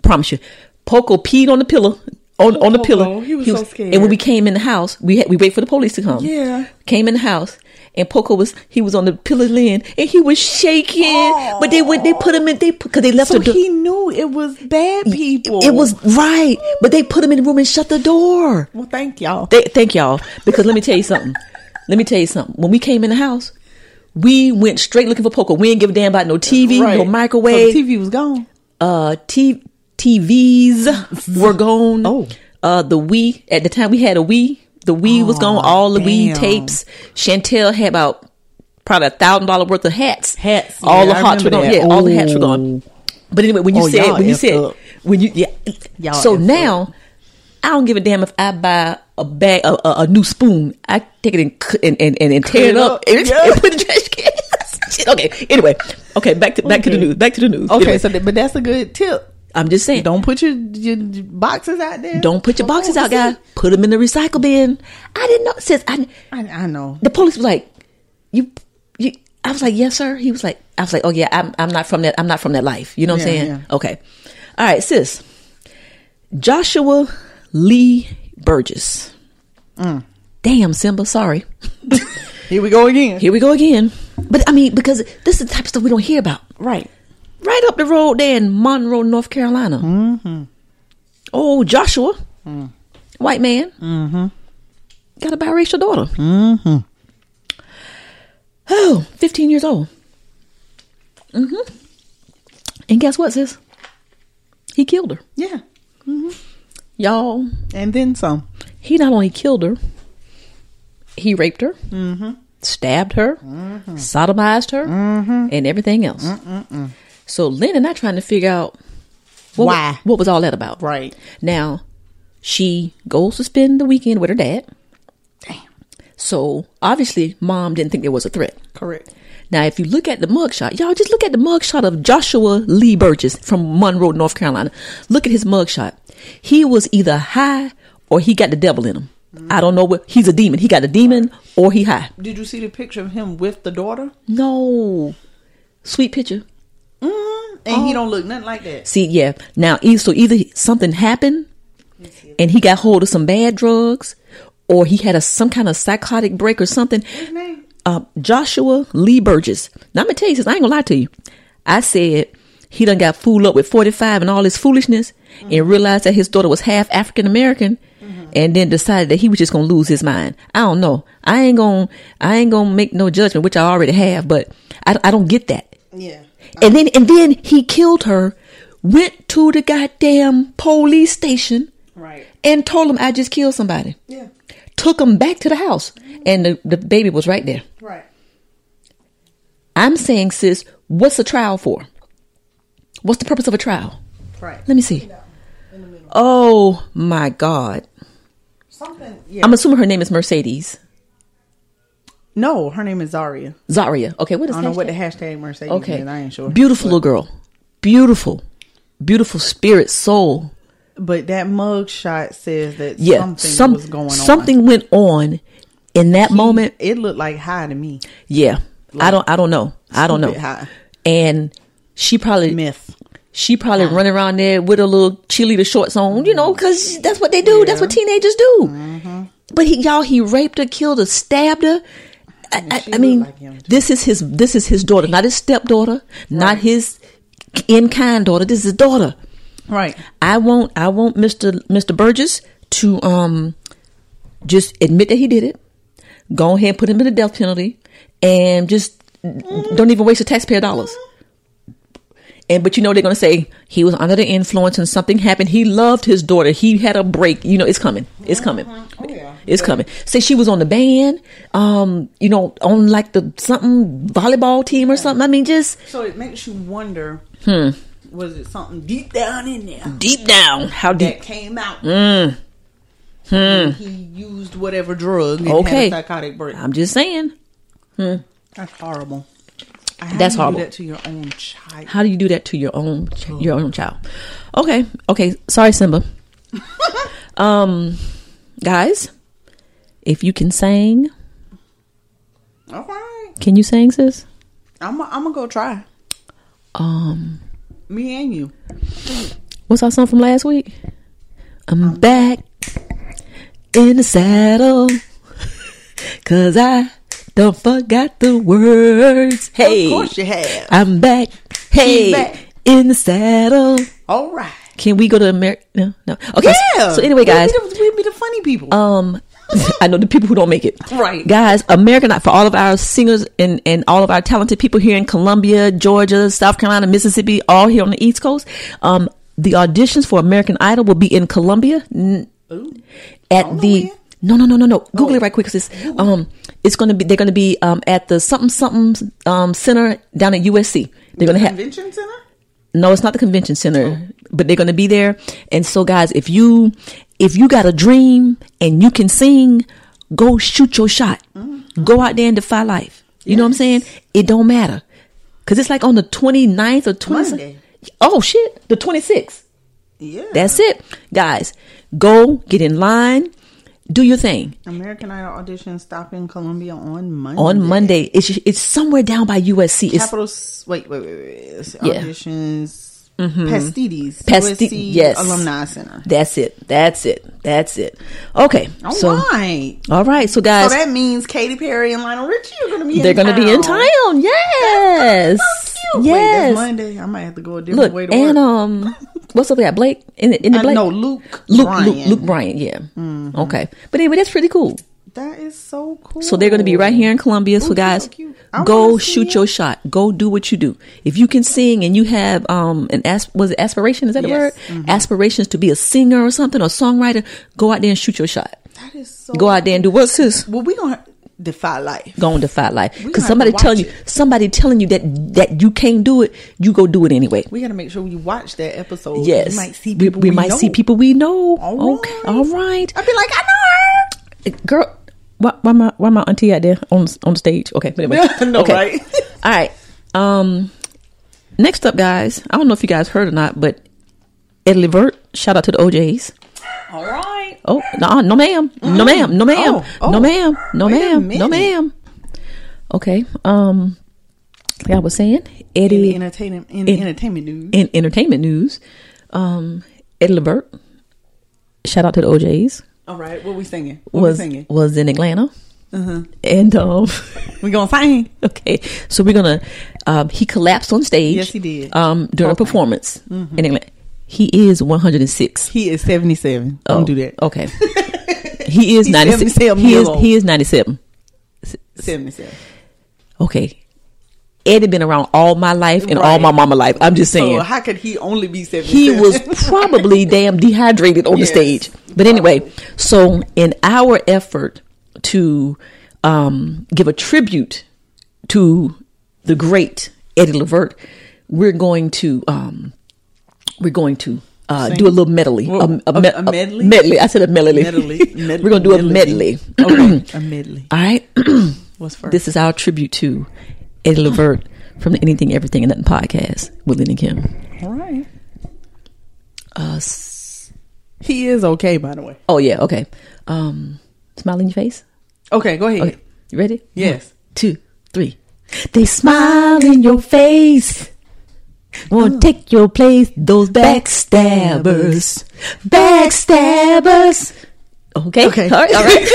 Speaker 5: Promise you, Poco peed on the pillow on on the
Speaker 4: Poco,
Speaker 5: pillow.
Speaker 4: he was so scared.
Speaker 5: And when we came in the house, we had we wait for the police to come.
Speaker 4: Yeah.
Speaker 5: Came in the house and Poco was he was on the pillow land and he was shaking. But they went they put him in they because they left
Speaker 4: so
Speaker 5: the door.
Speaker 4: he knew it was bad people.
Speaker 5: It was right, but they put him in the room and shut the door.
Speaker 4: well. Thank y'all.
Speaker 5: They, thank y'all. Because let me tell you something. let me tell you something. When we came in the house, we went straight looking for Poco. We didn't give a damn about no TV,
Speaker 4: Right.
Speaker 5: no microwave.
Speaker 4: So the TV was gone.
Speaker 5: uh, t- TVs
Speaker 4: *laughs*
Speaker 5: were gone.
Speaker 4: Oh.
Speaker 5: Uh, the Wii. At the time, we had a Wii. The Wii was gone. All the
Speaker 4: damn.
Speaker 5: Wii tapes. Chantel had about probably a thousand dollar worth of hats.
Speaker 4: Hats.
Speaker 5: All
Speaker 4: Yeah,
Speaker 5: the
Speaker 4: I
Speaker 5: hats
Speaker 4: remember
Speaker 5: were gone.
Speaker 4: that.
Speaker 5: Yeah, all the hats were
Speaker 4: Ooh.
Speaker 5: gone. But anyway, when you
Speaker 4: Oh,
Speaker 5: said
Speaker 4: y'all
Speaker 5: when you
Speaker 4: effed
Speaker 5: said
Speaker 4: up.
Speaker 5: when you yeah,
Speaker 4: Y'all
Speaker 5: so
Speaker 4: effed
Speaker 5: now I don't give a damn if I buy a bag a, a, a new spoon. I take it and cu- and and, and, and tear it
Speaker 4: it
Speaker 5: up,
Speaker 4: up.
Speaker 5: And, *laughs*
Speaker 4: Yeah.
Speaker 5: and put it in the trash can. *laughs* Shit, okay. Anyway, okay. Back to back to the
Speaker 4: Okay.
Speaker 5: news. Back to the news.
Speaker 4: Okay,
Speaker 5: Anyway,
Speaker 4: so th- but that's a good tip.
Speaker 5: I'm just saying.
Speaker 4: Don't put your, your boxes out there.
Speaker 5: Don't put your
Speaker 4: Don't
Speaker 5: boxes
Speaker 4: go
Speaker 5: out, guys.
Speaker 4: see.
Speaker 5: Put them in the recycle bin. I didn't know. Since I,
Speaker 4: I, I know.
Speaker 5: the police was like, you, you. I was like, yes, sir. He was like, I was like, oh yeah, I'm, I'm not from that. I'm not from that life. You know what I'm
Speaker 4: Yeah,
Speaker 5: saying?
Speaker 4: yeah.
Speaker 5: Okay. All right, sis. Joshua Lee Burgess. Mm. Damn, Simba. Sorry.
Speaker 4: Here we go again.
Speaker 5: Here we go again. But I mean, because this is the type of stuff we don't hear about.
Speaker 4: Right.
Speaker 5: Right up the road there in Monroe, North Carolina. Mm-hmm. Oh, Joshua, white man, mm-hmm. got a biracial daughter. Mm-hmm. Oh, 15 years old. Mm-hmm. And guess what, sis? He killed her.
Speaker 4: Yeah.
Speaker 5: Y'all,
Speaker 4: And then some.
Speaker 5: he not only killed her, he raped her,
Speaker 4: Mm-hmm.
Speaker 5: stabbed her, sodomized her,
Speaker 4: Mm-hmm.
Speaker 5: and everything else. So Lynn and I trying to figure out what wa-
Speaker 4: Why.
Speaker 5: what was all that about.
Speaker 4: Right.
Speaker 5: Now, she goes to spend the weekend with her dad. Damn. So obviously, mom didn't think there was a threat.
Speaker 4: Correct.
Speaker 5: Now, if you look at the mugshot, y'all just look at the mugshot of Joshua Lee Burgess from Monroe, North Carolina. Look at his mugshot. He was either high or he got the devil in him. I don't know what he's a demon. He got a demon or he high.
Speaker 4: Did you see the picture of him with the daughter?
Speaker 5: No. Sweet picture.
Speaker 4: Mm, and
Speaker 5: Oh.
Speaker 4: he don't look nothing like that.
Speaker 5: See, yeah. Now, e- so either he- something happened and he got hold of some bad drugs or he had a some kind of psychotic break or something.
Speaker 4: His name?
Speaker 5: uh, Joshua Lee Burgess. Now I'm gonna tell you this. I ain't gonna lie to you. I said he done got fooled up with 45 and all his foolishness,
Speaker 4: Mm-hmm.
Speaker 5: and realized that his daughter was half African American, and then decided that he was just gonna lose his mind. I don't know. I ain't gonna. I ain't gonna make no judgment, which I already have. But I, I don't get that.
Speaker 4: Yeah.
Speaker 5: And then and then he killed her. Went to the goddamn police station
Speaker 4: Right.
Speaker 5: and told him I just killed somebody.
Speaker 4: Yeah.
Speaker 5: Took him back to the house, and the, the baby was right there.
Speaker 4: Right.
Speaker 5: I'm saying, sis, what's a trial for? What's the purpose of a trial?
Speaker 4: Right.
Speaker 5: Let me see. Oh my God.
Speaker 4: Something. Yeah.
Speaker 5: I'm assuming her name is Mercedes.
Speaker 4: no, her name is Zaria.
Speaker 5: Zaria. Okay,
Speaker 4: I
Speaker 5: what is
Speaker 4: don't know what
Speaker 5: hashtag?
Speaker 4: the hashtag Mercedes
Speaker 5: Okay.
Speaker 4: is. I ain't sure.
Speaker 5: Beautiful little girl. Beautiful. Beautiful spirit, soul.
Speaker 4: But that mug shot says that
Speaker 5: Yeah.
Speaker 4: something
Speaker 5: some,
Speaker 4: was going on.
Speaker 5: Something went on in that moment.
Speaker 4: It looked like high to me.
Speaker 5: Yeah. I don't I don't know. I don't know.
Speaker 4: Stupid high.
Speaker 5: And she probably
Speaker 4: Myth.
Speaker 5: She probably running around there with her little cheerleader shorts on, you know, because that's what they do. That's what teenagers do.
Speaker 4: Mm-hmm.
Speaker 5: But he, y'all, he raped her, killed her, stabbed her. I, I,
Speaker 4: she
Speaker 5: I mean,
Speaker 4: looked like him, too.
Speaker 5: this is his. This is his daughter, not his stepdaughter, not his in kind daughter. This is his daughter.
Speaker 4: Right.
Speaker 5: I want. I want Mister Mister Burgess to um just admit that he did it. Go ahead and put him in the death penalty, and just don't even waste the taxpayer dollars. And but you know they're gonna say he was under the influence and something happened. He loved his daughter. He had a break. You know it's coming. It's coming.
Speaker 4: yeah.
Speaker 5: It's coming. Say she was on the band. Um, you know, on like the something volleyball team or something. I mean, just
Speaker 4: So it makes you wonder.
Speaker 5: Hmm.
Speaker 4: Was it something deep down in there
Speaker 5: deep down, how
Speaker 4: that
Speaker 5: deep?
Speaker 4: came out? Mm. Hmm. He used whatever drug and
Speaker 5: Okay.
Speaker 4: had a psychotic break.
Speaker 5: I'm just saying.
Speaker 4: That's horrible. I had
Speaker 5: That's
Speaker 4: to
Speaker 5: horrible.
Speaker 4: Do that to your own child.
Speaker 5: How do you do that to your own ch-
Speaker 4: Oh.
Speaker 5: your own child? Okay, okay.
Speaker 4: *laughs*
Speaker 5: Sorry, Simba. um, guys, if you can sing,
Speaker 4: All right,
Speaker 5: can you sing, sis?
Speaker 4: I'm I'm gonna go try.
Speaker 5: Um,
Speaker 4: Me and you.
Speaker 5: what's our song from last week?
Speaker 4: Um,
Speaker 5: I'm back in the saddle cause I don't forgot the words. Hey,
Speaker 4: Of course you have.
Speaker 5: I'm back. Hey,
Speaker 4: back.
Speaker 5: in the saddle.
Speaker 4: All right.
Speaker 5: Can we go to America? No, no. Okay. so-
Speaker 4: Yeah.
Speaker 5: So, anyway, guys.
Speaker 4: we'd be the, we be the funny people.
Speaker 5: um *laughs* I know the people who don't make it.
Speaker 4: Right.
Speaker 5: Guys, American Idol, for all of our singers and, and all of our talented people here in Columbia, Georgia, South Carolina, Mississippi, all here on the East Coast. Um, the auditions for American Idol will be in Columbia n- at
Speaker 4: know
Speaker 5: the
Speaker 4: where. Oh.
Speaker 5: no no no no no Google it right quick because it's um it's gonna be they're gonna be um at the something something um center down at USC. They're gonna have
Speaker 4: Convention center.
Speaker 5: no, it's not the convention
Speaker 4: Oh.
Speaker 5: center, but they're going to be there. And so, guys, if you if you got a
Speaker 4: Mm.
Speaker 5: dream and you can sing, go shoot your shot. Go out there and defy life. You know what I'm saying? It don't matter. Cause it's like on the 29th or 20th.
Speaker 4: Monday.
Speaker 5: Oh shit, the 26th.
Speaker 4: Yeah.
Speaker 5: That's it. Guys, go get in line. Do your thing.
Speaker 4: American Idol audition stop in Columbia on Monday.
Speaker 5: On Monday, it's it's somewhere down by USC. It's
Speaker 4: Capital. S- Wait, wait, wait, wait. It's
Speaker 5: Yeah. Mm-hmm.
Speaker 4: Auditions. Pastides.
Speaker 5: Pasti-
Speaker 4: USC
Speaker 5: yes.
Speaker 4: Alumni Center.
Speaker 5: that's it. That's it. That's it. Okay.
Speaker 4: All right.
Speaker 5: so all right. So guys,
Speaker 4: So that means Katy Perry and Lionel Richie are going to be.
Speaker 5: they're
Speaker 4: in
Speaker 5: gonna be in town. Yes.
Speaker 4: Cute. Wait, that's
Speaker 5: Yes.
Speaker 4: Monday. I might have to go a different
Speaker 5: Look
Speaker 4: way to
Speaker 5: and
Speaker 4: work.
Speaker 5: um, what's up with that Blake? In the, in the
Speaker 4: Uh,
Speaker 5: Blake?
Speaker 4: no, Luke.
Speaker 5: Luke,
Speaker 4: Bryan. Mm-hmm.
Speaker 5: Luke, Luke Bryan, yeah. Okay. But anyway, that's pretty cool.
Speaker 4: That is so cool.
Speaker 5: So they're going to be right here in Columbia.
Speaker 4: Ooh,
Speaker 5: So
Speaker 4: that's
Speaker 5: guys,
Speaker 4: so cute. I
Speaker 5: go
Speaker 4: wanna see
Speaker 5: shoot
Speaker 4: it.
Speaker 5: your shot. Go do what you do. If you can sing and you have um an asp- was it aspiration? Is that the
Speaker 4: Yes. Mm-hmm.
Speaker 5: word? Aspirations to be a singer or something or songwriter. Go out there and shoot your shot.
Speaker 4: That is so.
Speaker 5: Go out there and do what's his
Speaker 4: Well, we gonna defy life.
Speaker 5: going to fight life
Speaker 4: We
Speaker 5: because
Speaker 4: gonna
Speaker 5: somebody
Speaker 4: watch
Speaker 5: telling you
Speaker 4: it.
Speaker 5: somebody telling you that that you can't do it. You go do it anyway.
Speaker 4: We gotta make sure we watch that episode.
Speaker 5: Yes,
Speaker 4: we might see
Speaker 5: we,
Speaker 4: people.
Speaker 5: we might see people we know.
Speaker 4: All
Speaker 5: okay,
Speaker 4: right.
Speaker 5: all right.
Speaker 4: I'd be like, I know
Speaker 5: girl why, why my why my auntie out there on on stage okay but anyway
Speaker 4: *laughs* I know,
Speaker 5: okay
Speaker 4: right?
Speaker 5: all right um next up guys i don't know if you guys heard or not but Ed Levert, shout out to the OJs.
Speaker 4: her. All right.
Speaker 5: Oh, no, no, ma'am. No, ma'am. No, ma'am.
Speaker 4: Oh, oh.
Speaker 5: No, ma'am. No,
Speaker 4: Wait a
Speaker 5: ma'am. No,
Speaker 4: minute.
Speaker 5: ma'am. Okay. Um, like I was saying,
Speaker 4: In
Speaker 5: Eddie
Speaker 4: the entertainment, in,
Speaker 5: In-
Speaker 4: entertainment news.
Speaker 5: in entertainment news, um, Ed Levert, shout out to the OJs,
Speaker 4: All right, what we singing? What
Speaker 5: was,
Speaker 4: we singing? Uh-huh.
Speaker 5: was in Atlanta. And, um, *laughs*
Speaker 4: We gonna sing?
Speaker 5: Okay, so we're gonna. Um, he collapsed on stage.
Speaker 4: Yes, he did. Mm-hmm.
Speaker 5: Um, during a
Speaker 4: Both
Speaker 5: performance, and then, like, he is 106.
Speaker 4: He is seventy-seven.
Speaker 5: Oh,
Speaker 4: Don't do that.
Speaker 5: Okay,
Speaker 4: *laughs*
Speaker 5: he is
Speaker 4: He's
Speaker 5: 96.
Speaker 4: 77
Speaker 5: He
Speaker 4: years
Speaker 5: is
Speaker 4: old.
Speaker 5: he is 97.
Speaker 4: Seventy-seven.
Speaker 5: Okay, Eddie been around all my life and all
Speaker 4: Right.
Speaker 5: my mama life. I'm just saying
Speaker 4: So Oh, how could he only be seventy-seven? *laughs*
Speaker 5: he was probably damn dehydrated on
Speaker 4: Yes.
Speaker 5: the stage. But anyway, so in our effort to um, give a tribute to the great Eddie Levert, we're going to um, we're going to uh, do a little medley.
Speaker 4: Well, a-
Speaker 5: me-
Speaker 4: a medley?
Speaker 5: medley. I said a medley.
Speaker 4: Medley. Med-
Speaker 5: *laughs* we're going to do
Speaker 4: medley.
Speaker 5: a medley. *clears throat*
Speaker 4: a medley.
Speaker 5: All right. *clears throat*
Speaker 4: What's first?
Speaker 5: this is our tribute to Eddie Levert from the Anything, Everything, and Nothing podcast with Lynn and Kim.
Speaker 4: all right.
Speaker 5: Uh, s-
Speaker 4: He is okay, by the way.
Speaker 5: Oh yeah, okay. Um, smile in your face.
Speaker 4: Okay, go ahead.
Speaker 5: Okay, you ready?
Speaker 4: Yes.
Speaker 5: One, two, three. They smile in your face.
Speaker 4: Oh.
Speaker 5: Won't take your place. Those backstabbers. Backstabbers. Okay.
Speaker 4: Okay. *laughs*
Speaker 5: All right. All right.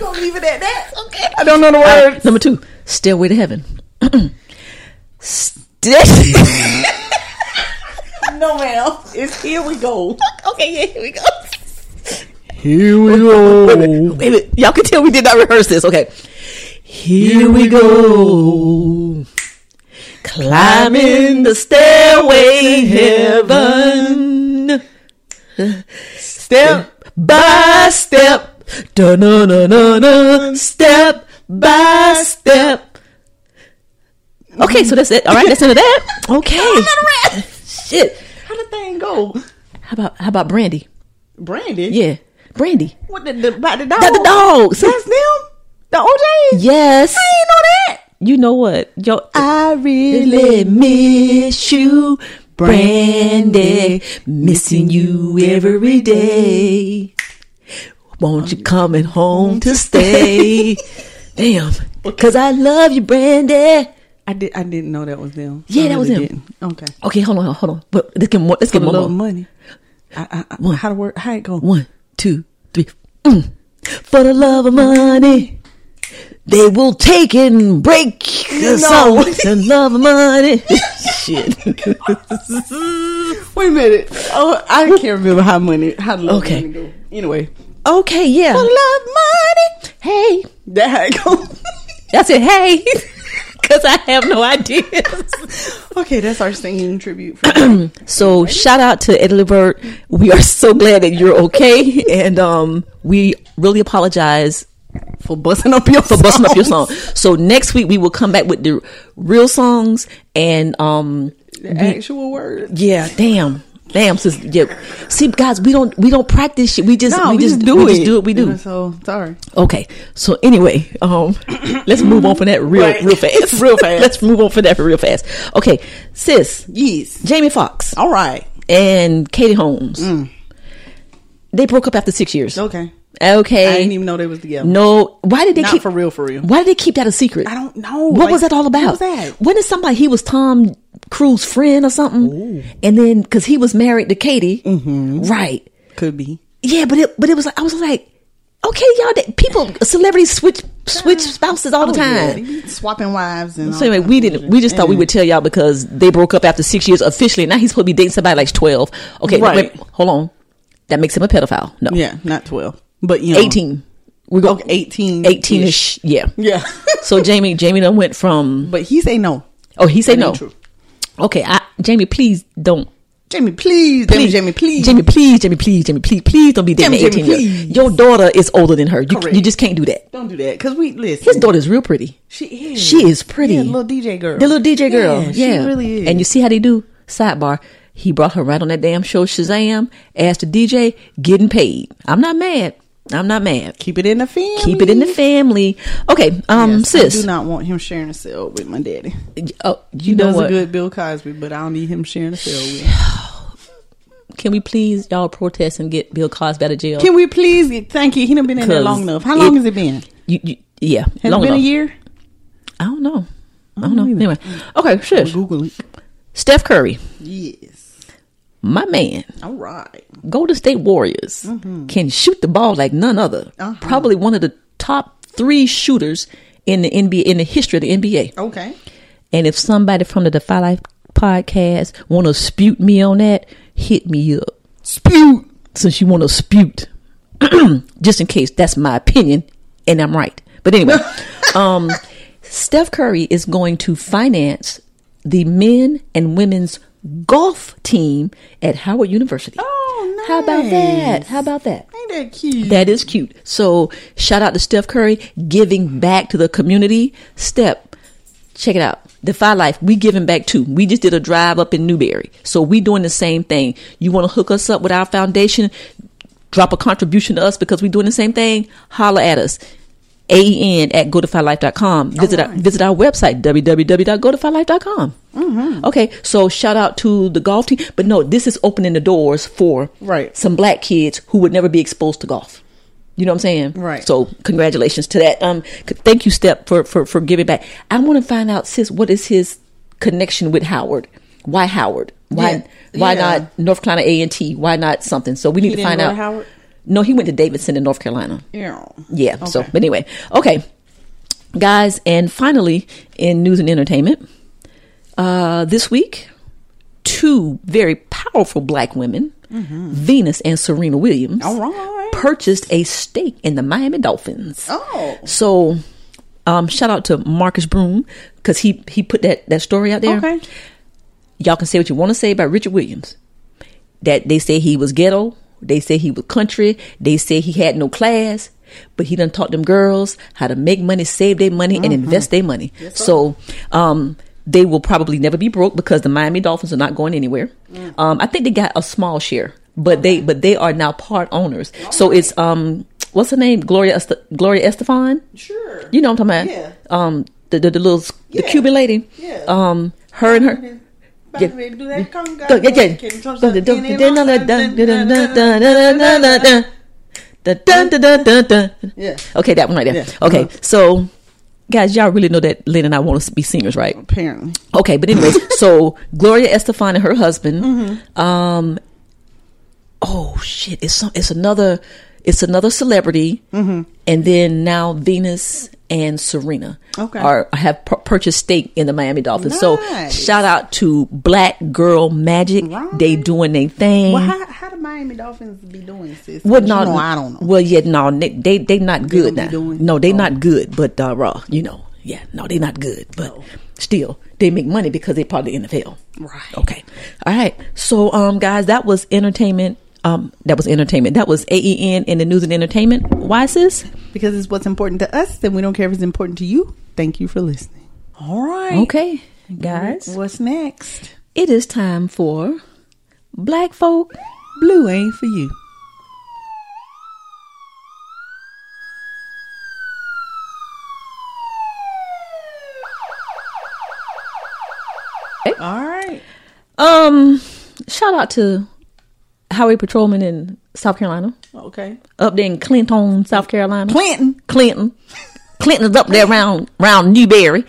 Speaker 4: Don't leave it at that.
Speaker 5: okay.
Speaker 4: I don't know
Speaker 6: Uh,
Speaker 4: the
Speaker 5: All right,
Speaker 4: words.
Speaker 5: *laughs* Number two. Stairway to heaven. *clears throat* Sta-
Speaker 4: No, ma'am. It's here we go.
Speaker 5: okay. Yeah. Here we go.
Speaker 4: Here we go.
Speaker 5: Wait a minute. Y'all can tell we did not rehearse this. Okay. Here we go. Climbing the stairway to heaven. Step by step. Da na na na na. Step by step. Okay, so that's it. All right, that's into that. Okay. Shit.
Speaker 4: How the thing go?
Speaker 5: How about how about Brandy?
Speaker 4: Brandon.
Speaker 5: Yeah, Brandy.
Speaker 4: What the, the about the dog?
Speaker 5: Got the dogs.
Speaker 4: That's them. The OJs.
Speaker 5: Yes.
Speaker 4: I ain't know that.
Speaker 5: You know what? Yo,
Speaker 4: I
Speaker 5: really miss you, Brandy. Missing you every day. Won't you coming home to
Speaker 4: *laughs*
Speaker 5: stay? Damn, because I love you, Brandy.
Speaker 4: I did. I didn't know that was them.
Speaker 5: Yeah,
Speaker 4: I
Speaker 5: that was
Speaker 4: really
Speaker 5: them.
Speaker 4: Didn't. Okay.
Speaker 5: Okay, hold on, hold on. But let's get more. Let's
Speaker 4: For the
Speaker 5: get one
Speaker 4: love
Speaker 5: more.
Speaker 4: of money. I, I, I,
Speaker 5: One.
Speaker 4: How to work? How it go?
Speaker 5: One, two, three. Mm. For the love of money, they will take it and break the soul. The love of money. Shit.
Speaker 4: Wait a minute. Oh, I can't remember how money. How to love
Speaker 5: Okay.
Speaker 4: money go. Anyway,
Speaker 5: Okay, yeah.
Speaker 4: For love money.
Speaker 5: Hey.
Speaker 4: That how it go.
Speaker 5: *laughs* I said, hey, *laughs* because I have no idea.
Speaker 4: okay, that's our singing tribute. For
Speaker 5: so shout out to Ed Libert. We are so glad that you're okay, and um, we really apologize for *coughs* busting up your for busting up your song. So next week we will come back with the real songs and um,
Speaker 4: the actual words.
Speaker 5: yeah, damn. Damn, sis. Yeah. See, guys, we don't we don't practice shit. We just
Speaker 4: No,
Speaker 5: we, just, do we it. just do what we do.
Speaker 4: So sorry.
Speaker 5: Okay. So anyway,
Speaker 4: *clears throat*
Speaker 5: um, let's move on from that real
Speaker 4: Right.
Speaker 5: real
Speaker 4: *laughs*
Speaker 5: fast. *laughs*
Speaker 4: Real fast.
Speaker 5: let's move on from that real fast. Okay, sis,
Speaker 4: Yes.
Speaker 5: Jamie Foxx
Speaker 4: All right.
Speaker 5: and Katie Holmes. They broke up after six years.
Speaker 4: Mm. Okay.
Speaker 5: Okay.
Speaker 4: I didn't even know they was together.
Speaker 5: No, why did they
Speaker 4: Not
Speaker 5: keep
Speaker 4: for real, for real.
Speaker 5: Why did they keep that a secret?
Speaker 4: I don't know.
Speaker 5: What
Speaker 4: Like,
Speaker 5: was that all
Speaker 4: what
Speaker 5: about?
Speaker 4: was that?
Speaker 5: Wasn't it somebody he was Tom Cruise's friend or something? And then because he was married to Katie,
Speaker 4: Mm-hmm.
Speaker 5: right?
Speaker 4: Could be.
Speaker 5: Yeah, but it but it was like I was like, okay, y'all, that, people, celebrities switch switch spouses all the
Speaker 4: Oh, yeah.
Speaker 5: time.
Speaker 4: They be swapping wives and
Speaker 5: So
Speaker 4: all
Speaker 5: anyway,
Speaker 4: kinds
Speaker 5: we
Speaker 4: of
Speaker 5: didn't.
Speaker 4: shit.
Speaker 5: We just thought we
Speaker 4: Yeah.
Speaker 5: would tell y'all because they broke up after six years officially. Now he's supposed to be dating somebody like twelve. Okay,
Speaker 4: Right.
Speaker 5: wait, hold on. That makes him a pedophile. No,
Speaker 4: Yeah, not twelve, but you know,
Speaker 5: eighteen. We go
Speaker 4: Okay, eighteen.
Speaker 5: 18 ish. Yeah.
Speaker 4: Yeah.
Speaker 5: so Jamie, Jamie done went from.
Speaker 4: But he say no.
Speaker 5: Oh, he said
Speaker 4: That
Speaker 5: no.
Speaker 4: ain't true.
Speaker 5: Okay, I, Jamie, please don't.
Speaker 4: *laughs* Jamie, please,
Speaker 5: Please,
Speaker 4: Jamie, Jamie, please,
Speaker 5: Jamie, please, Jamie, please, Jamie, please, please don't be dating
Speaker 4: Jamie,
Speaker 5: an
Speaker 4: Jamie,
Speaker 5: 18 year
Speaker 4: please.
Speaker 5: old. Your daughter is older than her. You,
Speaker 4: Correct.
Speaker 5: you just can't do that.
Speaker 4: Don't do that because we listen.
Speaker 5: His daughter's real pretty.
Speaker 4: she is.
Speaker 5: She is pretty.
Speaker 4: Yeah, little DJ girl.
Speaker 5: The little DJ girl. Yeah.
Speaker 4: she really is.
Speaker 5: And you see how they do? Sidebar. He brought her right on that damn show, Shazam, as the DJ, getting paid. I'm not mad. I'm not mad.
Speaker 4: keep it in the family.
Speaker 5: Keep it in the family. Okay, um,
Speaker 4: Yes,
Speaker 5: sis.
Speaker 4: I do not want him sharing a cell with my daddy.
Speaker 5: oh, you
Speaker 4: He
Speaker 5: know
Speaker 4: does
Speaker 5: what?
Speaker 4: a good Bill Cosby, but I don't need him sharing a cell with.
Speaker 5: Can we please y'all protest and get Bill Cosby out of jail?
Speaker 4: Can we please? get- Thank you. He done been in there
Speaker 5: 'Cause
Speaker 4: long enough. How long
Speaker 5: it-
Speaker 4: has it been?
Speaker 5: you, you, yeah,
Speaker 4: Has
Speaker 5: long
Speaker 4: it been
Speaker 5: enough.
Speaker 4: a year?
Speaker 5: I don't know. I don't know. Anyway, okay, shush.
Speaker 4: Google it.
Speaker 5: Steph Curry,
Speaker 4: Yes.
Speaker 5: my man,
Speaker 4: All right.
Speaker 5: Golden State Warriors
Speaker 4: Mm-hmm.
Speaker 5: can shoot the ball like none other.
Speaker 4: Uh-huh.
Speaker 5: Probably one of the top three shooters in the NBA in the history of the NBA.
Speaker 4: Okay.
Speaker 5: And if somebody from the Defy Life podcast want to spute me on that, hit me up.
Speaker 4: Spew.
Speaker 5: since you want to spute, *clears throat* just in case that's my opinion and I'm right. But anyway, um, Steph Curry is going to finance the men and women's golf team at Howard University.
Speaker 4: Oh,
Speaker 5: How about that? How about that?
Speaker 4: Ain't that cute?
Speaker 5: That is cute. So shout out to Steph Curry giving back to the community. Step, check it out. Defy Life, we giving back too. We just did a drive up in Newberry. So we doing the same thing. You want to hook us up with our foundation, drop a contribution to us because we doing the same thing, holler at us. AEN at godifylife.com. Visit our visit our website, www.godifylife.com. Okay, so shout out to the golf team. But no, this is opening the doors for
Speaker 4: Right.
Speaker 5: some black kids who would never be exposed to golf. You know what I'm saying?
Speaker 4: Right.
Speaker 5: So congratulations to that. Um, c- thank you, Step, for for for giving back. I want to find out, sis, what is his connection with Howard? Why Howard? Why
Speaker 4: Yeah.
Speaker 5: why
Speaker 4: Yeah.
Speaker 5: not North Carolina A and T? Why not something? So we need to
Speaker 4: didn't
Speaker 5: find
Speaker 4: go to
Speaker 5: out.
Speaker 4: Howard?
Speaker 5: No, he went to Davidson in North Carolina.
Speaker 4: Yeah.
Speaker 5: Yeah. So,
Speaker 4: Okay.
Speaker 5: but anyway, okay, guys, and finally, in news and entertainment, uh, this week, two very powerful black women, Venus and Serena Williams,
Speaker 4: Mm-hmm. All right.
Speaker 5: purchased a stake in the Miami Dolphins.
Speaker 4: Oh.
Speaker 5: So, um, shout out to Marcus Broom because he he put that that story out there.
Speaker 4: Okay.
Speaker 5: Y'all can say what you want to say about Richard Williams. That they say he was ghetto. They say he was country. They say he had no class. But he done taught them girls how to make money, save their money,
Speaker 4: Mm-hmm.
Speaker 5: and invest their money. so, um, they will probably never be broke because the Miami Dolphins are not going anywhere.
Speaker 4: Mm.
Speaker 5: Um, I think they got a small share, but they but they are now part owners. so it's um, what's her name? Gloria Est- Gloria Estefan.
Speaker 4: Sure.
Speaker 5: You know what I'm talking about?
Speaker 4: Yeah.
Speaker 5: Um, the the, the little the
Speaker 4: Yeah.
Speaker 5: Cuban lady.
Speaker 4: Yeah.
Speaker 5: Um, her and her. Yeah. Yeah, yeah, yeah. Dun, dun, dun, dun, dun, dun.
Speaker 4: Yeah.
Speaker 5: Okay, that one right there.
Speaker 4: Yeah.
Speaker 5: Okay,
Speaker 4: Uh-huh.
Speaker 5: so guys, y'all really know that Lynn and I want to be singers, right?
Speaker 4: Apparently.
Speaker 5: Okay, but
Speaker 4: *laughs*
Speaker 5: anyways, so Gloria Estefan and her husband.
Speaker 4: Mm-hmm.
Speaker 5: Um, oh shit! It's some, it's another it's another celebrity,
Speaker 4: Mm-hmm.
Speaker 5: and then now Venus and Serena
Speaker 4: Okay.
Speaker 5: are have pur- purchased stake in the Miami Dolphins. So
Speaker 4: Nice.
Speaker 5: shout out to Black Girl Magic.
Speaker 4: Right.
Speaker 5: They doing their thing.
Speaker 4: Well, how, how do Miami Dolphins be doing, sis?
Speaker 5: Well,
Speaker 4: You
Speaker 5: no,
Speaker 4: know, I don't know.
Speaker 5: Well, yeah, no, they they, they not good
Speaker 4: gonna
Speaker 5: now.
Speaker 4: be doing-
Speaker 5: no, they
Speaker 4: Oh.
Speaker 5: not good, but uh, raw, you know, yeah, no, they not good, but
Speaker 4: Oh.
Speaker 5: still, they make money because they part of the NFL.
Speaker 4: Right.
Speaker 5: Okay. All right. So, um, guys, that was entertainment. Um, that was entertainment. That was AEN in the news and entertainment. Why, sis?
Speaker 4: because it's what's important to us, and we don't care if it's important to you. Thank you for listening. All right.
Speaker 5: Okay, guys,
Speaker 4: What's next?
Speaker 5: it is time for black folk,
Speaker 4: Blue ain't for you. All right.
Speaker 5: um, shout out to highway patrolman in South Carolina,
Speaker 4: Okay.
Speaker 5: up there in Clinton, South Carolina.
Speaker 4: Clinton.
Speaker 5: Clinton. Clinton is up there around round Newberry,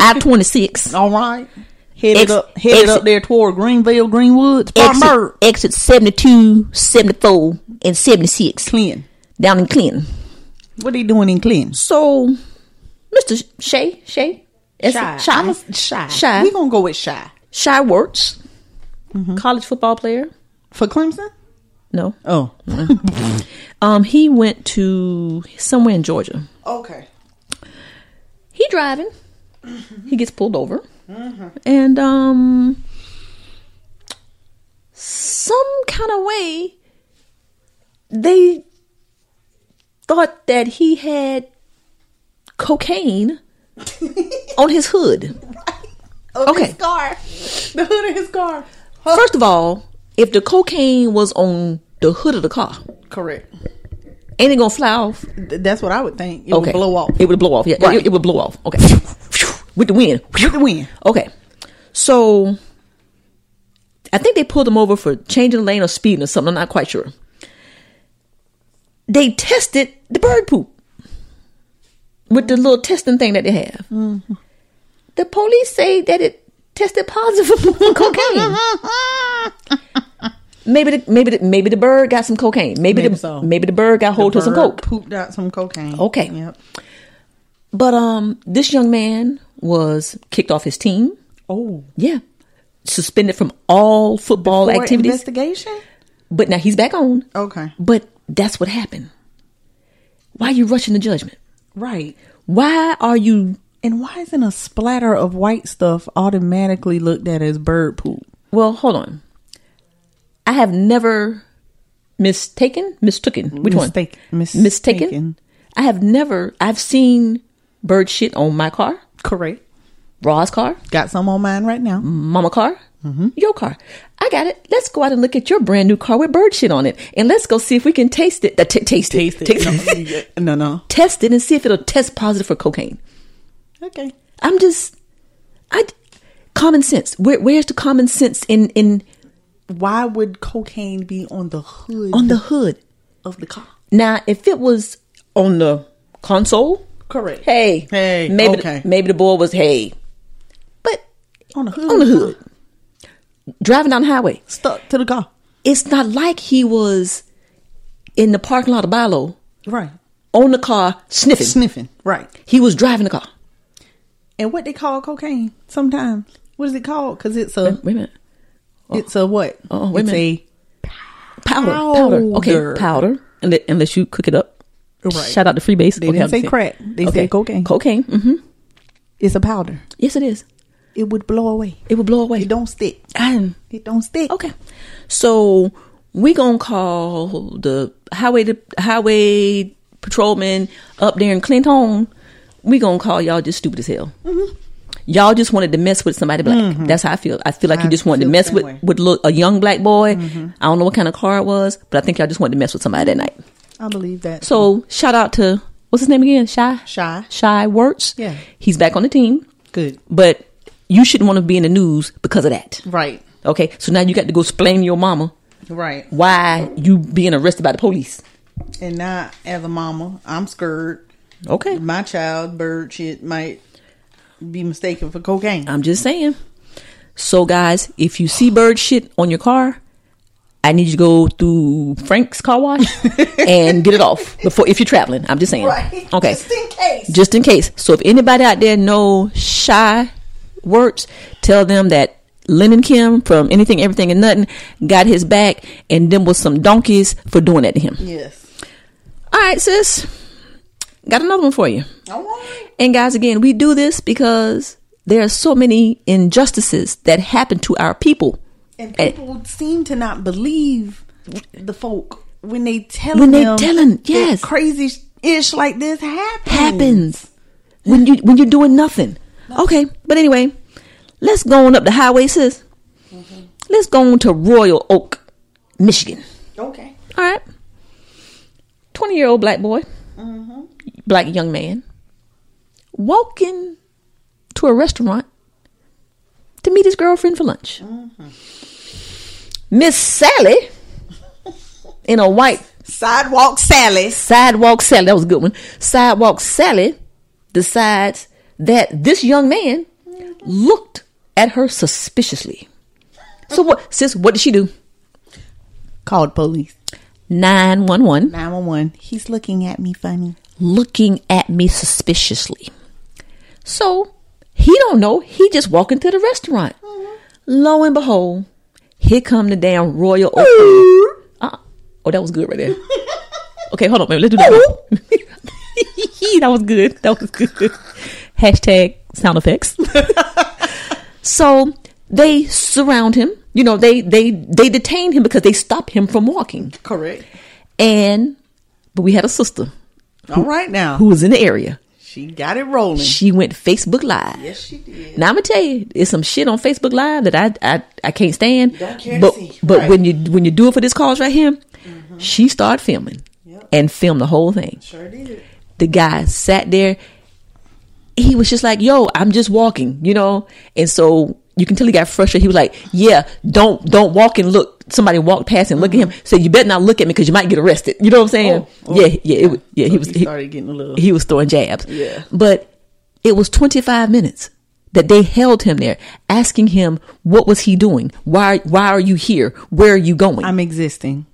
Speaker 5: I twenty six.
Speaker 4: All right. Headed
Speaker 5: Ex-
Speaker 4: up headed
Speaker 5: exit.
Speaker 4: up there toward Greenville, Greenwood,
Speaker 5: Exit,
Speaker 4: Spartanburg.
Speaker 5: exit 72, 74, and 76
Speaker 4: Clinton.
Speaker 5: down in Clinton.
Speaker 4: What they doing in Clinton?
Speaker 5: So, Mr. Shay, Shay, It's-
Speaker 4: I'm a- shy.
Speaker 5: Shy.
Speaker 4: We Mm-hmm. gonna go with shy
Speaker 5: Shy Wirtz, college football player.
Speaker 4: for Clemson.
Speaker 5: No,
Speaker 4: Oh,
Speaker 5: *laughs* um, he went to somewhere in Georgia.
Speaker 4: okay. *laughs*
Speaker 5: He driving, he gets pulled over,
Speaker 4: Mm-hmm.
Speaker 5: and um, some kind of way, they thought that he had
Speaker 4: *laughs*
Speaker 5: cocaine on his hood. Okay.
Speaker 4: His car, the hood of his car.
Speaker 5: First of all, if the cocaine was on the hood of the car,
Speaker 4: Correct.
Speaker 5: ain't it gonna fly off?
Speaker 4: Th- that's what I would think. It would blow off.
Speaker 5: It would blow off. Yeah,
Speaker 4: Right.
Speaker 5: it, it would blow off. Okay, with the wind.
Speaker 4: With the wind.
Speaker 5: Okay, so I think they pulled him over for changing the lane or speeding or something. I'm not quite sure. They tested the bird poop with the little testing thing that they have. The police say that it tested positive for cocaine. Maybe the, maybe the, maybe the bird got some cocaine. Maybe,
Speaker 4: Maybe
Speaker 5: the
Speaker 4: so.
Speaker 5: maybe the bird got hold
Speaker 4: The
Speaker 5: to some
Speaker 4: bird
Speaker 5: coke.
Speaker 4: Pooped out some cocaine.
Speaker 5: Okay.
Speaker 4: Yep.
Speaker 5: But um, this young man was kicked off his team.
Speaker 4: Oh,
Speaker 5: Yeah, suspended from all football
Speaker 4: For
Speaker 5: activities.
Speaker 4: investigation.
Speaker 5: but now he's back on.
Speaker 4: Okay.
Speaker 5: But that's what happened. Why are you rushing the judgment?
Speaker 4: Right.
Speaker 5: Why are you?
Speaker 4: And why isn't a splatter of white stuff automatically looked at as bird poop?
Speaker 5: Well, hold on. I have never mistaken, mistooken. Which
Speaker 4: Mistake-
Speaker 5: one?
Speaker 4: mistaken.
Speaker 5: Mistaken. I have never. I've seen bird shit on my car,
Speaker 4: Correct.
Speaker 5: Ross' car,
Speaker 4: Got some on mine right now.
Speaker 5: mama car, your car. I got it. Let's go out and look at your brand new car with bird shit on it, and let's go see if we can taste it. Uh, t- taste, it. *laughs* Taste it.
Speaker 4: No, no.
Speaker 5: test it and see if it'll test positive for cocaine.
Speaker 4: Okay.
Speaker 5: I'm just, I, common sense. Where, where's the common sense in in
Speaker 4: Why would cocaine be on the hood
Speaker 5: on the hood?
Speaker 4: of the car?
Speaker 5: Now, if it was on the console,
Speaker 4: Correct.
Speaker 5: hey,
Speaker 4: Hey,
Speaker 5: maybe
Speaker 4: okay.
Speaker 5: the, maybe the boy was hey, but
Speaker 4: On the hood.
Speaker 5: on the hood, driving down Uh, the highway,
Speaker 4: Stuck to the car.
Speaker 5: it's not like he was in the parking lot of Bilo
Speaker 4: Right.
Speaker 5: on the car sniffing.
Speaker 4: Sniffing. Right.
Speaker 5: he was driving the car.
Speaker 4: And what they call cocaine sometimes. What is it called? Because it's a
Speaker 5: Wait a minute,
Speaker 4: it's a what?
Speaker 5: Oh, wait a
Speaker 4: it's
Speaker 5: minute. powder, powder,
Speaker 4: Powder.
Speaker 5: okay, powder. Unle- Unless you cook it up.
Speaker 4: Right.
Speaker 5: Shout out to Freebase.
Speaker 4: They didn't say crack. They said cocaine.
Speaker 5: Cocaine. hmm
Speaker 4: a, it's a powder.
Speaker 5: Yes, it is.
Speaker 4: It would blow away.
Speaker 5: It would blow away.
Speaker 4: It don't stick.
Speaker 5: Um,
Speaker 4: It don't stick.
Speaker 5: okay. So we gonna call the highway the highway patrolman up there in Clinton. We gonna call y'all just stupid as hell.
Speaker 4: Mm-hmm.
Speaker 5: Y'all just wanted to mess with somebody black. That's how I feel. I feel like
Speaker 4: I
Speaker 5: you just wanted to
Speaker 4: feel the
Speaker 5: mess
Speaker 4: same
Speaker 5: with
Speaker 4: way. Mm-hmm.
Speaker 5: with little, a young black boy. I don't know what kind of car it was, but I think y'all just wanted to mess with somebody that night.
Speaker 4: I believe that.
Speaker 5: So shout out to what's his name again? Shy.
Speaker 4: Shy.
Speaker 5: Shy Wirtz.
Speaker 4: Yeah.
Speaker 5: He's back on the team,
Speaker 4: good.
Speaker 5: but you shouldn't want to be in the news because of that.
Speaker 4: Right.
Speaker 5: Okay. So now you got to go explain your mama
Speaker 4: Right.
Speaker 5: why you being arrested by the police.
Speaker 4: And now, as a mama, I'm scared.
Speaker 5: Okay.
Speaker 4: My child, bird shit, might be mistaken for cocaine.
Speaker 5: I'm just saying. So guys, if you see bird shit on your car, I need you to go through Frank's
Speaker 4: *laughs*
Speaker 5: car wash and get it off before if you're traveling. I'm just saying.
Speaker 4: Right.
Speaker 5: Okay.
Speaker 4: Just in case.
Speaker 5: Just in case. So if anybody out there know shy words, tell them that Lennon Kim from Anything Everything and Nothing got his back and them was some donkeys for doing that to him.
Speaker 4: yes.
Speaker 5: All right, sis. Got another one for you.
Speaker 4: All right.
Speaker 5: And guys, again, we do this because there are so many injustices that happen to our people.
Speaker 4: And
Speaker 5: Eh.
Speaker 4: people seem to not believe the folk when they telling
Speaker 5: When they
Speaker 4: them
Speaker 5: telling-
Speaker 4: that
Speaker 5: yes.
Speaker 4: crazy sh- ish like this happens.
Speaker 5: Happens when you when you're
Speaker 4: Mm-hmm.
Speaker 5: doing nothing. Okay, but anyway, let's go on up the highway, sis. Let's go on to Royal Oak, Michigan.
Speaker 4: Okay.
Speaker 5: All right. 20 year old black boy, Mm-hmm. black young man, walking to a restaurant to meet his girlfriend for lunch. Miss *laughs* Sally, in a white
Speaker 4: Sidewalk Sally.
Speaker 5: sidewalk Sally, that was a good one. Sidewalk Sally decides that this young man looked at her suspiciously. So what, sis, what did she do?
Speaker 4: Called police.
Speaker 5: 911.
Speaker 4: 911. He's looking at me funny.
Speaker 5: looking at me suspiciously. So he don't know. He just walking to the restaurant. Lo and behold, here come the damn royal. Oak. Uh, oh, that was good right there. Okay, hold on, man. Let's do that. one. *laughs* that was good. That was good. Hashtag sound effects. so they surround him. You know, they they they detain him because they stop him from walking.
Speaker 4: Correct.
Speaker 5: And but we had a sister
Speaker 4: All right now.
Speaker 5: who was in the area.
Speaker 4: She got it rolling.
Speaker 5: She went Facebook Live.
Speaker 4: Yes, she did.
Speaker 5: Now I'm gonna tell you, it's some shit on Facebook Live that I I, I can't stand.
Speaker 4: Don't care to
Speaker 5: but
Speaker 4: see.
Speaker 5: but
Speaker 4: Right. Mm-hmm.
Speaker 5: when you when you do it for this cause right here, she started filming and filmed the whole thing.
Speaker 4: Sure did.
Speaker 5: The guy sat there. He was just like, "Yo, I'm just walking," you know. And so you can tell he got frustrated. He was like, "Yeah, don't don't walk and look." Somebody walked past and look at him. Said, "You better not look at me because you might get arrested." You know what I'm saying?
Speaker 4: Mm-hmm. Oh, oh.
Speaker 5: yeah, yeah, it, was- yeah.
Speaker 4: So
Speaker 5: he was
Speaker 4: Oh, he started getting a little-
Speaker 5: he was throwing jabs.
Speaker 4: Yeah.
Speaker 5: But it was 25 minutes that they held him there, asking him what was he doing? Why why are you here? Where are you going?
Speaker 4: I'm existing.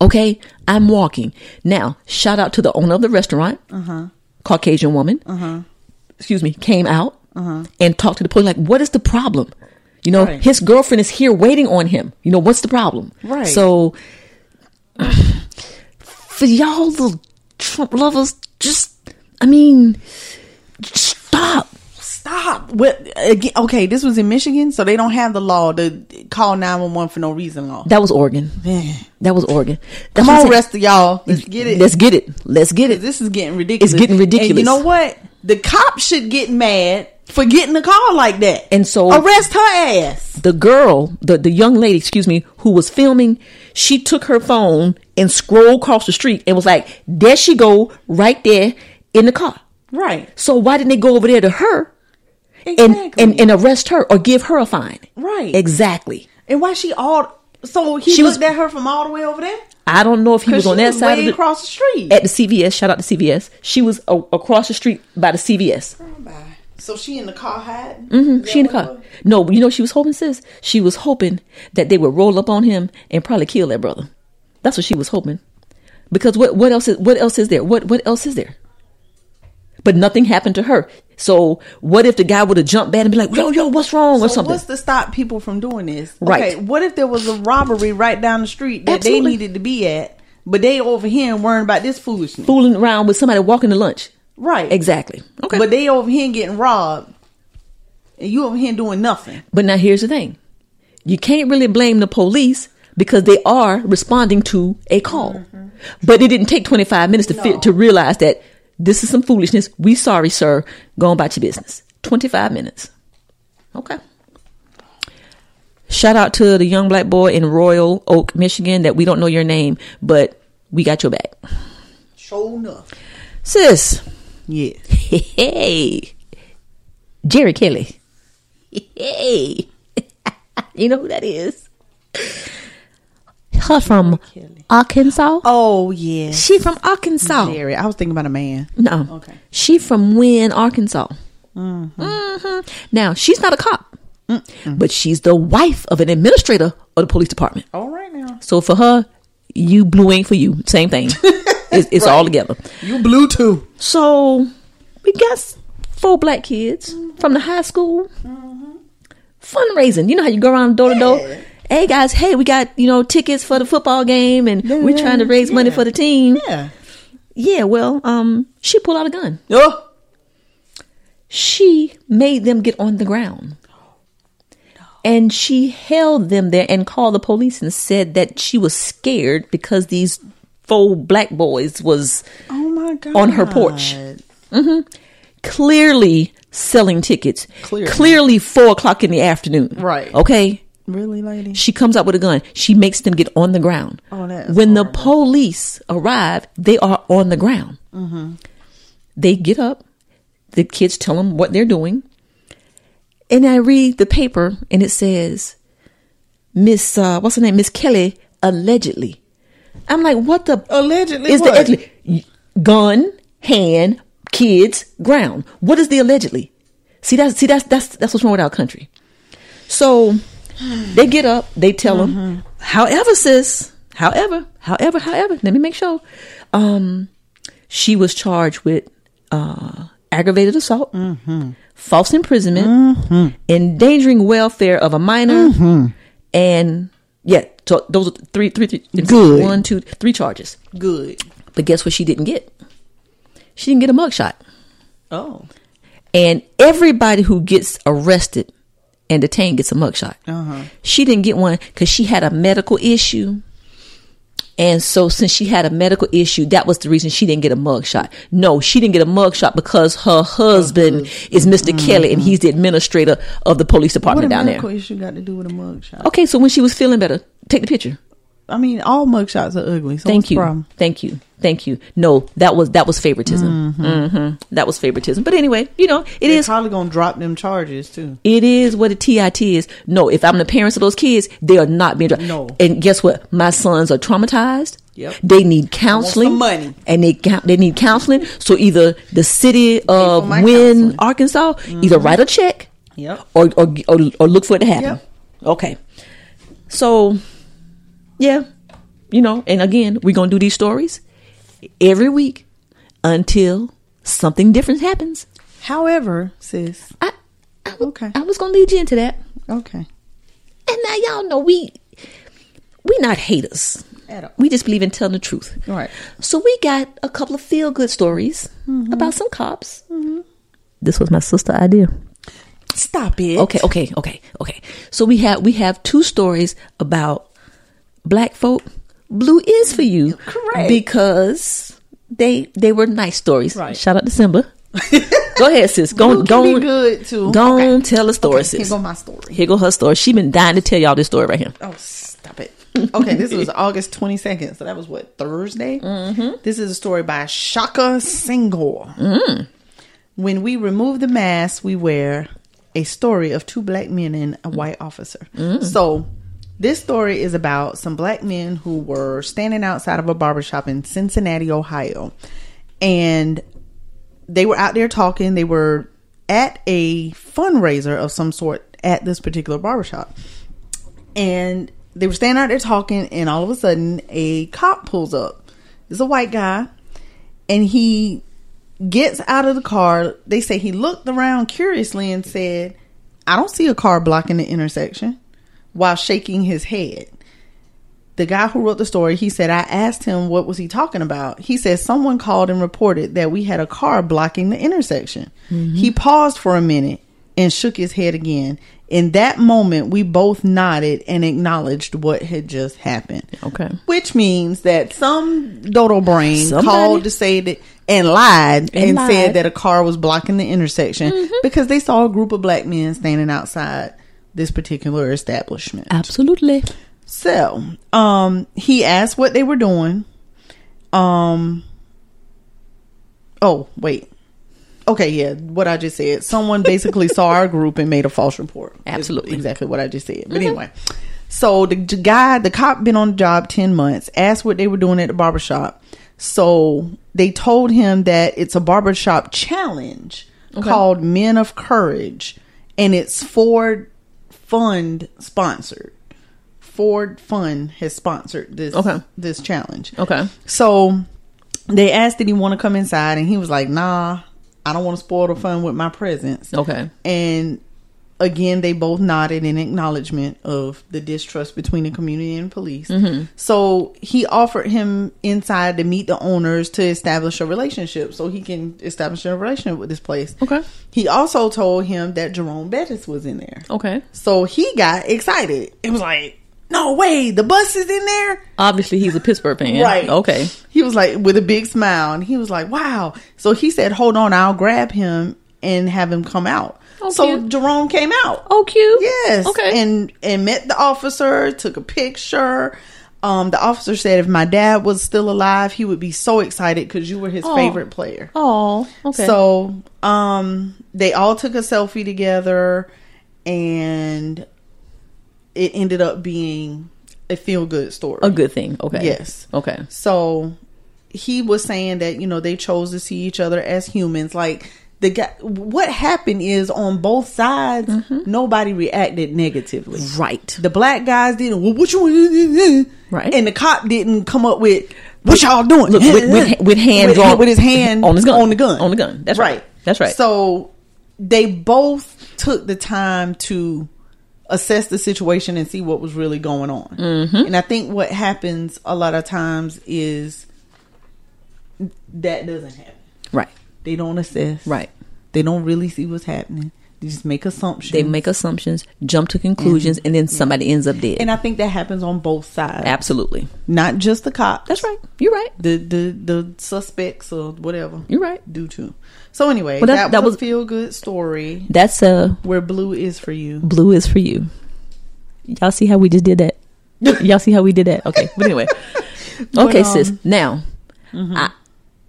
Speaker 5: okay, I'm walking. Now, shout out to the owner of the restaurant.
Speaker 4: Uh-huh.
Speaker 5: Caucasian woman. Excuse me, came out and talked to the police like, "What is the problem?" You know,
Speaker 4: Uh-huh. Right.
Speaker 5: his girlfriend is here waiting on him. You know, what's the problem?
Speaker 4: Right.
Speaker 5: So *sighs* for y'all little Trump lovers, just I mean, stop.
Speaker 4: Stop. What? Again, okay, this was in Michigan, so they don't have the law to call 911 for no reason law.
Speaker 5: That was Oregon.
Speaker 4: Man.
Speaker 5: That was Oregon. That's
Speaker 4: Come
Speaker 5: what I'm
Speaker 4: on,
Speaker 5: saying.
Speaker 4: rest of y'all. Let's get it.
Speaker 5: Let's get it. Let's get it.
Speaker 4: this is getting ridiculous.
Speaker 5: It's getting
Speaker 4: And you
Speaker 5: ridiculous.
Speaker 4: know what? The cop should get mad for getting a call like that.
Speaker 5: And so-
Speaker 4: arrest her ass.
Speaker 5: the girl, the, the young lady, excuse me, who was filming, she took her phone and scrolled across the street and was like, there she go, right there in the car.
Speaker 4: Right.
Speaker 5: So why didn't they go over there to her and,
Speaker 4: Exactly.
Speaker 5: and, and arrest her or give her a fine?
Speaker 4: Right.
Speaker 5: Exactly.
Speaker 4: And why she all so he
Speaker 5: She was-
Speaker 4: looked at her from all the way over there?
Speaker 5: I don't know if he was
Speaker 4: Because
Speaker 5: on
Speaker 4: she
Speaker 5: that
Speaker 4: was
Speaker 5: side
Speaker 4: way
Speaker 5: of the,
Speaker 4: across the street.
Speaker 5: at the CVS. Shout out to CVS. She was a, across the street by the CVS.
Speaker 4: so she in the car hiding?
Speaker 5: Mm-hmm. She in the car. No, but you know what she was hoping, sis. She was hoping that they would roll up on him and probably kill that brother. That's what she was hoping. Because what what else is what else is there? What what else is there? But nothing happened to her. So what if the guy would have jumped back and be like, "Yo, yo, what's wrong?" or
Speaker 4: So
Speaker 5: something.
Speaker 4: What's to stop people from doing this? Okay,
Speaker 5: Right.
Speaker 4: what if there was a robbery right down the street that
Speaker 5: Absolutely.
Speaker 4: they needed to be at, but they over here and worrying about this foolishness?
Speaker 5: Fooling around with somebody walking to lunch.
Speaker 4: Right.
Speaker 5: Exactly. Okay.
Speaker 4: But
Speaker 5: But,
Speaker 4: they over here getting robbed, and you over here doing nothing.
Speaker 5: but now here's the thing: you can't really blame the police because they are responding to a call. But it didn't take 25 minutes to fit to realize that this is some foolishness. We sorry, sir. Go on about your business. 25 minutes. Okay. Shout out to the young black boy in Royal Oak, Michigan. That we don't know your name, but we got your back,
Speaker 4: Sure enough.
Speaker 5: sis.
Speaker 4: Yeah.
Speaker 5: Hey, Jerry Kelly. Hey, *laughs* you know who that is? Her from Arkansas.
Speaker 4: Oh yeah.
Speaker 5: She from Arkansas.
Speaker 4: Jerry. I was thinking about a man.
Speaker 5: No,
Speaker 4: Okay. Mm-hmm.
Speaker 5: She from Wynn, Arkansas. Mhm. Now she's not a cop, but she's the wife of an administrator of the police department.
Speaker 4: All right now.
Speaker 5: So for her, you blue ain't for you. Same
Speaker 4: *laughs*
Speaker 5: thing. it's it's all together.
Speaker 4: You blue too.
Speaker 5: So we got s- four black kids
Speaker 4: Mm-hmm.
Speaker 5: from the high school. Fundraising. You know how you go around door to door? Hey guys, hey, we got, you know, tickets for the football game and we're trying to raise money for the team.
Speaker 4: Yeah.
Speaker 5: Yeah, well, um, she pulled out a gun.
Speaker 4: Oh.
Speaker 5: She made them get on the ground. And she held them there and called the police and said that she was scared because these four black boys was
Speaker 4: Oh my god.
Speaker 5: On her porch. Mm-hmm. clearly selling tickets.
Speaker 4: Clearly.
Speaker 5: Clearly four o'clock in the afternoon.
Speaker 4: Right.
Speaker 5: Okay.
Speaker 6: Really, lady?
Speaker 5: She comes out with a gun. She makes them get on the ground.
Speaker 6: Oh, that is
Speaker 5: when the
Speaker 6: horrible.
Speaker 5: police arrive, they are on the ground.
Speaker 6: Mm-hmm.
Speaker 5: They get up. The kids tell them what they're doing. And I read the paper, and it says, Miss, uh, what's her name? Miss Kelly, allegedly. I'm like, what the?
Speaker 6: Allegedly
Speaker 5: Is
Speaker 6: what?
Speaker 5: the allegedly gun, hand, kids, ground? What is the allegedly? See that's see that's that's that's what's wrong with our country. So they get up, they tell them. However, sis, however, however, however, let me make sure. Um, she was charged with uh, aggravated assault, false imprisonment, endangering welfare of a minor, and yeah, so those are three, three, three,
Speaker 6: Good.
Speaker 5: one, two, three charges.
Speaker 6: Good.
Speaker 5: But guess what? She didn't get. She didn't get a mugshot.
Speaker 6: Oh.
Speaker 5: And everybody who gets arrested and detained gets a mugshot.
Speaker 6: Uh-huh.
Speaker 5: She didn't get one because she had a medical issue. And so, since she had a medical issue, that was the reason she didn't get a mugshot. No, she didn't get a mugshot because her husband is mister Kelly and he's the administrator of the police
Speaker 6: Mm-hmm. What
Speaker 5: department
Speaker 6: a
Speaker 5: down there.
Speaker 6: medical issue got to do with a mugshot?
Speaker 4: Oh.
Speaker 5: Okay, so when she was feeling better, take the picture.
Speaker 6: I mean, all mugshots are ugly. So what's
Speaker 5: Thank
Speaker 6: the
Speaker 5: you.
Speaker 6: Problem?
Speaker 5: Thank you. Thank you. No, that was that was favoritism. hmm That was favoritism. But anyway, you know, it
Speaker 6: They're
Speaker 5: is
Speaker 6: probably gonna drop them charges too.
Speaker 5: it is what a TIT is. No, if I'm the parents of those kids, they are not being dropped.
Speaker 6: No.
Speaker 5: And guess what? My sons are traumatized.
Speaker 6: Yep.
Speaker 5: They need counseling.
Speaker 6: some money.
Speaker 5: And they ca- they need counseling. So either the city of
Speaker 6: my
Speaker 5: Wynn,
Speaker 6: counseling.
Speaker 5: Arkansas, either write a check
Speaker 6: Yep.
Speaker 5: or, or or or look for it to happen.
Speaker 6: Yep.
Speaker 5: Okay. So, yeah, you know, and again, we're gonna do these stories every week until something different happens.
Speaker 6: However, sis.
Speaker 5: I, I w-
Speaker 6: Okay.
Speaker 5: I was gonna lead you into that,
Speaker 6: Okay.
Speaker 5: and now y'all know we we not haters.
Speaker 6: At all.
Speaker 5: We just believe in telling the truth.
Speaker 6: Right.
Speaker 5: So we got a couple of feel good stories
Speaker 6: Mm-hmm.
Speaker 5: about some cops. This was my sister idea.
Speaker 6: Stop it.
Speaker 5: Okay, okay, okay, okay. So we have we have two stories about black folk. Blue is for you,
Speaker 6: Correct.
Speaker 5: Because they they were nice stories.
Speaker 6: Right.
Speaker 5: Shout out to
Speaker 6: *laughs*
Speaker 5: Simba. go ahead, sis. Go
Speaker 6: Blue
Speaker 5: go
Speaker 6: can be
Speaker 5: on-
Speaker 6: good, too.
Speaker 5: Go
Speaker 6: Okay.
Speaker 5: on, tell a story,
Speaker 6: Okay,
Speaker 5: sis.
Speaker 6: Here go my story.
Speaker 5: Here go her story. She been dying to tell y'all this story right here.
Speaker 6: Oh, stop it. Okay, this was August 22nd. So that was what, Thursday? Mm-hmm. This is a story by Shaka Singhal. When we remove the mask we wear, a story of two black men and a white officer. So this story is about some black men who were standing outside of a barbershop in Cincinnati, Ohio. And they were out there talking. They were at a fundraiser of some sort at this particular barbershop and they were standing out there talking and all of a sudden a cop pulls up it's a white guy and he gets out of the car they say he looked around curiously and said i don't see a car blocking the intersection while shaking his head the guy who wrote the story he said i asked him what was he talking about he said someone called and reported that we had a car blocking the intersection he paused for a minute and shook his head again in that moment we both nodded and acknowledged what had just happened
Speaker 5: Okay.
Speaker 6: which means that some dodo brain
Speaker 5: Somebody-
Speaker 6: called to say that and lied
Speaker 5: lied.
Speaker 6: and,
Speaker 5: Mm-hmm.
Speaker 6: said that a car was blocking the intersection because they saw a group of black men standing outside this particular establishment
Speaker 5: Absolutely.
Speaker 6: so, um, he asked what they were doing. Um, oh, wait. Okay, yeah, what I just said. Someone basically saw our group and made a false report. Is
Speaker 5: Absolutely.
Speaker 6: Exactly what I just said. But
Speaker 5: Mm-hmm.
Speaker 6: anyway, so the j- guy, the cop been on the job 10 months, asked what they were doing at the barbershop. So they told him that it's a barbershop challenge called Men of Courage, and it's Ford Fund sponsored. Ford Fund has sponsored this
Speaker 5: Okay.
Speaker 6: this challenge.
Speaker 5: Okay.
Speaker 6: So they asked did he want to come inside and he was like, "Nah, I don't want to spoil the fun with my presence."
Speaker 5: Okay.
Speaker 6: And again, they both nodded in acknowledgement of the distrust between the community and police. So he offered him inside to meet the owners to establish a relationship so he can establish a relationship with this place.
Speaker 5: Okay.
Speaker 6: He also told him that Jerome Bettis was in there.
Speaker 5: Okay.
Speaker 6: So he got excited. It was like, no way, the bus is in there.
Speaker 5: Obviously, he's a Pittsburgh fan.
Speaker 6: Right.
Speaker 5: Okay.
Speaker 6: He was like, with a big smile. And he was like, wow. So he said, hold on, I'll grab him and have him come out.
Speaker 5: Oh,
Speaker 6: so
Speaker 5: cute.
Speaker 6: Jerome came out.
Speaker 5: Oh, cute.
Speaker 6: Yes.
Speaker 5: Okay.
Speaker 6: And and met the officer, took a picture. Um, the officer said if my dad was still alive, he would be so excited because you were his
Speaker 5: Oh.
Speaker 6: favorite player.
Speaker 5: oh, okay.
Speaker 6: So, um, they all took a selfie together, and it ended up being a feel good story.
Speaker 5: a good thing. Okay.
Speaker 6: Yes.
Speaker 5: Okay.
Speaker 6: So he was saying that you know they chose to see each other as humans. Like the guy, what happened is on both sides, nobody reacted negatively.
Speaker 5: Mm-hmm. Right.
Speaker 6: The black guys didn't. Well, what you
Speaker 5: Right.
Speaker 6: And the cop didn't come up with what y'all doing.
Speaker 5: Look, with- with- with hand
Speaker 6: with,
Speaker 5: drawn-
Speaker 6: with his hand
Speaker 5: on his gun.
Speaker 6: on the gun
Speaker 5: On the gun. That's right. That's right.
Speaker 6: So they both took the time to assess the situation and see what was really going on.
Speaker 5: Mm-hmm.
Speaker 6: And I think what happens a lot of times is that doesn't happen.
Speaker 5: Right.
Speaker 6: They don't assess.
Speaker 5: Right.
Speaker 6: They don't really see what's happening. They just make assumptions.
Speaker 5: They make assumptions, jump to conclusions, and then somebody ends up dead.
Speaker 6: and I think that happens on both sides.
Speaker 5: Absolutely.
Speaker 6: Not just the cops.
Speaker 5: That's right. You're right.
Speaker 6: The the the suspects or whatever.
Speaker 5: You're right.
Speaker 6: Do too. So anyway,
Speaker 5: Well,
Speaker 6: that,
Speaker 5: that- that
Speaker 6: was,
Speaker 5: was-
Speaker 6: a feel good story
Speaker 5: That's uh
Speaker 6: where blue is for you.
Speaker 5: blue is for you. Y'all see how we just did that? Y'all see how we did that? Okay. But anyway. okay, sis. Now I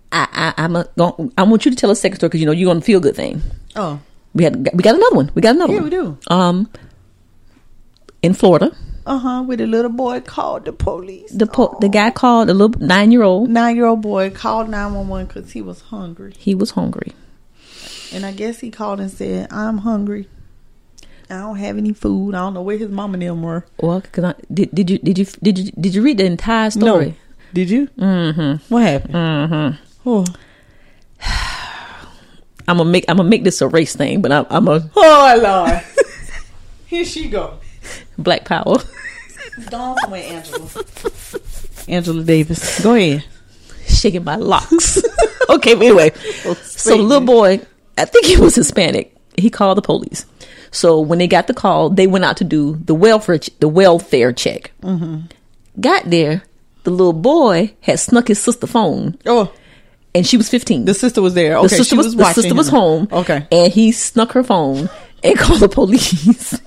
Speaker 5: I, I, I'm a, gon- I want you to tell a second story because you know you're gonna feel good thing.
Speaker 6: Oh.
Speaker 5: We had we got another one. We got another
Speaker 6: Yeah,
Speaker 5: one.
Speaker 6: we do.
Speaker 5: Um, in Florida,
Speaker 6: Uh huh. With a little boy called the police.
Speaker 5: the po- the guy called a little nine year old.
Speaker 6: Nine year old boy called 911 because he was hungry.
Speaker 5: He was hungry.
Speaker 6: And I guess he called and said, I'm hungry. I don't have any food. I don't know where his mom and them were.
Speaker 5: Well, 'cause I, did, did you did you did you did you read the entire story? Mm-hmm.
Speaker 6: Did you? Mm hmm. What happened? Mm hmm.
Speaker 5: *sighs*
Speaker 6: Oh.
Speaker 5: I'm gonna make I'm gonna make this a race thing, but I'm I'm a
Speaker 6: oh,
Speaker 5: *laughs*
Speaker 6: Lord. Here she go.
Speaker 5: black power.
Speaker 6: Don't somewhere, Angela. Angela Davis. Go ahead.
Speaker 5: shaking my
Speaker 6: *laughs*
Speaker 5: locks. okay, but anyway, so the little boy, I think he was Hispanic. He called the police. So when they got the call, they went out to do the welfare ch- the welfare check.
Speaker 6: Mm-hmm.
Speaker 5: Got there, the little boy had snuck his sister phone,
Speaker 6: Oh,
Speaker 5: and she was fifteen.
Speaker 6: the sister was there. Okay,
Speaker 5: the sister
Speaker 6: she
Speaker 5: was, the
Speaker 6: watching
Speaker 5: sister
Speaker 6: him.
Speaker 5: was home.
Speaker 6: Okay.
Speaker 5: and he snuck her phone and *laughs* called the
Speaker 6: *laughs*
Speaker 5: police.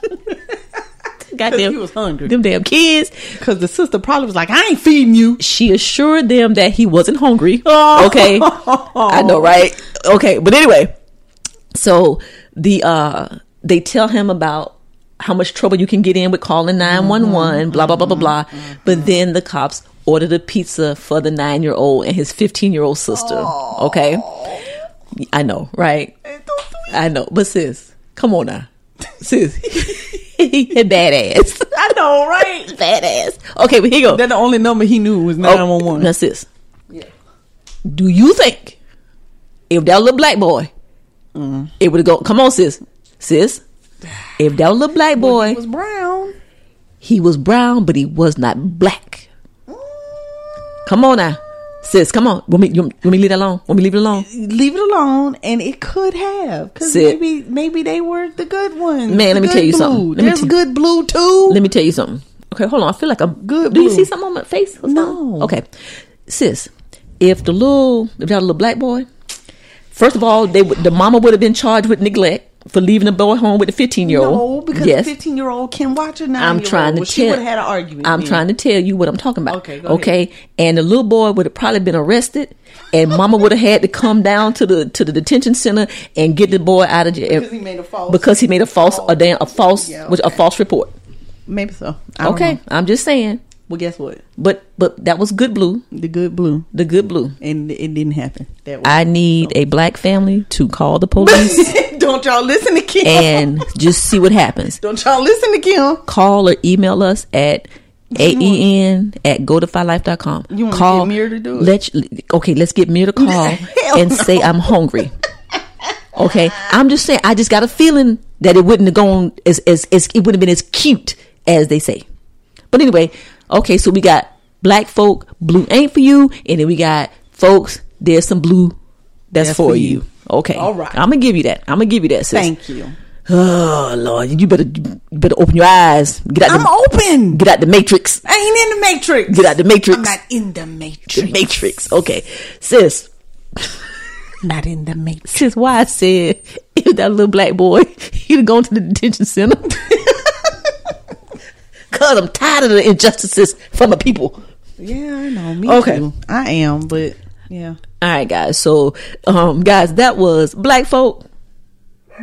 Speaker 5: got
Speaker 6: 'Cause
Speaker 5: them,
Speaker 6: he was hungry.
Speaker 5: Them damn kids.
Speaker 6: Because the sister probably was like, I ain't feeding you.
Speaker 5: She assured them that he wasn't hungry. *laughs*
Speaker 6: Oh.
Speaker 5: Okay. I know, right? Okay, but anyway, so the uh they tell him about how much trouble you can get in with calling 911, blah blah blah blah blah. But then the cops ordered a pizza for the 9-year-old and his 15-year-old sister, okay? I know, right? I know. But sis, come on now. Sis, *laughs* he badass.
Speaker 6: *laughs* I know, right?
Speaker 5: badass. Okay, but here you go.
Speaker 6: That the only number he knew was
Speaker 5: Oh,
Speaker 6: 911.
Speaker 5: That's this. Do you think if that little black boy, it would go? Come on, sis, sis. If that little black boy,
Speaker 6: He
Speaker 5: he, was,
Speaker 6: was brown.
Speaker 5: brown, but he was not black.
Speaker 6: Mm.
Speaker 5: Come on now, sis. Come on. Let me, you, want me to leave that alone. Let me to leave it alone.
Speaker 6: Leave it alone, and it could have because
Speaker 5: Sit.
Speaker 6: maybe maybe they were the good ones.
Speaker 5: Man, let
Speaker 6: The
Speaker 5: me
Speaker 6: good
Speaker 5: tell you
Speaker 6: blue.
Speaker 5: something. Let me
Speaker 6: There's
Speaker 5: tell-
Speaker 6: good blue too.
Speaker 5: Let me tell you something. Okay, hold on. I feel like I'm
Speaker 6: Good
Speaker 5: Do you
Speaker 6: blue.
Speaker 5: see something on my face? or something?
Speaker 6: No.
Speaker 5: Okay, sis. If the little, if that little black boy, first of all, they would- the mama would have been charged with neglect for leaving the boy home with the fifteen year old.
Speaker 6: no, because
Speaker 5: yes,
Speaker 6: fifteen year old can watch a nine.
Speaker 5: I'm trying to
Speaker 6: She
Speaker 5: tell.
Speaker 6: would have had an argument.
Speaker 5: I'm
Speaker 6: then.
Speaker 5: trying to tell you what I'm talking about.
Speaker 6: Okay, go ahead.
Speaker 5: okay. And the little boy would have probably been arrested, and mama would have had to come down to the to the detention center and get the boy out of jail
Speaker 6: Because he made a false-
Speaker 5: because he made a false a damn a false
Speaker 6: Yeah,
Speaker 5: which- a false report.
Speaker 6: Maybe so. I don't
Speaker 5: Okay,
Speaker 6: know.
Speaker 5: I'm just saying.
Speaker 6: Well, guess what?
Speaker 5: But but that was good blue,
Speaker 6: The good blue,
Speaker 5: the good blue.
Speaker 6: and it didn't happen. That way.
Speaker 5: I need a black family to call the
Speaker 6: *laughs*
Speaker 5: police
Speaker 4: *laughs*
Speaker 6: don't y'all listen to Kim.
Speaker 5: and just see what happens.
Speaker 6: don't y'all listen to Kim.
Speaker 5: Call or email us at aen at go to com.
Speaker 6: You wanna
Speaker 5: call
Speaker 6: get Mir to do it?
Speaker 5: Let you, okay, let's get
Speaker 6: *laughs*
Speaker 5: Mir to call and say I'm hungry. Okay, I'm just saying. I just got a feeling that it wouldn't have gone as as, as it wouldn't have been as cute as they say. But anyway, okay, so we got black folk, blue ain't for you, and then we got folks. There's some blue that's,
Speaker 6: That's
Speaker 5: for
Speaker 6: for
Speaker 5: you.
Speaker 6: you.
Speaker 5: Okay,
Speaker 6: All right.
Speaker 5: I'm gonna give you that. I'm gonna give you that. Sis.
Speaker 6: Thank you.
Speaker 5: Oh Lord, you better you better open your eyes. Get out.
Speaker 6: I'm
Speaker 5: the,
Speaker 6: open.
Speaker 5: Get out the matrix.
Speaker 6: I ain't in the matrix.
Speaker 5: Get out the matrix.
Speaker 6: I'm not in the matrix.
Speaker 5: The matrix. Okay, sis. Not in the mix. Sis, why I said *laughs* if that little black boy, *laughs* he'd go to the detention center. *laughs* Cause I'm tired of the injustices from the people.
Speaker 4: Yeah, I know. Me
Speaker 5: Okay.
Speaker 4: too. I am, but yeah.
Speaker 5: All right, guys. So, um, guys, that was black folk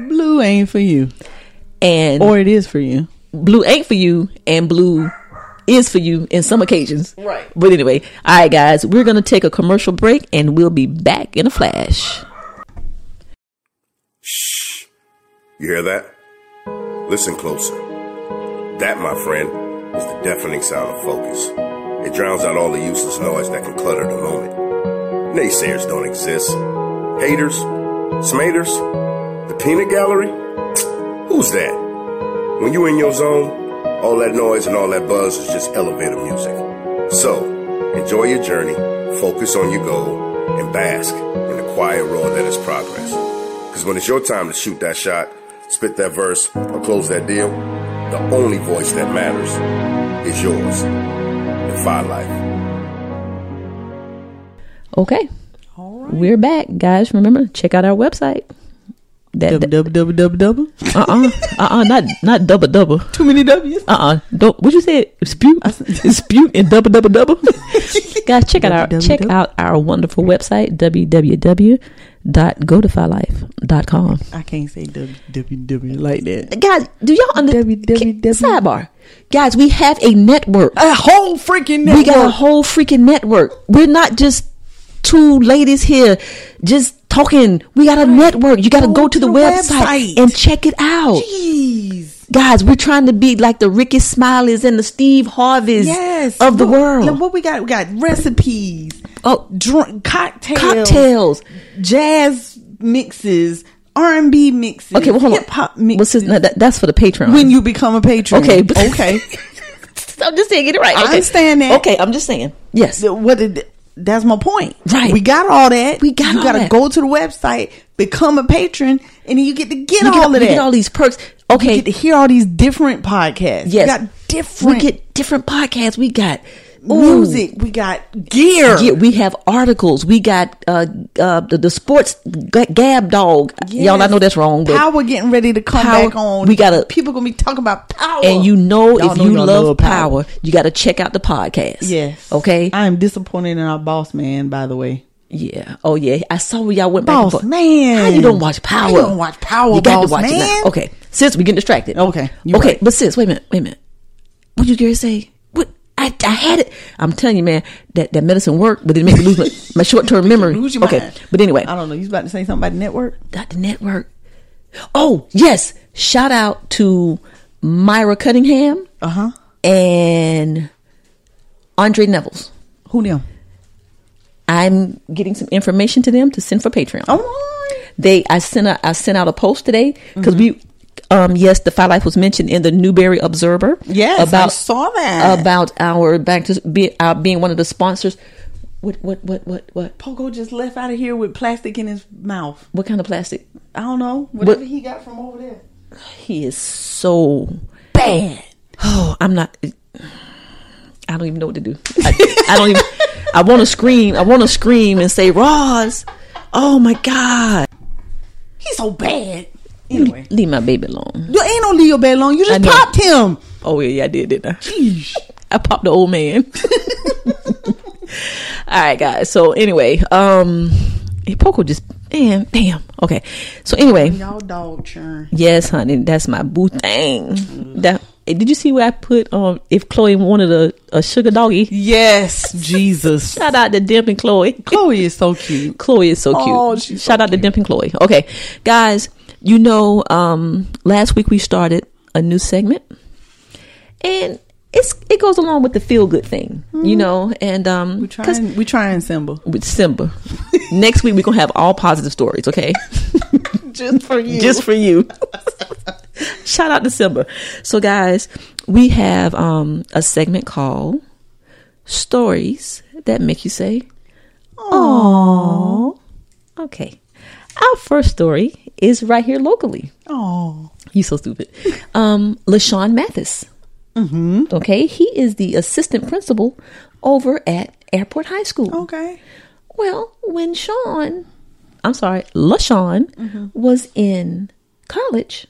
Speaker 4: Blue ain't for you.
Speaker 5: and
Speaker 4: Or it is for you.
Speaker 5: blue ain't for you and blue is for you in some occasions. Right. But anyway, all right, guys, we're going to take a commercial break and we'll be back in a flash.
Speaker 1: Shh. You hear that? Listen closer. That, my friend, is the deafening sound of focus. It drowns out all the useless noise that can clutter the moment. Naysayers don't exist. Haters? Smaters? The peanut gallery? Who's that? When you in your zone, all that noise and all that buzz is just elevator music. So, enjoy your journey, focus on your goal, and bask in the quiet roar that is progress. Because when it's your time to shoot that shot, spit that verse, or close that deal, the only voice that matters is yours. Defy life.
Speaker 5: Okay. All right. We're back, guys. Remember, check out our website. That,
Speaker 4: Double, double, double, double, double.
Speaker 5: uh uh uh uh not not double double
Speaker 4: Too many W's.
Speaker 5: uh uh don't what you say dispute dispute and double
Speaker 4: *laughs*
Speaker 5: double double guys check out our check
Speaker 4: www.
Speaker 5: out our wonderful website www.godifylife.com
Speaker 4: I can't say double, double, double like that.
Speaker 5: guys do y'all understand
Speaker 4: www.
Speaker 5: sidebar guys we have a network
Speaker 4: A whole freaking network.
Speaker 5: we got a whole freaking network we're not just two ladies here just talking we got a network you got to
Speaker 4: Go
Speaker 5: go to
Speaker 4: to
Speaker 5: the
Speaker 4: the
Speaker 5: website,
Speaker 4: website.
Speaker 5: and check it out
Speaker 4: Jeez.
Speaker 5: guys we're trying to be like the ricky smileys and the steve harveys
Speaker 4: Yes.
Speaker 5: of the
Speaker 4: Look-
Speaker 5: world
Speaker 4: Look what we got. We got recipes.
Speaker 5: Oh,
Speaker 4: drunk cocktails,
Speaker 5: cocktails.
Speaker 4: jazz mixes, R and B mixes.
Speaker 5: Okay, well, hold on.
Speaker 4: hip hop mixes.
Speaker 5: What's his, no, that, that's for the Patreon.
Speaker 4: when you become a patron,
Speaker 5: Okay.
Speaker 4: okay.
Speaker 5: *laughs* I'm just saying, get it right.
Speaker 4: I
Speaker 5: Okay.
Speaker 4: understand that.
Speaker 5: Okay, I'm just saying. Yes.
Speaker 4: So what did? That's my point.
Speaker 5: Right.
Speaker 4: We got all that.
Speaker 5: We got
Speaker 4: You
Speaker 5: all
Speaker 4: gotta
Speaker 5: that.
Speaker 4: go to the website, become a patron, and then you get to get
Speaker 5: we get,
Speaker 4: all
Speaker 5: we
Speaker 4: of that.
Speaker 5: get all these perks.
Speaker 4: you
Speaker 5: Okay.
Speaker 4: get to hear all these different podcasts.
Speaker 5: yes.
Speaker 4: We got different
Speaker 5: We get different podcasts. We got ooh,
Speaker 4: music. We got gear.
Speaker 5: Yeah, we have articles. We got uh, uh, the, the sports g- gab dog. Y'all, I
Speaker 4: Yes.
Speaker 5: know that's wrong, but
Speaker 4: power getting ready to come
Speaker 5: Power-
Speaker 4: back on.
Speaker 5: we gotta-
Speaker 4: people gonna be talking about power.
Speaker 5: and you know
Speaker 4: Y'all
Speaker 5: if you
Speaker 4: y'all
Speaker 5: love, power, you got to check out the podcast.
Speaker 4: Yes.
Speaker 5: Okay.
Speaker 4: I am disappointed in our boss man, by the way.
Speaker 5: yeah. Oh yeah. I saw where y'all went
Speaker 4: Boss
Speaker 5: back and forth.
Speaker 4: man.
Speaker 5: How you don't watch Power?
Speaker 4: How you don't watch Power,
Speaker 5: You got
Speaker 4: boss
Speaker 5: to watch it
Speaker 4: man?
Speaker 5: now. Okay. Sis, we getting distracted.
Speaker 4: Okay, you
Speaker 5: okay.
Speaker 4: right.
Speaker 5: But sis, wait a minute. Wait a minute. What you gonna say? What? I, I had it. I'm telling you, man, that, that medicine worked, but it made me lose my, my
Speaker 4: *laughs*
Speaker 5: short term memory.
Speaker 4: Lose your
Speaker 5: okay.
Speaker 4: mind.
Speaker 5: But anyway,
Speaker 4: I don't know. You was about to say something about the network?
Speaker 5: not the network. Oh, yes. Shout out to Myra Cunningham
Speaker 4: Uh huh.
Speaker 5: and Andre Nevels.
Speaker 4: Who knew?
Speaker 5: I'm getting some information to them to send for Patreon.
Speaker 4: Oh,
Speaker 5: They I sent a, I sent out a post today because we um yes the Five Life was mentioned in the Newberry Observer.
Speaker 4: Yes, I saw that.
Speaker 5: about our back to be uh, being one of the sponsors. What what what what what
Speaker 4: Pogo just left out of here with plastic in his mouth.
Speaker 5: what kind of plastic?
Speaker 4: I don't know. Whatever
Speaker 5: What-
Speaker 4: he got from over there.
Speaker 5: He is so
Speaker 4: Bad.
Speaker 5: oh I'm not I don't even know what to do. I, I don't even I *laughs* want to scream I want to scream and say Roz, oh my God,
Speaker 4: He's so bad. Anyway.
Speaker 5: leave my baby alone.
Speaker 4: You ain't no Leo bad long. You
Speaker 5: I
Speaker 4: just
Speaker 5: know.
Speaker 4: popped him.
Speaker 5: Oh yeah, yeah I did didn't I?
Speaker 4: Jeez.
Speaker 5: I popped the old *laughs* man. All right, guys. So anyway, um, hey, Poco just damn, damn. Okay. So anyway,
Speaker 4: Y'all dog churn.
Speaker 5: yes, honey, that's my boo thing. That eh, did you see where I put? Um, if Chloe wanted a, a sugar doggy,
Speaker 4: Yes, *laughs* Jesus.
Speaker 5: shout out to Dimp and Chloe.
Speaker 4: *laughs* Chloe is so cute.
Speaker 5: Chloe is so cute.
Speaker 4: Oh, she's so
Speaker 5: Shout out to Dimp and Chloe. Okay, guys, you know, um, last week we started a new segment, and it's it goes along with the feel good thing, you know, and um,
Speaker 4: We Mm-hmm. trying, we trying Simba.
Speaker 5: with Simba. Next week we're gonna have all positive stories, okay?
Speaker 4: Just for you.
Speaker 5: Just for you. *laughs* Shout out to Simba. So guys, we have um a segment called Stories That Make You Say Aww. Okay. Our first story is right here locally.
Speaker 4: Oh.
Speaker 5: You so stupid. Um, LaShawn Mathis. Mm-hmm. Okay, he is the assistant principal over at Airport High School.
Speaker 4: Okay.
Speaker 5: Well, when Sean I'm sorry, LaShawn was in college,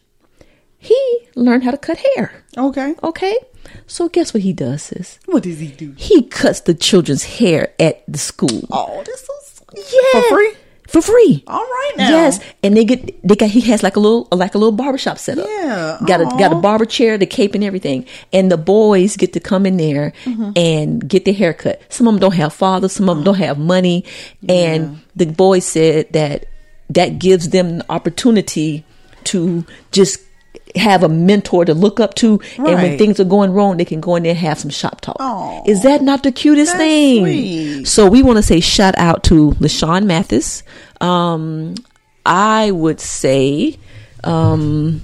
Speaker 5: he learned how to cut hair.
Speaker 4: Okay.
Speaker 5: Okay? So guess what he does, sis?
Speaker 4: What does he do?
Speaker 5: He cuts the children's hair at the school.
Speaker 4: Oh, that's so sweet.
Speaker 5: Yeah.
Speaker 4: For free?
Speaker 5: For free.
Speaker 4: All right now.
Speaker 5: Yes, and they get they got he has like a little like a little barbershop set up.
Speaker 4: Yeah,
Speaker 5: Got a
Speaker 4: aw.
Speaker 5: got a barber chair, the cape and everything. And the boys get to come in there
Speaker 4: Mm-hmm.
Speaker 5: and get their haircut. Some of them don't have fathers, some of them don't have money. And the boys said that that gives them the opportunity to just have a mentor to look up to and when
Speaker 4: Right.
Speaker 5: things are going wrong they can go in there and have some shop talk.
Speaker 4: Aw.
Speaker 5: Is that not the cutest
Speaker 4: That's
Speaker 5: thing?
Speaker 4: sweet.
Speaker 5: So we want to say shout out to LaShawn Mathis. Um, I would say, um,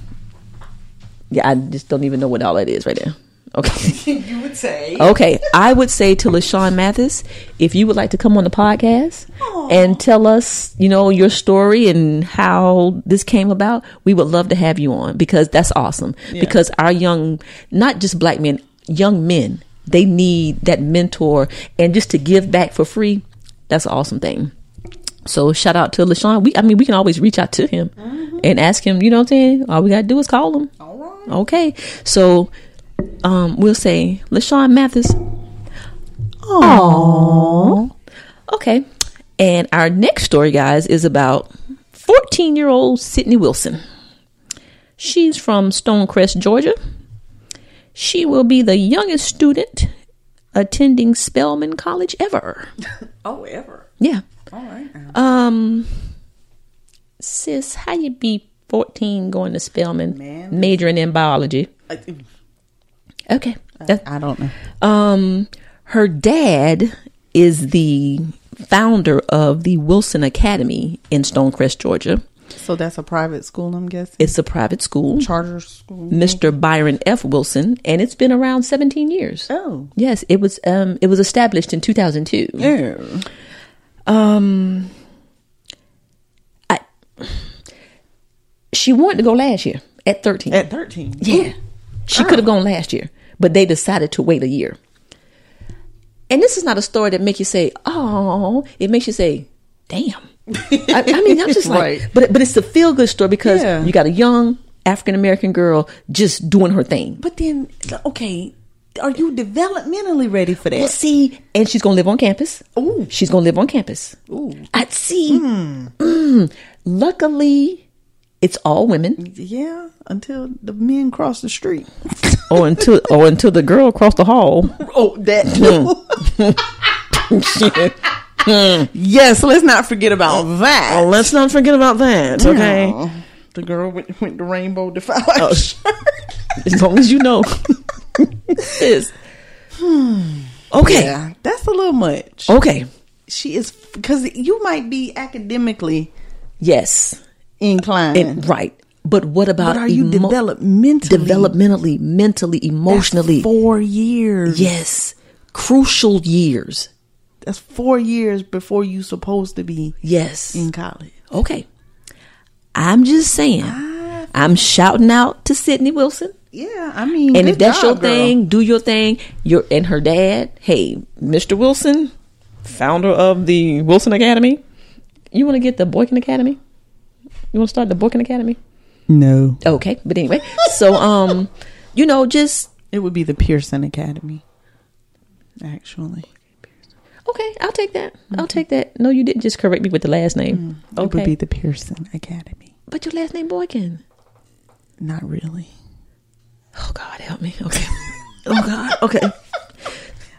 Speaker 5: yeah, I just don't even know what all that is right now. Okay.
Speaker 4: *laughs* you would say.
Speaker 5: Okay. I would say to LaShawn Mathis, if you would like to come on the podcast and tell us, you know, your story and how this came about, we would love to have you on because that's awesome. Because our young, not just black men, young men, they need that mentor and just to give back for free. That's an awesome thing. So shout out to LaShawn. We, I mean, we can always reach out to him and ask him. You know what I'm saying? All we gotta do is call him. Okay. So, um, we'll say LaShawn Mathis. Aww. Okay. And our next story, guys, is about 14 year old Sydney Wilson. She's from Stonecrest, Georgia. She will be the youngest student attending Spelman College ever.
Speaker 4: *laughs* Oh, ever.
Speaker 5: Yeah.
Speaker 4: All right now.
Speaker 5: Um, sis, how you be 14 going to Spelman,
Speaker 4: Man.
Speaker 5: majoring in biology?
Speaker 4: I,
Speaker 5: Okay. That-
Speaker 4: I don't know.
Speaker 5: um, her dad is the founder of the Wilson Academy in Stonecrest, Georgia.
Speaker 4: So that's a private school, I'm guessing.
Speaker 5: It's a private school,
Speaker 4: Charter school.
Speaker 5: Mr. Byron F. Wilson, and it's been around 17 years.
Speaker 4: Oh.
Speaker 5: Yes, it was. Um, it was established in 2002.
Speaker 4: Yeah.
Speaker 5: Um, I, she wanted to go last year at 13.
Speaker 4: At 13.
Speaker 5: Yeah. She could have gone last year, but they decided to wait a year. And this is not a story that make you say, "Oh." It makes you say, "Damn." I, I mean, I'm
Speaker 4: *laughs*
Speaker 5: just like,
Speaker 4: Right.
Speaker 5: but but it's a feel good story because
Speaker 4: Yeah.
Speaker 5: you got a young African American girl just doing her thing.
Speaker 4: But then, okay, are you developmentally ready for that?
Speaker 5: Well, see, and she's gonna live on campus.
Speaker 4: Ooh. Hmm.
Speaker 5: she's gonna live on campus. Ooh, I see. Mm. Luckily, it's all women,
Speaker 4: yeah, until the men cross the street.
Speaker 5: or until or until the girl across the hall.
Speaker 4: Oh, that Mm. *laughs* yes, let's not forget about that.
Speaker 5: let's not forget about that.
Speaker 4: Oh, the girl went, went the rainbow defile. *laughs*
Speaker 5: as long as you know. Sis. Okay.
Speaker 4: yeah, that's a little much.
Speaker 5: Okay.
Speaker 4: She is because you might be academically
Speaker 5: Yes.
Speaker 4: inclined,
Speaker 5: And- right. But what about
Speaker 4: but are you
Speaker 5: emo-
Speaker 4: developmentally
Speaker 5: developmentally, mentally,
Speaker 4: That's
Speaker 5: emotionally?
Speaker 4: four years?
Speaker 5: yes. Crucial years.
Speaker 4: that's four years before you supposed to be
Speaker 5: Yes.
Speaker 4: in college.
Speaker 5: Okay. I'm just saying.
Speaker 4: Ah.
Speaker 5: I'm shouting out to Sydney Wilson.
Speaker 4: Yeah, I mean,
Speaker 5: And
Speaker 4: good
Speaker 5: if that's
Speaker 4: job,
Speaker 5: your
Speaker 4: girl.
Speaker 5: thing, do your thing. Your and her dad, hey, Mr. Wilson, founder of the Wilson Academy. You want to get the Boykin Academy? You want to start the Boykin Academy?
Speaker 4: no,
Speaker 5: Okay,
Speaker 4: *laughs*
Speaker 5: but anyway, so um, you know, just
Speaker 4: it would be the Pearson Academy. Actually,
Speaker 5: okay. I'll take that. I'll take that. No, you didn't just correct me with the last name.
Speaker 4: Mm-hmm. Mm, it would
Speaker 5: Okay,
Speaker 4: be the Pearson Academy.
Speaker 5: but your last name Boykin.
Speaker 4: Not really.
Speaker 5: Oh God, help me.
Speaker 4: *laughs*
Speaker 5: Okay. oh God. Okay.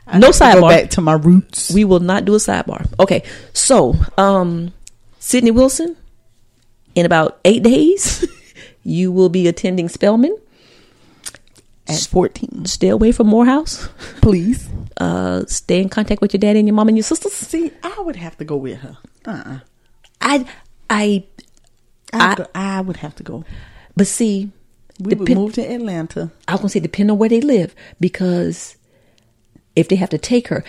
Speaker 4: I
Speaker 5: No
Speaker 4: need to Go
Speaker 5: sidebar.
Speaker 4: back to my roots.
Speaker 5: We will not do a sidebar. Okay. So, um, Sydney Wilson, in about eight days, *laughs* you will be attending Spelman.
Speaker 4: at fourteen,
Speaker 5: Stay away from Morehouse.
Speaker 4: please.
Speaker 5: Uh, stay in contact with your dad and your mom and your sisters.
Speaker 4: See, I would have to go with her. Uh-uh.
Speaker 5: I, I,
Speaker 4: I,
Speaker 5: I-
Speaker 4: go- I would have to go.
Speaker 5: but see,
Speaker 4: We would
Speaker 5: Depend-
Speaker 4: move to Atlanta.
Speaker 5: I was gonna say depend on where they live because if they have to take her,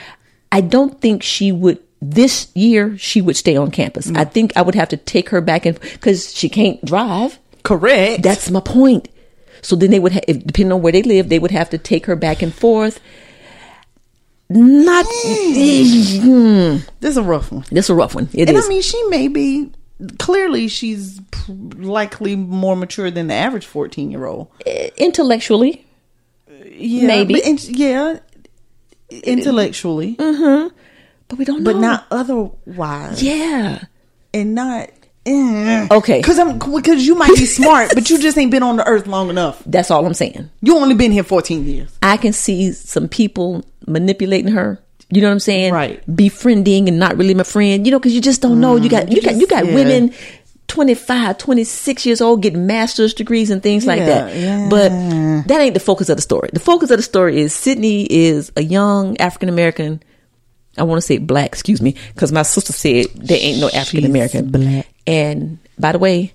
Speaker 5: I don't think she would. This year she would stay on campus.
Speaker 4: Mm.
Speaker 5: I think I would have to take her back and because she can't drive.
Speaker 4: Correct.
Speaker 5: That's my point. So then they would, ha- if, depending on where they live, they would have to take her back and forth. Not. Mm.
Speaker 4: this is a rough one.
Speaker 5: That's a rough one. It is.
Speaker 4: And I mean, she may be clearly she's pr- likely more mature than the average 14 year old.
Speaker 5: intellectually.
Speaker 4: Yeah,
Speaker 5: Maybe.
Speaker 4: but in- yeah, intellectually,
Speaker 5: But we don't know.
Speaker 4: but not otherwise,
Speaker 5: Yeah.
Speaker 4: and not. eh.
Speaker 5: Okay.
Speaker 4: cause I'm because you might be smart, but you just ain't been on the earth long enough.
Speaker 5: That's all I'm saying.
Speaker 4: You only been here 14 years.
Speaker 5: I can see some people manipulating her. You know what I'm saying?
Speaker 4: Right. Mm,
Speaker 5: Befriending and not really my friend. You know, because you just don't know. You got you, got you got
Speaker 4: just- yeah.
Speaker 5: women 25, 26 years old getting master's degrees and things like that.
Speaker 4: Yeah,
Speaker 5: But that ain't the focus of the story. The focus of the story is Sydney is a young African American. I want to say black, excuse me, because my sister said there ain't no African American.
Speaker 2: black.
Speaker 5: And by the way,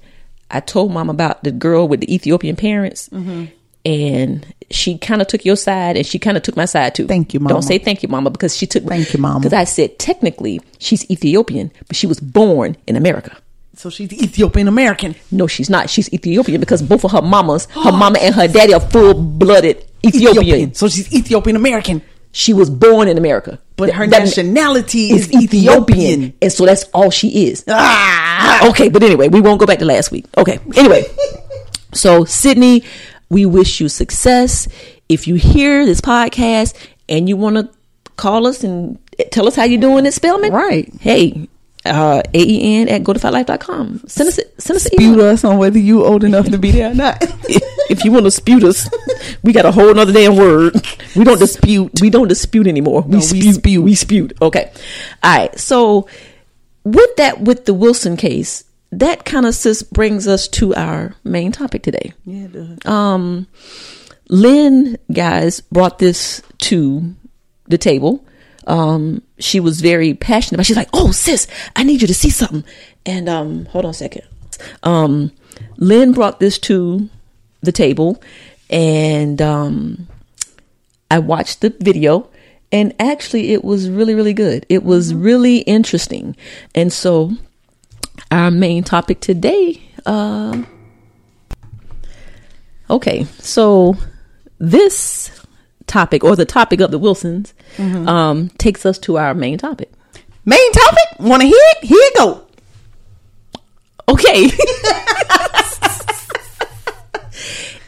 Speaker 5: I told mom about the girl with the Ethiopian parents,
Speaker 4: Mm-hmm.
Speaker 5: and she kind of took your side, and she kind of took my side too.
Speaker 4: Thank you,
Speaker 5: Don't
Speaker 4: Mama.
Speaker 5: say thank you, mama, because she took.
Speaker 4: Thank you, Mama.
Speaker 5: Because I said technically she's Ethiopian, but she was born in America.
Speaker 4: So she's Ethiopian American.
Speaker 5: No, she's not. She's Ethiopian because both of her mamas,
Speaker 4: *gasps*
Speaker 5: her mama and her daddy, are full blooded Ethiopian.
Speaker 4: Ethiopian. So she's Ethiopian American,
Speaker 5: She was born in America,
Speaker 4: but
Speaker 5: Th-
Speaker 4: her
Speaker 5: that-
Speaker 4: nationality
Speaker 5: is Ethiopian, and so that's all she is.
Speaker 4: Ah,
Speaker 5: okay, but anyway, we won't go back to last week. Okay,
Speaker 4: *laughs*
Speaker 5: anyway, so Sydney, we wish you success. If you hear this podcast and you want to call us and tell us how you're doing at Spelman,
Speaker 4: Right.
Speaker 5: Hey, uh, aen at go to com. Send us, a- send us an
Speaker 4: Dispute
Speaker 5: email.
Speaker 4: us on whether you old enough to be there or not.
Speaker 5: *laughs* if you want to dispute us, we got a whole nother damn word. We don't dispute. We don't dispute anymore. We,
Speaker 4: No, we
Speaker 5: dispute.
Speaker 4: spew.
Speaker 5: We dispute. Okay. All right. So with that, with the Wilson case, that kind of just brings us to our main topic today.
Speaker 4: Yeah, it does.
Speaker 5: Um, Lynn, guys, brought this to the table. Um, she was very passionate about. She's like, "Oh, sis, I need you to see something." And um, hold on a second. Um, Lynn brought this to the table, and um, I watched the video, and actually, it was really, really good. It was really interesting, and so our main topic today. Uh, Okay, so this topic or the topic of the Wilsons um, takes us to our main topic.
Speaker 4: *laughs* Main topic. Want to hear it? Here you go.
Speaker 5: Okay. *laughs*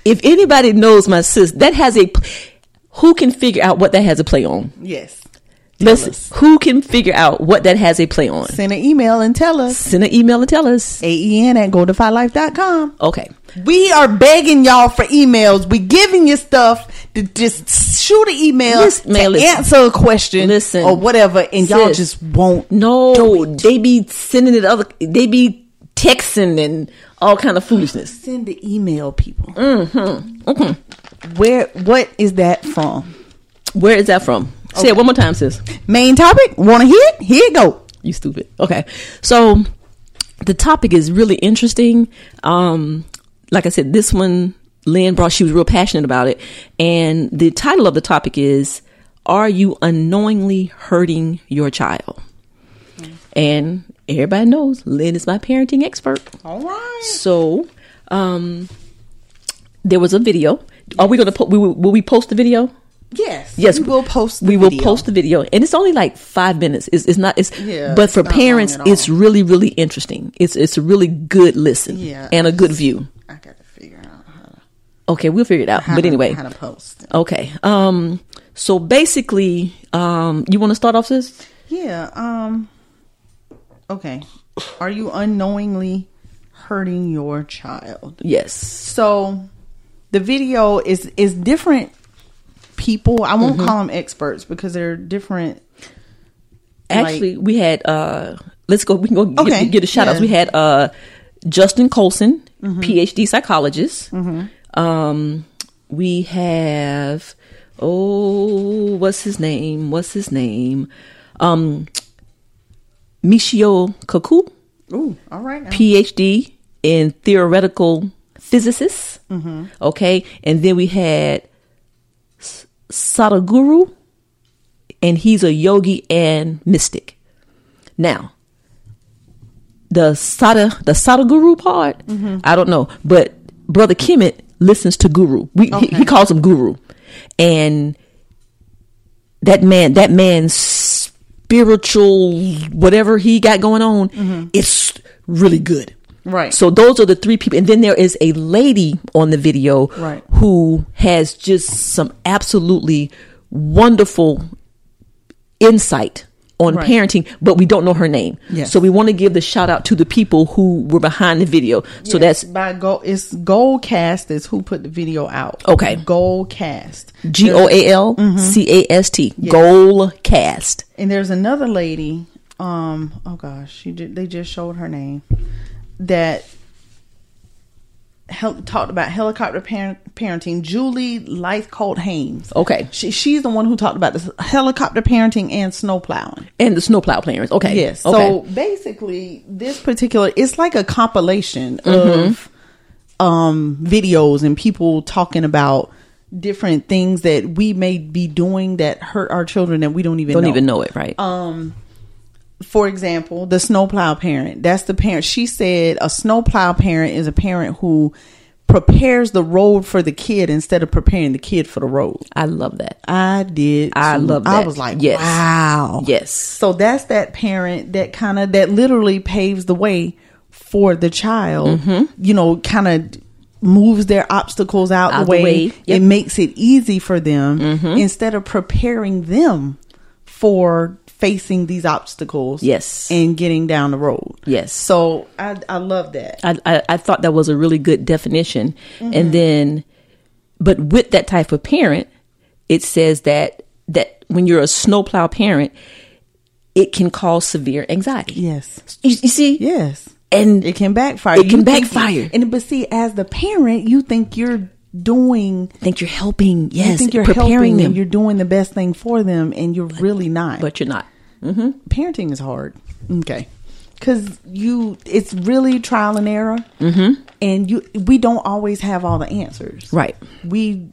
Speaker 5: if anybody knows my sis, that has a who can figure out what that has a play on?
Speaker 4: Yes.
Speaker 5: Listen, who can figure out what that has a play on?
Speaker 4: Send an email and tell us.
Speaker 5: Send an email and tell us.
Speaker 4: AEN at goldifylife.com.
Speaker 5: Okay.
Speaker 4: We are begging y'all for emails. We giving you stuff to just shoot an email
Speaker 5: Listen,
Speaker 4: to
Speaker 5: man, listen.
Speaker 4: answer a question
Speaker 5: Listen.
Speaker 4: or whatever, and y'all
Speaker 5: Sis.
Speaker 4: just won't.
Speaker 5: No, they be sending it other they be texting and all kind of foolishness.
Speaker 4: Send the email, people. Mm-hmm.
Speaker 5: Mm-hmm.
Speaker 4: Where? What is that from?
Speaker 5: Where is that from? Say it one more time, sis.
Speaker 4: Main topic. Want to hear it? Here you go.
Speaker 5: You stupid. Okay. So the topic is really interesting. Um, like I said, this one Lynn brought, she was real passionate about it. And the title of the topic is Are You Unknowingly Hurting Your Child?
Speaker 4: Mm.
Speaker 5: And everybody knows Lynn is my parenting expert.
Speaker 4: All right.
Speaker 5: So um, there was a video. Are we going to, po- we, will will we post the video?
Speaker 4: Yes.
Speaker 5: Yes,
Speaker 4: We will post. The
Speaker 5: we will
Speaker 4: video.
Speaker 5: post the video, and it's only like five minutes. It's, it's not. It's
Speaker 4: Yeah,
Speaker 5: but
Speaker 4: it's
Speaker 5: for
Speaker 4: not long
Speaker 5: parents,
Speaker 4: at all.
Speaker 5: it's really really interesting. It's it's a really good listen
Speaker 4: Yeah.
Speaker 5: and a good view.
Speaker 4: I gotta figure out how to,
Speaker 5: Okay, we'll figure it out.
Speaker 4: how
Speaker 5: but
Speaker 4: to-
Speaker 5: anyway,
Speaker 4: how to post.
Speaker 5: okay. Um, so basically, um, you want to start off this?
Speaker 4: Yeah. Um. Okay. Are you unknowingly hurting your child?
Speaker 5: Yes.
Speaker 4: So, the video is is different. People, I won't call them experts because they're different.
Speaker 5: Actually, we had. Uh, let's go. We can go get,
Speaker 4: Okay,
Speaker 5: get a shout outs.
Speaker 4: yeah. Mm-hmm.
Speaker 5: We had uh, Justin Colson, PhD psychologist. Um, we have oh, what's his name? What's his name? Um, Michio Kaku,
Speaker 4: Ooh, all right. now.
Speaker 5: PhD in theoretical physicists. Okay, and then we had S- Sadhguru, and he's a yogi and mystic. Now, the Sada the Sada Guru part, I don't know, but Brother Kemet listens to Guru. We, he, he calls him Guru, and that man that man's spiritual whatever he got going on, it's really good.
Speaker 6: Mm-hmm. Right.
Speaker 5: So those are the three people. And then there is a lady on the video
Speaker 6: Right.
Speaker 5: who has just some absolutely wonderful insight on
Speaker 6: Right.
Speaker 5: parenting, but we don't know her name.
Speaker 6: Yes.
Speaker 5: So we want to give the shout out to the people who were behind the video. So that's
Speaker 6: by gold. It's Gold Cast is who put the video out.
Speaker 5: Okay.
Speaker 6: Gold Cast.
Speaker 5: G O A L
Speaker 6: Mm-hmm.
Speaker 5: C A S T. Goal cast.
Speaker 6: And there's another lady. Um. Oh gosh, she did. They just showed her name. That help, talked about helicopter par- parenting. Julie Lythcote Haynes.
Speaker 5: Okay.
Speaker 6: She, she's the one who talked about this helicopter parenting and snow plowing.
Speaker 5: And the snowplow planners. Okay.
Speaker 6: Yes.
Speaker 5: Okay.
Speaker 6: So basically, this particular it's like a compilation of um videos and people talking about different things that we may be doing that hurt our children that we don't even
Speaker 5: don't
Speaker 6: know.
Speaker 5: even know Um, it, right?
Speaker 6: For example, the snowplow parent. That's the parent. She said a snowplow parent is a parent who prepares the road for the kid instead of preparing the kid for the road.
Speaker 5: I love that.
Speaker 6: I did.
Speaker 5: I
Speaker 6: too.
Speaker 5: love
Speaker 6: I
Speaker 5: that.
Speaker 6: was like,
Speaker 5: Yes.
Speaker 6: wow.
Speaker 5: Yes.
Speaker 6: So that's that parent that kind of that literally paves the way for the
Speaker 5: Mm-hmm.
Speaker 6: child. You know, kind of moves their obstacles out,
Speaker 5: Out
Speaker 6: the
Speaker 5: the
Speaker 6: way.
Speaker 5: way. Yep. Mm-hmm.
Speaker 6: It makes it easy for them instead of preparing them for facing these obstacles.
Speaker 5: Yes.
Speaker 6: and getting down the road.
Speaker 5: Yes.
Speaker 6: So I I love that.
Speaker 5: I, I, I thought that was a really good definition. And then, but with that type of parent, it says that that when you're a snowplow parent, it can cause severe anxiety.
Speaker 6: Yes.
Speaker 5: You, you see,
Speaker 6: Yes.
Speaker 5: and
Speaker 6: It can backfire.
Speaker 5: It can
Speaker 6: You think-
Speaker 5: backfire.
Speaker 6: and but see, as the parent, you think you're doing
Speaker 5: think you're helping. Yes,
Speaker 6: you think you're
Speaker 5: preparing
Speaker 6: helping
Speaker 5: them,
Speaker 6: them. You're doing the best thing for them, and you're really not.
Speaker 5: but you're not.
Speaker 6: parenting is hard. Okay, because you, it's really trial and error, mm-hmm. and you, we don't always have all the answers.
Speaker 5: Right.
Speaker 6: We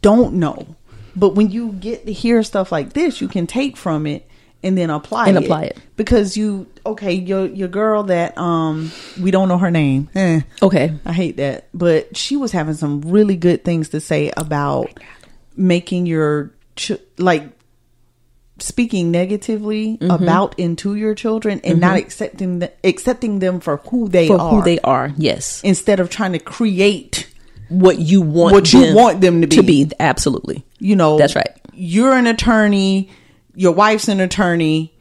Speaker 6: don't know, but when you get to hear stuff like this, you can take from it and then apply
Speaker 5: And
Speaker 6: it.
Speaker 5: apply it.
Speaker 6: because you okay your your girl that um we don't know her name. Eh.
Speaker 5: Okay.
Speaker 6: I hate that. But she was having some really good things to say about making your ch- like speaking negatively
Speaker 5: Mm-hmm.
Speaker 6: about and to your children and not accepting the, accepting them for who they
Speaker 5: For
Speaker 6: are
Speaker 5: who they are. Yes.
Speaker 6: instead of trying to create
Speaker 5: What you want.
Speaker 6: What you want them to be.
Speaker 5: To be absolutely.
Speaker 6: you know
Speaker 5: That's right.
Speaker 6: you're an attorney your wife's an attorney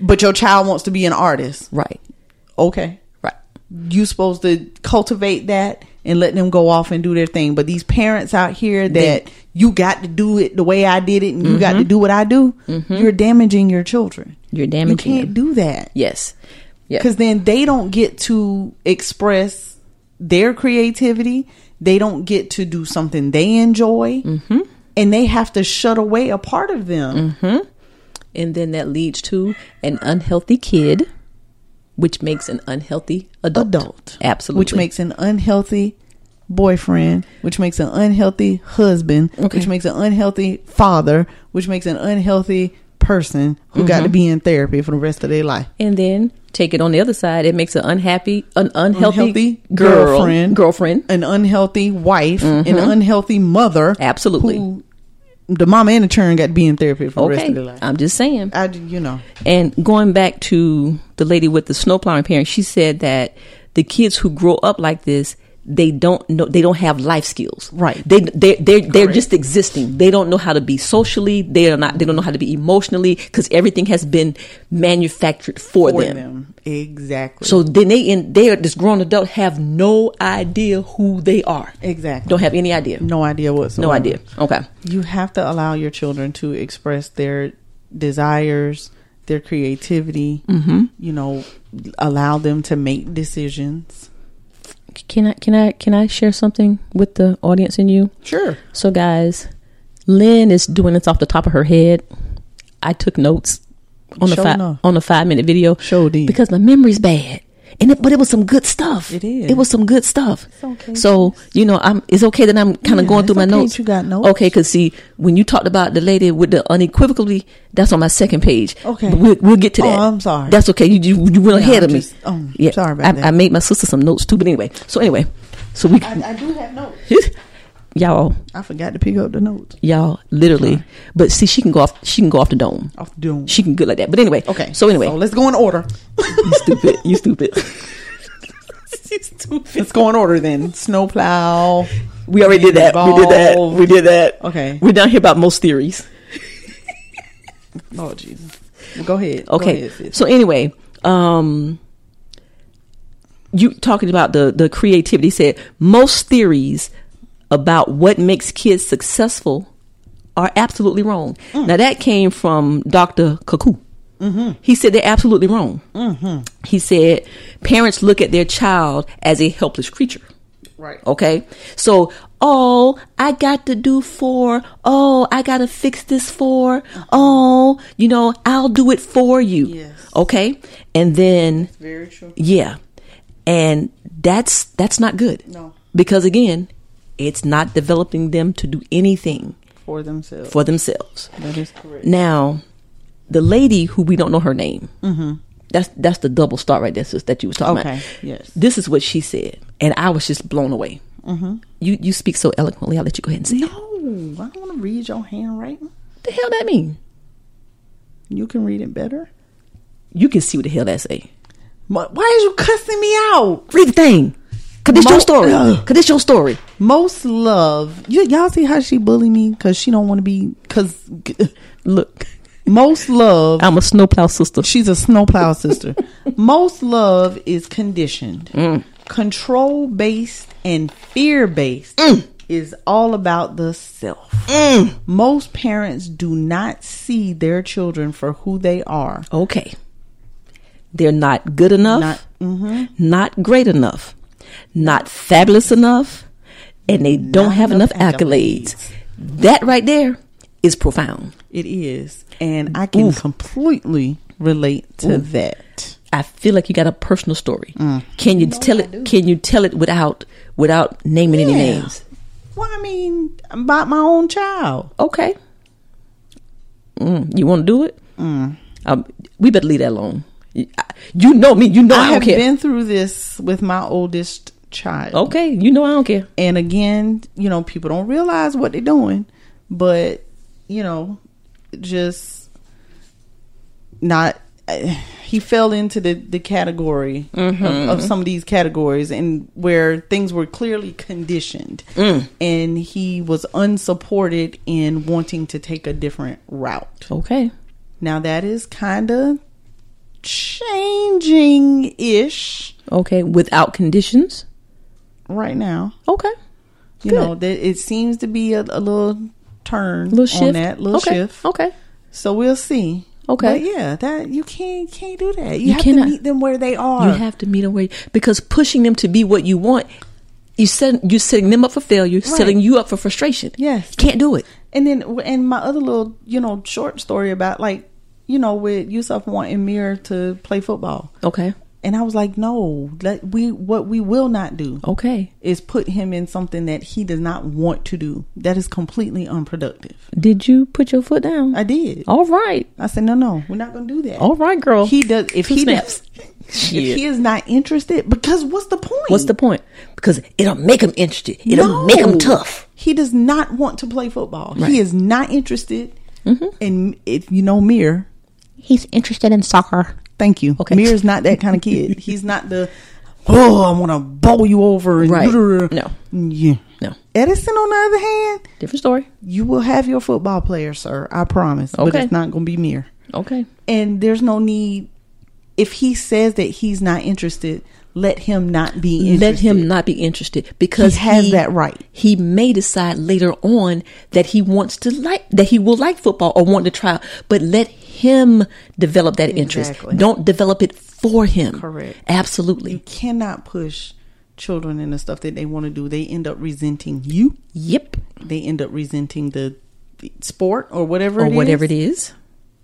Speaker 6: but your child wants to be an artist
Speaker 5: Right.
Speaker 6: okay
Speaker 5: Right.
Speaker 6: you supposed to cultivate that and let them go off and do their thing. But these parents out here that you got to do it the way I did it and you
Speaker 5: Mm-hmm.
Speaker 6: got to do what I do, you're damaging your children.
Speaker 5: You're
Speaker 6: You
Speaker 5: Mm-hmm. damaging.
Speaker 6: can't
Speaker 5: them.
Speaker 6: do that.
Speaker 5: Yes. Yeah.
Speaker 6: Because then they don't get to express their creativity. They don't get to do something they enjoy.
Speaker 5: Mm-hmm.
Speaker 6: And they have to shut away a part of them.
Speaker 5: and then that leads to an unhealthy kid, which makes an unhealthy adult.
Speaker 6: adult.
Speaker 5: absolutely,
Speaker 6: Which makes an unhealthy boyfriend, which makes an unhealthy husband, which makes an unhealthy father, which makes an unhealthy person who got to
Speaker 5: Mm-hmm.
Speaker 6: be in therapy for the rest of their life.
Speaker 5: and then take it on the other side. It makes an unhappy, an unhealthy,
Speaker 6: Unhealthy
Speaker 5: girl-
Speaker 6: girlfriend.
Speaker 5: girlfriend.
Speaker 6: An unhealthy wife, an unhealthy mother.
Speaker 5: Mm-hmm. Absolutely.
Speaker 6: Who the mama and the children got to be in therapy for the rest of their
Speaker 5: Okay,
Speaker 6: life.
Speaker 5: I'm just saying.
Speaker 6: I, you know,
Speaker 5: And going back to the lady with the snowplowing parent, she said that the kids who grow up like this, they don't know, they don't have life skills.
Speaker 6: Right.
Speaker 5: They they they they're just existing. They don't know how to be socially. They are not. They don't know how to be emotionally because everything has been manufactured for,
Speaker 6: for
Speaker 5: them.
Speaker 6: them. Exactly.
Speaker 5: So then they in they are this grown adult have no idea who they are.
Speaker 6: Exactly.
Speaker 5: Don't have any idea.
Speaker 6: no idea whatsoever.
Speaker 5: No idea. Okay.
Speaker 6: you have to allow your children to express their desires their creativity
Speaker 5: Mm-hmm.
Speaker 6: you know allow them to make decisions
Speaker 7: Can I can I can I share something with the audience and you?
Speaker 6: sure
Speaker 7: So guys, Lynn is doing this off the top of her head. I took notes on the
Speaker 6: Sure
Speaker 7: five
Speaker 6: enough.
Speaker 7: on the five minute video.
Speaker 6: Sure did.
Speaker 7: because my memory's bad. And it, but it was some good stuff.
Speaker 6: It is.
Speaker 7: It was some good stuff. So you know, I'm. It's okay that I'm kind of
Speaker 6: Yeah,
Speaker 7: going through
Speaker 6: it's
Speaker 7: my
Speaker 6: okay
Speaker 7: notes.
Speaker 6: that you got notes.
Speaker 7: Okay, because see, when you talked about the lady with the unequivocally, that's on my second page.
Speaker 6: Okay.
Speaker 7: But we'll, we'll get to
Speaker 6: Oh,
Speaker 7: that.
Speaker 6: I'm sorry.
Speaker 7: That's okay. You you, you went
Speaker 6: Yeah,
Speaker 7: ahead
Speaker 6: I'm
Speaker 7: of me.
Speaker 6: just- oh, sorry about
Speaker 7: I,
Speaker 6: that.
Speaker 7: I made my sister some notes too. But anyway, so anyway, so we
Speaker 6: do have notes
Speaker 5: Yes. *laughs* y'all,
Speaker 6: I forgot to pick up the notes
Speaker 5: y'all, literally. But see, she can go off. She can go off the dome.
Speaker 6: off the dome.
Speaker 5: She can good like that. But anyway,
Speaker 6: Okay.
Speaker 5: So anyway,
Speaker 6: let's go in order.
Speaker 5: you stupid. You stupid. *laughs* You stupid.
Speaker 6: Let's go in order
Speaker 5: *laughs*
Speaker 6: then. Snowplow.
Speaker 5: We already did that. We did that. We did that.
Speaker 6: Okay.
Speaker 5: We're down here about most theories.
Speaker 6: Oh Jesus. Well, go ahead. Go
Speaker 5: Okay.
Speaker 6: ahead, sis.
Speaker 5: so anyway, um you talking about the the creativity said most theories about what makes kids successful are absolutely wrong.
Speaker 6: Mm.
Speaker 5: Now that came from Dr. Kaku.
Speaker 6: Mm-hmm.
Speaker 5: He said they're absolutely wrong. He said parents look at their child as a helpless creature.
Speaker 6: right.
Speaker 5: Okay. So, oh, I got to do for. Oh, I got to fix this for. Oh, you know, I'll do it for you.
Speaker 6: Yes.
Speaker 5: Okay. And then,
Speaker 6: Very true.
Speaker 5: yeah. And that's, that's not good.
Speaker 6: No.
Speaker 5: Because again, it's not developing them to do anything
Speaker 6: For themselves.
Speaker 5: for themselves.
Speaker 6: that is correct.
Speaker 5: Now, the lady who we don't know her name. That's that's the double star right there, sis, that you was talking
Speaker 6: Okay,
Speaker 5: about.
Speaker 6: yes.
Speaker 5: This is what she said, and I was just blown away. You you speak so eloquently. I'll let you go ahead and say it.
Speaker 6: No, I don't want to read your handwriting.
Speaker 5: What the hell that mean?
Speaker 6: You can read it better.
Speaker 5: You can see what the hell that say.
Speaker 6: Mo- Why is you cussing me out?
Speaker 5: Read the thing. Cause this
Speaker 6: Mo-
Speaker 5: your story. Uh,
Speaker 6: Ugh.
Speaker 5: Cause this your story.
Speaker 6: Most love. You, y'all see how she bully me because she don't want to be. *laughs* Because
Speaker 5: Look,
Speaker 6: most love.
Speaker 5: I'm a snowplow sister.
Speaker 6: She's a snowplow sister. *laughs* Most love is conditioned, control based, and fear based. Is all about the self. Most parents do not see their children for who they are.
Speaker 5: Okay. They're not good enough, not,
Speaker 6: mm-hmm.
Speaker 5: great enough, not fabulous enough, and they don't
Speaker 6: Not
Speaker 5: have enough
Speaker 6: enough
Speaker 5: accolades.
Speaker 6: accolades.
Speaker 5: That right there is profound.
Speaker 6: It is, and I can completely relate to that.
Speaker 5: I feel like you got a personal story.
Speaker 6: Mm.
Speaker 5: Can you tell it? Can you tell it without without naming any
Speaker 6: Yeah.
Speaker 5: names?
Speaker 6: Well, I mean, about my own child.
Speaker 5: Okay. Mm, you want to do it?
Speaker 6: Mm.
Speaker 5: Um, we better leave that alone. You I- you know me. You know I,
Speaker 6: I
Speaker 5: don't
Speaker 6: have
Speaker 5: care.
Speaker 6: been through this with my oldest child.
Speaker 5: okay. You know I don't care.
Speaker 6: and again, you know, people don't realize what they're doing, but you know, just not. He fell into the the category of, of some of these categories, and where things were clearly conditioned, and he was unsupported in wanting to take a different route.
Speaker 5: Okay.
Speaker 6: Now that is kind of changing ish
Speaker 5: Okay. Without conditions.
Speaker 6: right now.
Speaker 5: Okay.
Speaker 6: you
Speaker 5: Good.
Speaker 6: know that it seems to be a, a little turn
Speaker 5: little shift.
Speaker 6: on that little
Speaker 5: okay.
Speaker 6: shift
Speaker 5: Okay.
Speaker 6: so we'll see
Speaker 5: Okay.
Speaker 6: but yeah that you can't can't do that you,
Speaker 5: You
Speaker 6: have
Speaker 5: cannot-
Speaker 6: to meet them where they are
Speaker 5: You have to meet them where because pushing them to be what you want, you set you're setting them up for failure, setting you up for frustration.
Speaker 6: Yes.
Speaker 5: Can't do it.
Speaker 6: and then and my other little you know short story about like you know with Yusuf wanting Mir to play football
Speaker 5: Okay.
Speaker 6: and I was like no let we what we will not do
Speaker 5: Okay.
Speaker 6: is put him in something that he does not want to do that is completely unproductive
Speaker 5: Did you put your foot down?
Speaker 6: I did
Speaker 5: All right.
Speaker 6: I said no no we're not gonna do that
Speaker 5: All right, girl.
Speaker 6: he does if
Speaker 5: Two
Speaker 6: he
Speaker 5: Oh, snaps.
Speaker 6: snaps. if he is not interested, because what's the point?
Speaker 5: What's the point? Because it'll make them interested. It'll make them tough.
Speaker 6: He does not want to play football.
Speaker 5: Right. Mm-hmm.
Speaker 6: He is not interested. And if you know Mir,
Speaker 8: He's interested in soccer.
Speaker 6: thank you.
Speaker 5: Okay.
Speaker 6: Mir's not that kind
Speaker 5: *laughs*
Speaker 6: of kid. He's not the oh, I want to bowl you over. And *laughs*
Speaker 5: Right.
Speaker 6: da-da-da." Yeah.
Speaker 5: No.
Speaker 6: Edison, on the other hand,
Speaker 5: Different story.
Speaker 6: you will have your football player, sir. I promise. But
Speaker 5: Okay.
Speaker 6: it's not going to be Mir.
Speaker 5: Okay.
Speaker 6: And there's no need. If he says that he's not interested, let him not be interested.
Speaker 5: Let him not be interested because
Speaker 6: He has that right.
Speaker 5: He may decide later on that he wants to like that he will like football or want to try, but let him develop that
Speaker 6: Exactly.
Speaker 5: interest. Don't develop it for him.
Speaker 6: Correct.
Speaker 5: Absolutely.
Speaker 6: you cannot push children into stuff that they want to do. They end up resenting you.
Speaker 5: Yep.
Speaker 6: They end up resenting the, the sport or whatever
Speaker 5: Or
Speaker 6: it
Speaker 5: whatever
Speaker 6: is,
Speaker 5: it is.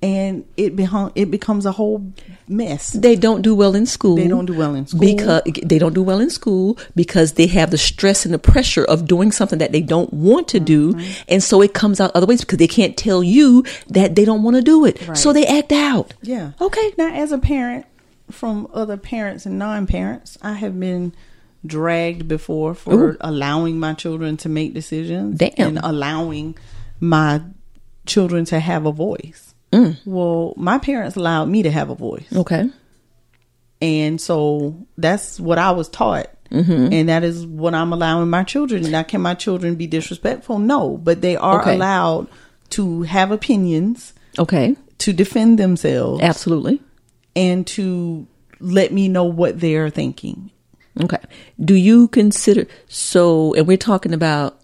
Speaker 6: and it behum- it becomes a whole mess.
Speaker 5: They don't do well in school.
Speaker 6: They don't do well in school.
Speaker 5: because they don't do well in school because they have the stress and the pressure of doing something that they don't want to do,
Speaker 6: Mm-hmm.
Speaker 5: and so it comes out other ways because they can't tell you that they don't want to do it, so they act out.
Speaker 6: Yeah.
Speaker 5: Okay.
Speaker 6: Now, as a parent from other parents and non-parents, I have been dragged before for allowing my children to make decisions
Speaker 5: Damn.
Speaker 6: and allowing my children to have a voice. Well, my parents allowed me to have a voice.
Speaker 5: Okay.
Speaker 6: And so that's what I was taught. And that is what I'm allowing my children. Now, can my children be disrespectful? No, but they are
Speaker 5: Okay.
Speaker 6: allowed to have opinions,
Speaker 5: Okay.
Speaker 6: to defend themselves,
Speaker 5: Absolutely.
Speaker 6: and to let me know what they're thinking.
Speaker 5: Okay. Do you consider so? And we're talking about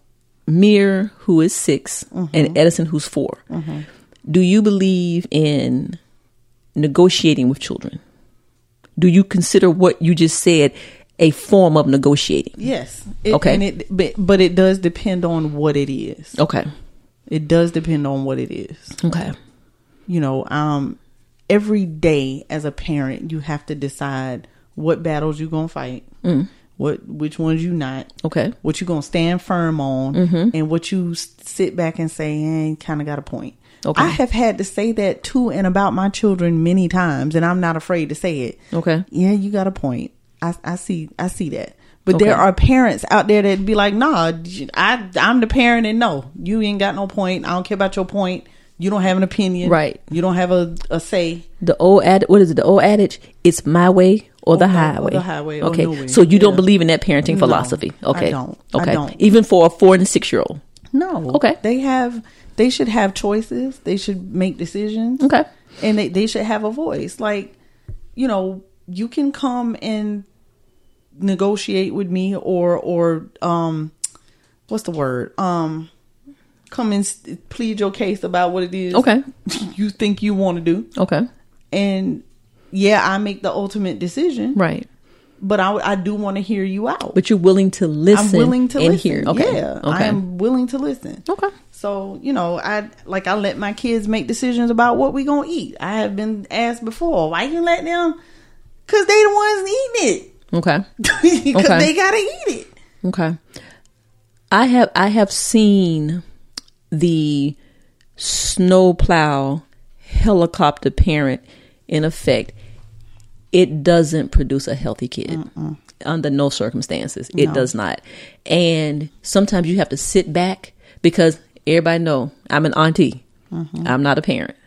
Speaker 5: Mir, who is 6 and Edison, who's 4 Do you believe in negotiating with children? Do you consider what you just said a form of negotiating?
Speaker 6: Yes. It-
Speaker 5: Okay.
Speaker 6: And it, but, but it does depend on what it is.
Speaker 5: Okay.
Speaker 6: It does depend on what it is.
Speaker 5: Okay.
Speaker 6: you know, um, every day as a parent, you have to decide what battles you gonna fight,
Speaker 5: Mm.
Speaker 6: what which ones you not,
Speaker 5: Okay.
Speaker 6: what you gonna stand firm on,
Speaker 5: Mm-hmm.
Speaker 6: and what you s- sit back and say, "Hey, kind of got a point."
Speaker 5: Okay.
Speaker 6: I have had to say that to and about my children many times, and I'm not afraid to say it.
Speaker 5: Okay.
Speaker 6: Yeah, you got a point. I, I see. I see that. But
Speaker 5: Okay.
Speaker 6: there are parents out there that be like, "Nah, j- I I'm the parent, and no, you ain't got no point. I don't care about your point. You don't have an opinion,
Speaker 5: Right.
Speaker 6: You don't have a, a say.
Speaker 5: The old ad, what is it? The old adage: "It's my way or the
Speaker 6: no, or
Speaker 5: highway."
Speaker 6: the highway or
Speaker 5: Okay.
Speaker 6: no way.
Speaker 5: So you don't
Speaker 6: Yeah.
Speaker 5: believe in that parenting
Speaker 6: No,
Speaker 5: philosophy?
Speaker 6: I
Speaker 5: Okay.
Speaker 6: don't. I
Speaker 5: Okay.
Speaker 6: don't.
Speaker 5: Even for a four and a six year old.
Speaker 6: No,
Speaker 5: Okay.
Speaker 6: They have they should have choices. They should make decisions.
Speaker 5: Okay.
Speaker 6: and they they should have a voice. Like, you know, you can come and negotiate with me, or or um, what's the word? Um, come and s- plead your case about what it is.
Speaker 5: Okay.
Speaker 6: *laughs* you think you want to do,
Speaker 5: Okay.
Speaker 6: and yeah, I make the ultimate decision,
Speaker 5: Right.
Speaker 6: But I I do want to hear you out.
Speaker 5: But you're willing to listen.
Speaker 6: I'm willing to
Speaker 5: and
Speaker 6: listen.
Speaker 5: hear. Okay.
Speaker 6: Yeah,
Speaker 5: Okay.
Speaker 6: I am willing to listen.
Speaker 5: Okay.
Speaker 6: So you know, I like I let my kids make decisions about what we gonna eat. I have been asked before, why you let them? Cause they the ones eating
Speaker 5: Okay.
Speaker 6: it. *laughs* Cause
Speaker 5: Okay.
Speaker 6: they gotta eat it.
Speaker 5: Okay. I have I have seen the snowplow helicopter parent in effect. It doesn't produce a healthy kid under no circumstances. It does not. And sometimes you have to sit back because everybody know I'm an auntie. I'm not a parent.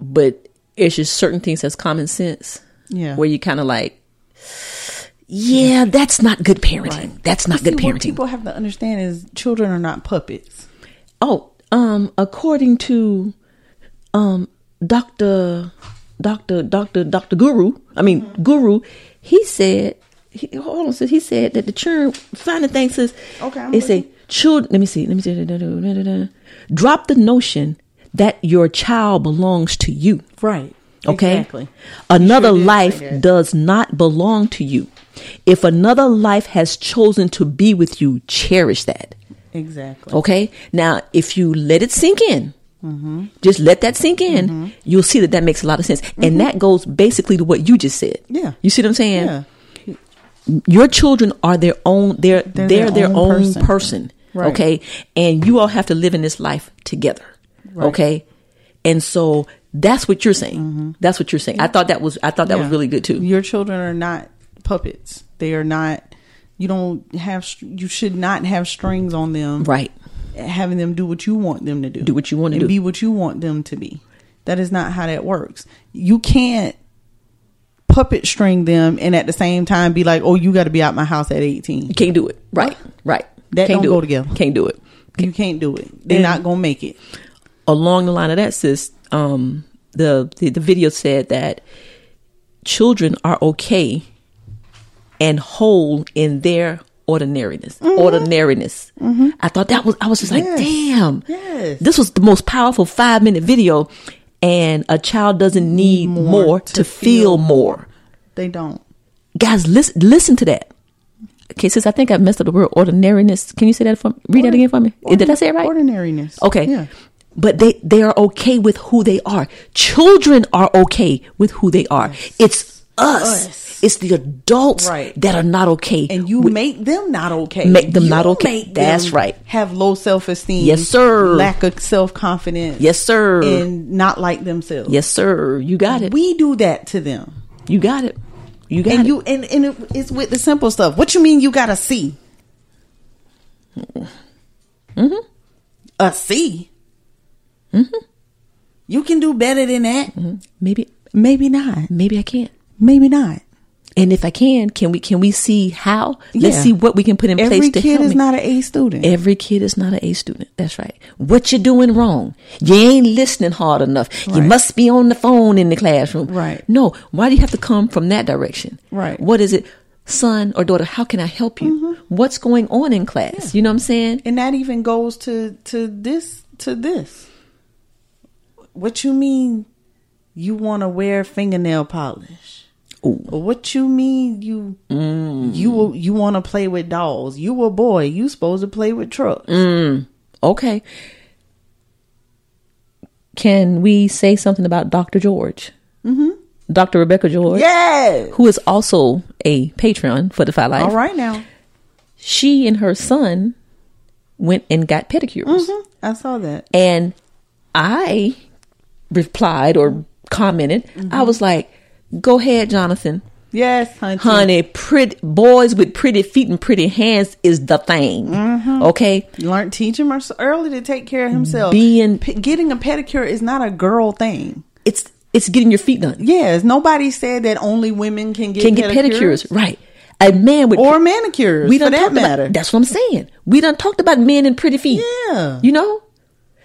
Speaker 5: But it's just certain things as common sense
Speaker 6: Yeah.
Speaker 5: where you kind of like, yeah, that's not good parenting. That's not good
Speaker 6: See, what
Speaker 5: parenting.
Speaker 6: people have to understand is children are not puppets.
Speaker 5: oh, um, according to, um, Doctor, Doctor, Doctor, Doctor Guru. I mean,
Speaker 6: Mm-hmm.
Speaker 5: Guru. He said, he, hold on, sis, he said that the children finding things is
Speaker 6: Okay, I'm
Speaker 5: It say
Speaker 6: with
Speaker 5: children. Let me see. Let me see. Drop the notion that your child belongs to you.
Speaker 6: Right.
Speaker 5: Okay.
Speaker 6: Exactly.
Speaker 5: Another
Speaker 6: You sure did
Speaker 5: life
Speaker 6: say that.
Speaker 5: does not belong to you. If another life has chosen to be with you, cherish that.
Speaker 6: Exactly.
Speaker 5: Okay. Now, if you let it sink in, just let that sink in, you'll see that that makes a lot of sense. And that goes basically to what you just said.
Speaker 6: Mm-hmm. Yeah.
Speaker 5: You see what I'm saying?
Speaker 6: Yeah.
Speaker 5: Your children are their own, they're, they're,
Speaker 6: their
Speaker 5: their
Speaker 6: own
Speaker 5: own,
Speaker 6: person.
Speaker 5: person.
Speaker 6: Right.
Speaker 5: Okay. And you all have to live in this life together. Okay. And so that's what you're saying. That's what you're saying. I thought that was, I thought that was
Speaker 6: Mm-hmm. Yeah.
Speaker 5: really good too.
Speaker 6: Your children are not puppets. They are not. You don't have. str- You should not have strings on them.
Speaker 5: Right.
Speaker 6: having them do what you want them to do.
Speaker 5: Do what you wanna
Speaker 6: and
Speaker 5: do.
Speaker 6: Be what you want them to be. That is not how that works. You can't puppet string them and at the same time be like, "Oh, you got to be out my house at 18."
Speaker 5: Can't do it. Right. Right.
Speaker 6: That
Speaker 5: Can't
Speaker 6: don't
Speaker 5: do
Speaker 6: go
Speaker 5: it.
Speaker 6: together.
Speaker 5: Can't do it.
Speaker 6: You can't do it. They're
Speaker 5: Yeah.
Speaker 6: not going to make it.
Speaker 5: along the line of that, sis, um, the, the the video said that children are okay and whole in their ordinariness. Ordinariness. I thought that was. I was just like, damn.
Speaker 6: Yes.
Speaker 5: This was the most powerful five minute video, and a child doesn't need more, to, feel, more.
Speaker 6: They don't.
Speaker 5: Guys, listen listen to that. Okay, sis, I think I messed up the word ordinariness. Can you say that for me? Read that again for me. Did I say it right?
Speaker 6: Ordinariness.
Speaker 5: Okay.
Speaker 6: Yeah.
Speaker 5: But they, they are okay with who they are. Children are okay with who they are. It's us.
Speaker 6: Us.
Speaker 5: It's the adults
Speaker 6: Right.
Speaker 5: that are not okay.
Speaker 6: And you
Speaker 5: with-
Speaker 6: make them not okay.
Speaker 5: Make them not
Speaker 6: You
Speaker 5: okay.
Speaker 6: make
Speaker 5: That's
Speaker 6: them
Speaker 5: right.
Speaker 6: Have low self esteem.
Speaker 5: Yes, sir.
Speaker 6: Lack of self confidence.
Speaker 5: Yes, sir.
Speaker 6: And not like themselves.
Speaker 5: yes, sir. You got it.
Speaker 6: We do that to them.
Speaker 5: you got it.
Speaker 9: You got
Speaker 6: and
Speaker 9: it.
Speaker 6: you and, and it, it's with the simple stuff. What you mean you got a C? Mm-hmm. A C? You can do better than that.
Speaker 5: Maybe
Speaker 6: Maybe not.
Speaker 5: maybe I can't.
Speaker 6: Maybe not.
Speaker 5: And if I can, can we can we see how? Let's
Speaker 6: Yeah.
Speaker 5: see what we can put in
Speaker 6: Every
Speaker 5: place to
Speaker 6: kid
Speaker 5: help
Speaker 6: is
Speaker 5: me.
Speaker 6: not an A student.
Speaker 5: Every kid is not an A student. That's right. What you doing wrong? You ain't listening hard enough. You
Speaker 6: Right.
Speaker 5: must be on the phone in the classroom.
Speaker 6: Right.
Speaker 5: No. Why do you have to come from that direction?
Speaker 6: Right. Mm-hmm.
Speaker 5: What is it, son or daughter? How can I help you? What's going on in class? You know what I'm saying?
Speaker 6: and that even goes to to this to this. What you mean you want to wear fingernail polish? Or What you mean you you will- you want to play with dolls? You a boy, you supposed to play with trucks.
Speaker 5: Okay. Can we say something about Dr. George? Mm-hmm. Dr. Rebecca George,
Speaker 6: Yes.
Speaker 5: who is also a patron for the Five Life.
Speaker 6: All right now.
Speaker 5: She and her son went and got pedicures.
Speaker 6: Mm-hmm. I saw that.
Speaker 5: And I replied or commented. I was like, go ahead, Jonathan.
Speaker 6: Yes, hunty.
Speaker 5: Honey, pretty boys with pretty feet and pretty hands is the thing.
Speaker 6: Mm-hmm.
Speaker 5: Okay?
Speaker 6: Learn teach him early to take care of himself.
Speaker 5: Being-
Speaker 6: P- Mm. getting a pedicure is not a girl thing.
Speaker 5: It's it's getting your feet done.
Speaker 6: Yes, nobody said that only women can get
Speaker 5: Can get pedicures. Right. A man with
Speaker 6: or manicures. We for
Speaker 5: done
Speaker 6: that
Speaker 5: talked about-
Speaker 6: matter.
Speaker 5: that's what I'm saying. We done talked about men and pretty feet.
Speaker 6: Yeah.
Speaker 5: You know?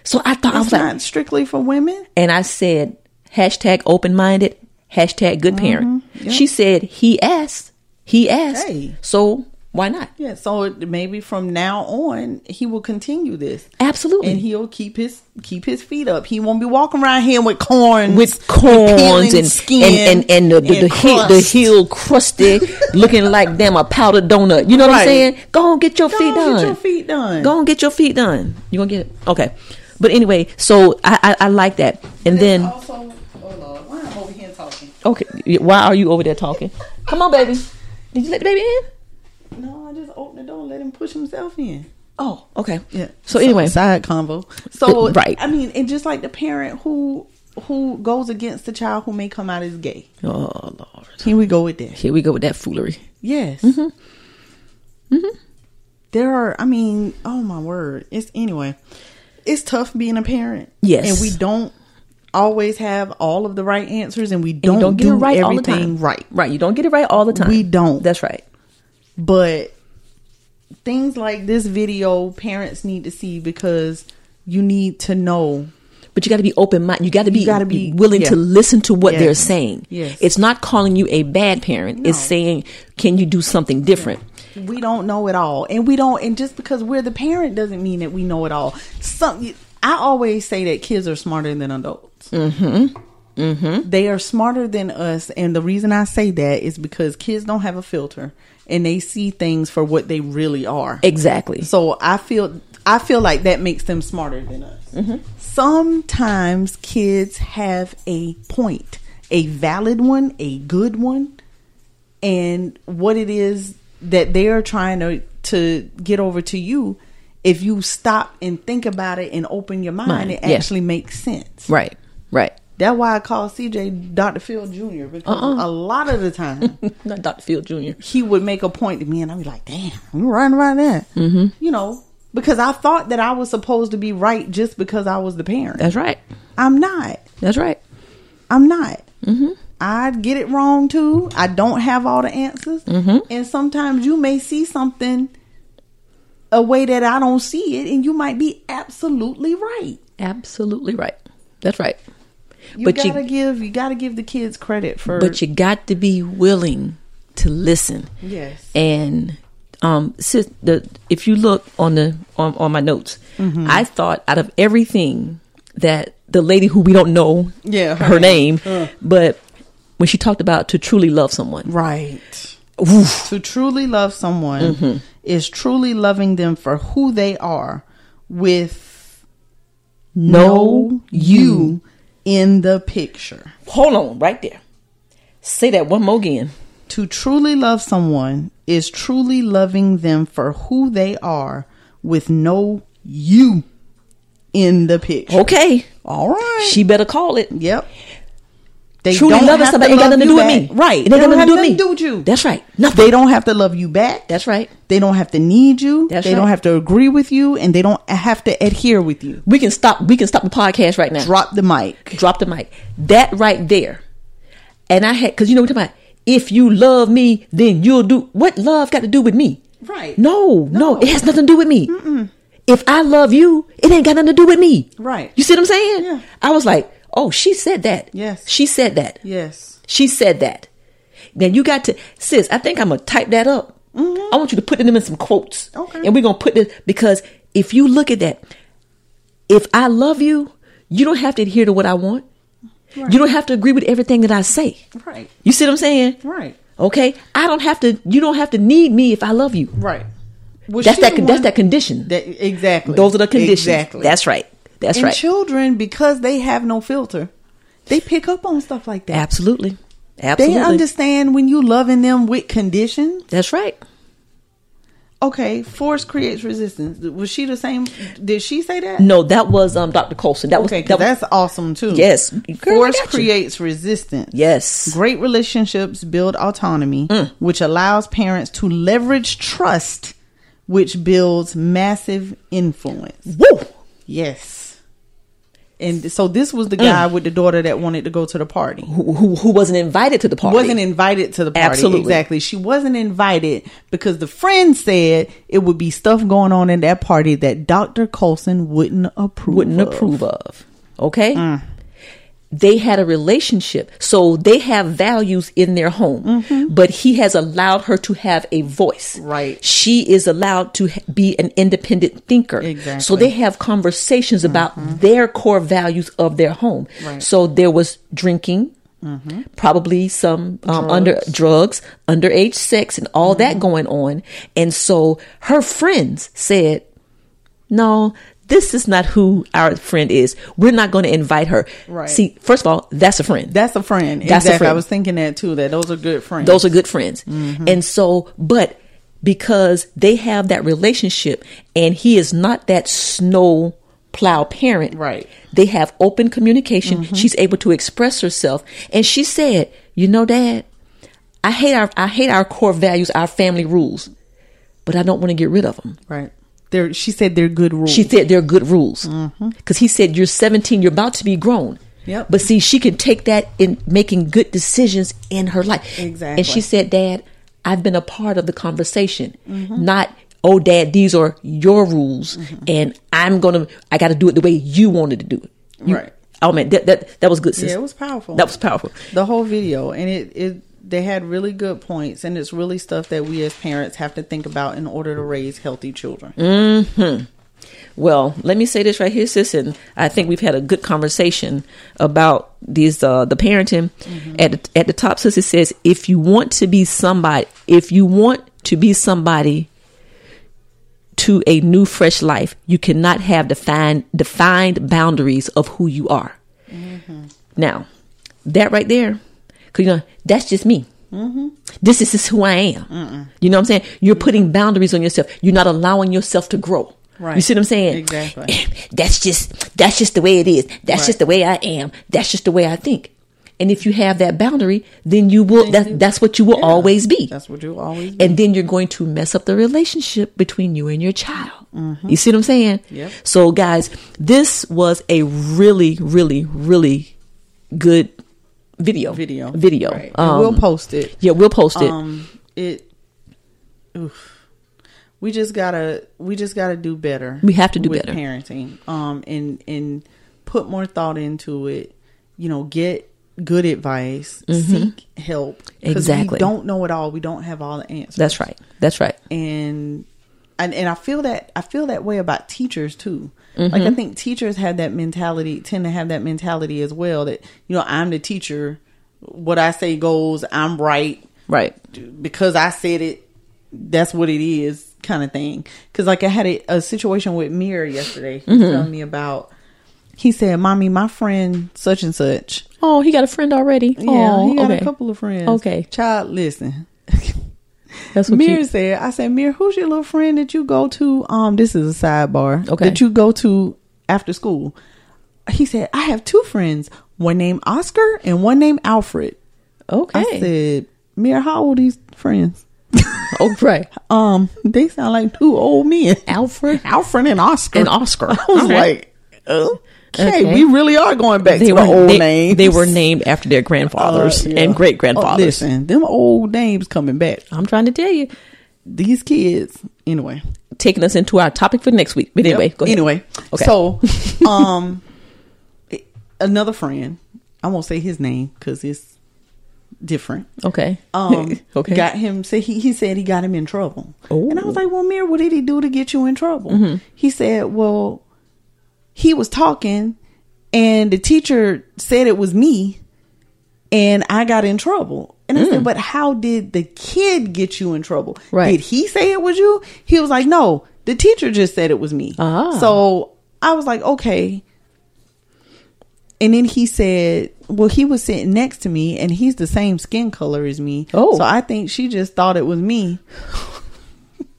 Speaker 5: So I thought I was
Speaker 6: it's
Speaker 5: like
Speaker 6: not strictly for women.
Speaker 5: and I said, hashtag open minded, hashtag good
Speaker 6: Mm-hmm.
Speaker 5: parent. She said, he asked. He asked.
Speaker 6: Hey.
Speaker 5: So why not?
Speaker 6: Yeah, so it- maybe from now on he will continue this,
Speaker 5: Absolutely.
Speaker 6: and he'll keep his keep his feet up. He won't be walking around here with corns,
Speaker 5: with
Speaker 6: peeling
Speaker 5: corns and, and and and the, the,
Speaker 6: and
Speaker 5: the, heel, the
Speaker 6: crust.
Speaker 5: heel
Speaker 6: *laughs*
Speaker 5: crusty, looking like damn a powdered donut. You know what I'm
Speaker 6: Right.
Speaker 5: saying? Go on, get your
Speaker 6: Go
Speaker 5: feet
Speaker 6: on,
Speaker 5: done.
Speaker 6: get your feet done.
Speaker 5: Go on, get your feet done. You gonna get it? Okay. But anyway, so I I, I like that. And then
Speaker 6: Also, oh Lord, why I'm over here talking?
Speaker 5: okay, why are you over there talking? Come on, baby. Did you let the baby in?
Speaker 6: No, I just opened the door, let him push himself in.
Speaker 5: Oh, okay.
Speaker 6: Yeah.
Speaker 5: So anyway,
Speaker 6: side convo. So
Speaker 5: Uh, right.
Speaker 6: I mean, and just like the parent who who goes against the child who may come out as gay.
Speaker 5: oh lord,
Speaker 6: Here we go with this.
Speaker 5: here we go with that foolery.
Speaker 6: Yes.
Speaker 5: Mm-hmm.
Speaker 6: There are, I mean, oh my word. It's anyway, it's tough being a parent.
Speaker 5: Yes.
Speaker 6: And we don't always have all of the right answers and we don't,
Speaker 5: you don't get
Speaker 6: do
Speaker 5: it right all the
Speaker 6: everything
Speaker 5: time.
Speaker 6: right.
Speaker 5: right. You don't get it right all the time.
Speaker 6: We don't.
Speaker 5: That's right.
Speaker 6: But things like this video, parents need to see because you need to know.
Speaker 5: But you got to be open minded. You got to be,
Speaker 6: gotta be-
Speaker 5: willing
Speaker 6: yeah.
Speaker 5: to listen to what
Speaker 6: Yes.
Speaker 5: they're saying.
Speaker 6: Yes.
Speaker 5: It's not calling you a bad parent. It's saying, can you do something different?
Speaker 6: We don't know it all. And we don't, and just because we're the parent doesn't mean that we know it all. Some, I always say that kids are smarter than adults. they are smarter than us and the reason i say that is because kids don't have a filter and they see things for what they really are
Speaker 5: Exactly.
Speaker 6: so i feel i feel like that makes them smarter than us sometimes kids have a point a valid one a good one and what it is that they are trying to to get over to you if you stop and think about it and open your mind,
Speaker 5: Mind,
Speaker 6: it
Speaker 5: yeah.
Speaker 6: actually makes sense
Speaker 5: Right.
Speaker 6: *laughs*
Speaker 5: Right.
Speaker 6: that's why I call CJ Dr. Phil Jr. because a lot of the time
Speaker 5: Not Dr. Field Jr.
Speaker 6: he would make a point to me and I'd be like, damn, you're right about that. Mm-hmm. You know, because I thought that I was supposed to be right just because I was the parent.
Speaker 5: That's right.
Speaker 6: I'm not.
Speaker 5: That's right.
Speaker 6: I'm not. Mm-hmm. I get it wrong too. I don't have all the answers.
Speaker 5: Mm-hmm.
Speaker 6: And sometimes you may see something a way that I don't see it and you might be absolutely right.
Speaker 5: Absolutely right. That's right.
Speaker 6: You
Speaker 5: But you-
Speaker 6: gotta give you gotta give the kids credit for
Speaker 5: But you got to be willing to listen.
Speaker 6: Yes.
Speaker 5: And um, sis, the if you look on the on, on my notes,
Speaker 6: Mm-hmm.
Speaker 5: I thought out of everything that the lady who we don't know,
Speaker 6: Yeah,
Speaker 5: her,
Speaker 6: her Uh.
Speaker 5: name, but when she talked about to truly love someone,
Speaker 6: Right. To truly love someone
Speaker 5: Mm-hmm.
Speaker 6: is truly loving them for who they are with
Speaker 5: know Oh, you.
Speaker 6: you in the picture.
Speaker 5: Hold on, right there. Say that one more again.
Speaker 6: To truly love someone is truly loving them for who they are with no you in the picture.
Speaker 5: Okay,
Speaker 6: All right.
Speaker 5: she better call it.
Speaker 6: yep. They
Speaker 5: truly
Speaker 6: don't
Speaker 5: loving
Speaker 6: have
Speaker 5: somebody ain't got
Speaker 6: love
Speaker 5: nothing to do with
Speaker 6: you
Speaker 5: me.
Speaker 6: back.
Speaker 5: Right. It ain't
Speaker 6: They
Speaker 5: got
Speaker 6: don't
Speaker 5: nothing
Speaker 6: have
Speaker 5: to do with me.
Speaker 6: with you.
Speaker 5: That's right. Nothing.
Speaker 6: They don't have to love you back.
Speaker 5: That's right.
Speaker 6: They don't have to need you.
Speaker 5: That's
Speaker 6: they
Speaker 5: right.
Speaker 6: don't have to agree with you, and they don't have to adhere with you.
Speaker 5: We can stop we can stop the podcast right now.
Speaker 6: Drop the mic.
Speaker 5: drop the mic. That right there. And I had because you know what I'm talking about. If you love me, then you'll do what love got to do with me.
Speaker 6: Right.
Speaker 5: No, no, it has nothing to do with me. If I love you, it ain't got nothing to do with me.
Speaker 6: Right.
Speaker 5: You see what I'm saying?
Speaker 6: Yeah.
Speaker 5: I was like, oh, she said that.
Speaker 6: Yes.
Speaker 5: She said that.
Speaker 6: Yes.
Speaker 5: She said that. Now you got to, sis. I think I'm gonna type that up. I want you to put them in some quotes,
Speaker 6: Mm-hmm. Okay.
Speaker 5: and we're gonna put this because if you look at that, if I love you, you don't have to adhere to what I want. You don't have to agree with everything that I say.
Speaker 6: Right.
Speaker 5: You see what I'm saying?
Speaker 6: Right.
Speaker 5: Okay. I don't have to. You don't have to need me if I love you.
Speaker 6: Right. Was
Speaker 5: That's
Speaker 6: she
Speaker 5: that.
Speaker 6: the
Speaker 5: That's
Speaker 6: one-
Speaker 5: that condition.
Speaker 6: That, exactly.
Speaker 5: Those are the conditions.
Speaker 6: Exactly.
Speaker 5: That's right. That's
Speaker 6: and
Speaker 5: right.
Speaker 6: children, because they have no filter, they pick up on stuff like that.
Speaker 5: Absolutely.
Speaker 6: They
Speaker 5: Absolutely.
Speaker 6: understand when you loving them with condition.
Speaker 5: That's right.
Speaker 6: Okay, force creates resistance. Was she the same? Did she say that?
Speaker 5: No, that was um Dr. Colson. That
Speaker 6: Okay,
Speaker 5: was
Speaker 6: 'cause
Speaker 5: that was-
Speaker 6: that's awesome too.
Speaker 5: Yes. Girl, I
Speaker 6: force
Speaker 5: got you.
Speaker 6: creates resistance.
Speaker 5: Yes.
Speaker 6: Great relationships build autonomy,
Speaker 5: Mm.
Speaker 6: which allows parents to leverage trust, which builds massive influence.
Speaker 5: Woo!
Speaker 6: Yes. And so this was
Speaker 5: Mm.
Speaker 6: the guy with the daughter that wanted to go to the party.
Speaker 5: Who, who, who wasn't invited to the party?
Speaker 6: Wasn't invited to the party.
Speaker 5: Absolutely.
Speaker 6: Exactly. She wasn't invited because the friend said it would be stuff going on in that party that Dr. Colson wouldn't approve
Speaker 5: wouldn't
Speaker 6: of. Mm.
Speaker 5: approve of. Okay? They had a relationship. So they have values in their home. But he has allowed her to have a voice.
Speaker 6: Mm-hmm. Right.
Speaker 5: She is allowed to ha- be an independent thinker. So
Speaker 6: Exactly. Mm-hmm.
Speaker 5: they have conversations about their core values of their home.
Speaker 6: Right. Mm-hmm.
Speaker 5: So there was drinking. Probably some um, under drugs, underage sex, and all that
Speaker 6: Mm-hmm.
Speaker 5: going on. And so her friends said, no, this is not who our friend is. We're not going to invite her.
Speaker 6: Right.
Speaker 5: See, first of all, that's a friend.
Speaker 6: That's a friend.
Speaker 5: That's a
Speaker 6: exactly. I
Speaker 5: friend.
Speaker 6: was thinking that too, that those are good friends.
Speaker 5: Those are good friends.
Speaker 6: Mm-hmm.
Speaker 5: And so, but because they have that relationship and he is not that snow plow parent.
Speaker 6: Right. Mm-hmm.
Speaker 5: They have open communication. She's able to express herself. And she said, "You know, dad, I hate our I hate our core values, our family rules, but I don't want to get rid of them."
Speaker 6: Right. They're, she said they're good rules.
Speaker 5: She said they're good rules because he said you're 17, you're about to be grown.
Speaker 6: Mm-hmm. Yep.
Speaker 5: But see, she can take that in making good decisions in her life.
Speaker 6: Exactly.
Speaker 5: And she said, "Dad, I've been a part of the conversation,
Speaker 6: Mm-hmm.
Speaker 5: not." Oh, Dad, these are your rules, and I'm gonna. I got to do it the way you wanted to do it. You-
Speaker 6: Right.
Speaker 5: Oh man, that that, that was good. Sis.
Speaker 6: Yeah, it was powerful.
Speaker 5: That was powerful.
Speaker 6: the whole video and it, it they had really good points and it's really stuff that we as parents have to think about in order to raise healthy children
Speaker 5: Mm. Well, let me say this right here, sis, and I think we've had a good conversation about these uh, the parenting. At the, at the top, sis, it says, if you want to be somebody, if you want to be somebody to a new, fresh life, you cannot have defined defined boundaries of who you are. Now, that right there, because you know that's just me. This is just who I am. You know what I'm saying? You're putting boundaries on yourself. You're not allowing yourself to grow.
Speaker 6: Right.
Speaker 5: You see what I'm saying?
Speaker 6: Exactly.
Speaker 5: that's just that's just the way it is. That's
Speaker 6: Right.
Speaker 5: just the way I am. That's just the way I think. And if you have that boundary, then you will. That, that's what you will always be.
Speaker 6: that's what you always
Speaker 5: And then you're going to mess up the relationship between you and your child. You see what I'm saying?
Speaker 6: Mm-hmm. Yep.
Speaker 5: So, guys, this was a really, really, really good video.
Speaker 6: video
Speaker 5: Video.
Speaker 6: Right. And
Speaker 5: Um,
Speaker 6: we'll post it
Speaker 5: Yeah, we'll post it.
Speaker 6: um it oof. we just gotta we just gotta do better
Speaker 5: We have to do
Speaker 6: with
Speaker 5: better.
Speaker 6: parenting um and and put more thought into it you know get good advice seek help 'Cause
Speaker 5: Mm-hmm. Exactly.
Speaker 6: we don't know it all we don't have all the answers
Speaker 5: That's right. That's right.
Speaker 6: and and, and I feel that I feel that way about teachers too. Like
Speaker 10: Mm-hmm.
Speaker 6: I think teachers have that mentality, tend to have that mentality as well. That you know, I'm the teacher. What I say goes. I'm right
Speaker 5: Right.
Speaker 6: because I said it. That's what it is, kind of thing. Because like I had a, a situation with Mir yesterday. He was
Speaker 10: Mm-hmm.
Speaker 6: telling me about. He said, "Mommy, my friend such and such.
Speaker 10: Oh, he got a friend already.
Speaker 6: Yeah,
Speaker 10: oh,
Speaker 6: he got
Speaker 10: okay.
Speaker 6: a couple of friends.
Speaker 10: Okay.
Speaker 6: child, listen."
Speaker 10: That's what
Speaker 6: Mir
Speaker 10: you.
Speaker 6: said, I said, Mir, who's your little friend that you go to? Um, this is a sidebar.
Speaker 5: Okay.
Speaker 6: That you go to after school. He said, I have two friends. one named Oscar and one named Alfred. I
Speaker 5: Okay.
Speaker 6: said, Mira, how old are these friends?
Speaker 5: Oh, right.
Speaker 6: Um, they sound like two old men.
Speaker 5: Alfred
Speaker 6: Alfred and Oscar.
Speaker 5: and Oscar.
Speaker 6: *laughs* I was
Speaker 5: Okay.
Speaker 6: Oh, like, okay,
Speaker 5: Okay.
Speaker 6: we really are going back
Speaker 5: they
Speaker 6: to
Speaker 5: were
Speaker 6: the old
Speaker 5: they,
Speaker 6: names.
Speaker 5: they were named after their grandfathers
Speaker 6: Uh, yeah.
Speaker 5: and great
Speaker 6: Oh,
Speaker 5: grandfathers.
Speaker 6: listen, them old names coming back.
Speaker 5: I'm trying to tell you,
Speaker 6: These kids, anyway.
Speaker 5: taking us into our topic for next week. But anyway,
Speaker 6: Yep.
Speaker 5: go ahead.
Speaker 6: Anyway,
Speaker 5: Okay. *laughs*
Speaker 6: so um, it- another friend. I won't say his name because it's different.
Speaker 5: okay,
Speaker 6: Um,
Speaker 5: *laughs* okay,
Speaker 6: got him. Say he, he said he got him in trouble,
Speaker 5: Oh. Mm-hmm.
Speaker 6: and I was like, "Well, Mir, what did he do to get you in trouble?" He said, "Well, he was talking, and the teacher said it was me, and I got in trouble." And I said, "But how did the kid get you in trouble?
Speaker 5: Right.
Speaker 6: Did he say it was you?" He was like, "No, the teacher just said it was me."
Speaker 5: Ah.
Speaker 6: So I was like, "Okay." And then he said, "Well, he was sitting next to me, and he's the same skin color as me.
Speaker 5: Oh.
Speaker 6: so I think she just thought it was
Speaker 5: *laughs*
Speaker 6: me."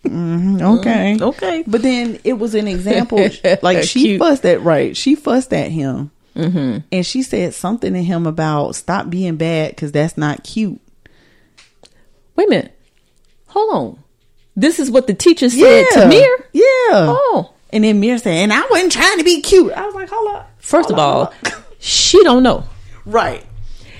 Speaker 6: Mhm, okay,
Speaker 5: Mm, okay.
Speaker 6: But then it was
Speaker 5: *laughs*
Speaker 6: an example, like she
Speaker 5: Cute. Mm-hmm.
Speaker 6: fussed at right. She fussed at him, and she said something to him about stop being bad because that's not cute.
Speaker 5: Wait a minute. Hold on. This is what the teacher said to Mir.
Speaker 6: yeah.
Speaker 5: Oh,
Speaker 6: And then Mir said, "And I wasn't trying to be cute." I was like, "Hold up."
Speaker 5: first
Speaker 6: hold
Speaker 5: of all,
Speaker 6: up, hold up."
Speaker 5: she don't know,
Speaker 6: right?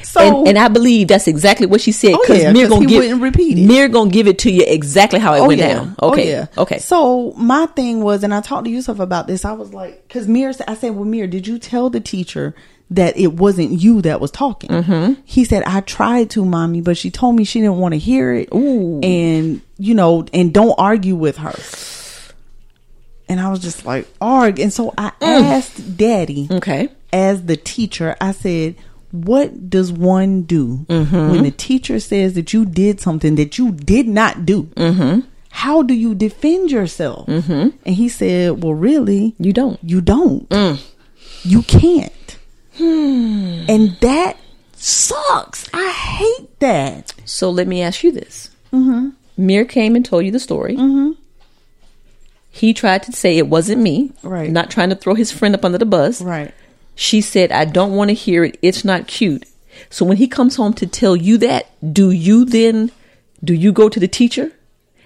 Speaker 6: So
Speaker 5: and, and I believe that's exactly what she said
Speaker 6: Oh,
Speaker 5: because
Speaker 6: yeah,
Speaker 5: Mir
Speaker 6: 'cause
Speaker 5: gonna
Speaker 6: he
Speaker 5: give
Speaker 6: wouldn't repeat it. Oh,
Speaker 5: Mir gonna give it to you exactly how it went down. Okay, okay.
Speaker 6: So my thing was, and I talked to Yusuf about this. I was like, because Mir, sa- I said, "Well, Mir, did you tell the teacher that it wasn't you that was talking?"
Speaker 5: Mm-hmm.
Speaker 6: He said, "I tried to, mommy, but she told me she didn't want to hear it, and you know, and don't argue with her." And I was just like, "Arg!" And so I
Speaker 5: Mm.
Speaker 6: asked Daddy,
Speaker 5: Okay.
Speaker 6: as the teacher, I said, what does one do when the teacher says that you did something that you did not do? Mm-hmm. How do you defend yourself? Mm-hmm. And he said, well, really,
Speaker 5: you don't.
Speaker 6: you don't.
Speaker 5: Mm.
Speaker 6: You can't.
Speaker 5: Hmm.
Speaker 6: And that sucks. I hate that.
Speaker 5: So let me ask you this. Mm-hmm. Mir came and told you the story. Mm-hmm. He tried to say it wasn't me.
Speaker 6: Right.
Speaker 5: Not trying to throw his friend up under the bus.
Speaker 6: Right.
Speaker 5: She said, I don't want to hear it. It's not cute. So when he comes home to tell you that, do you then, do you go to the teacher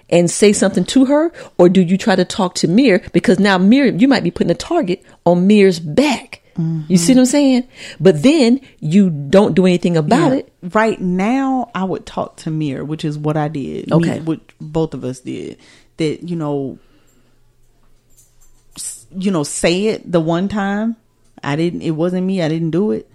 Speaker 5: and say something to her? Or do you try to talk to Mir? Because now Mir, you might be putting a target on Mir's back. You see what I'm saying? But then you don't do anything about it.
Speaker 6: Right now, I would talk to Mir, which is what I did. Me-
Speaker 5: Okay.
Speaker 6: which both of us did. That you know, s- you know, say it the one time. I didn't. It wasn't me. I didn't do it.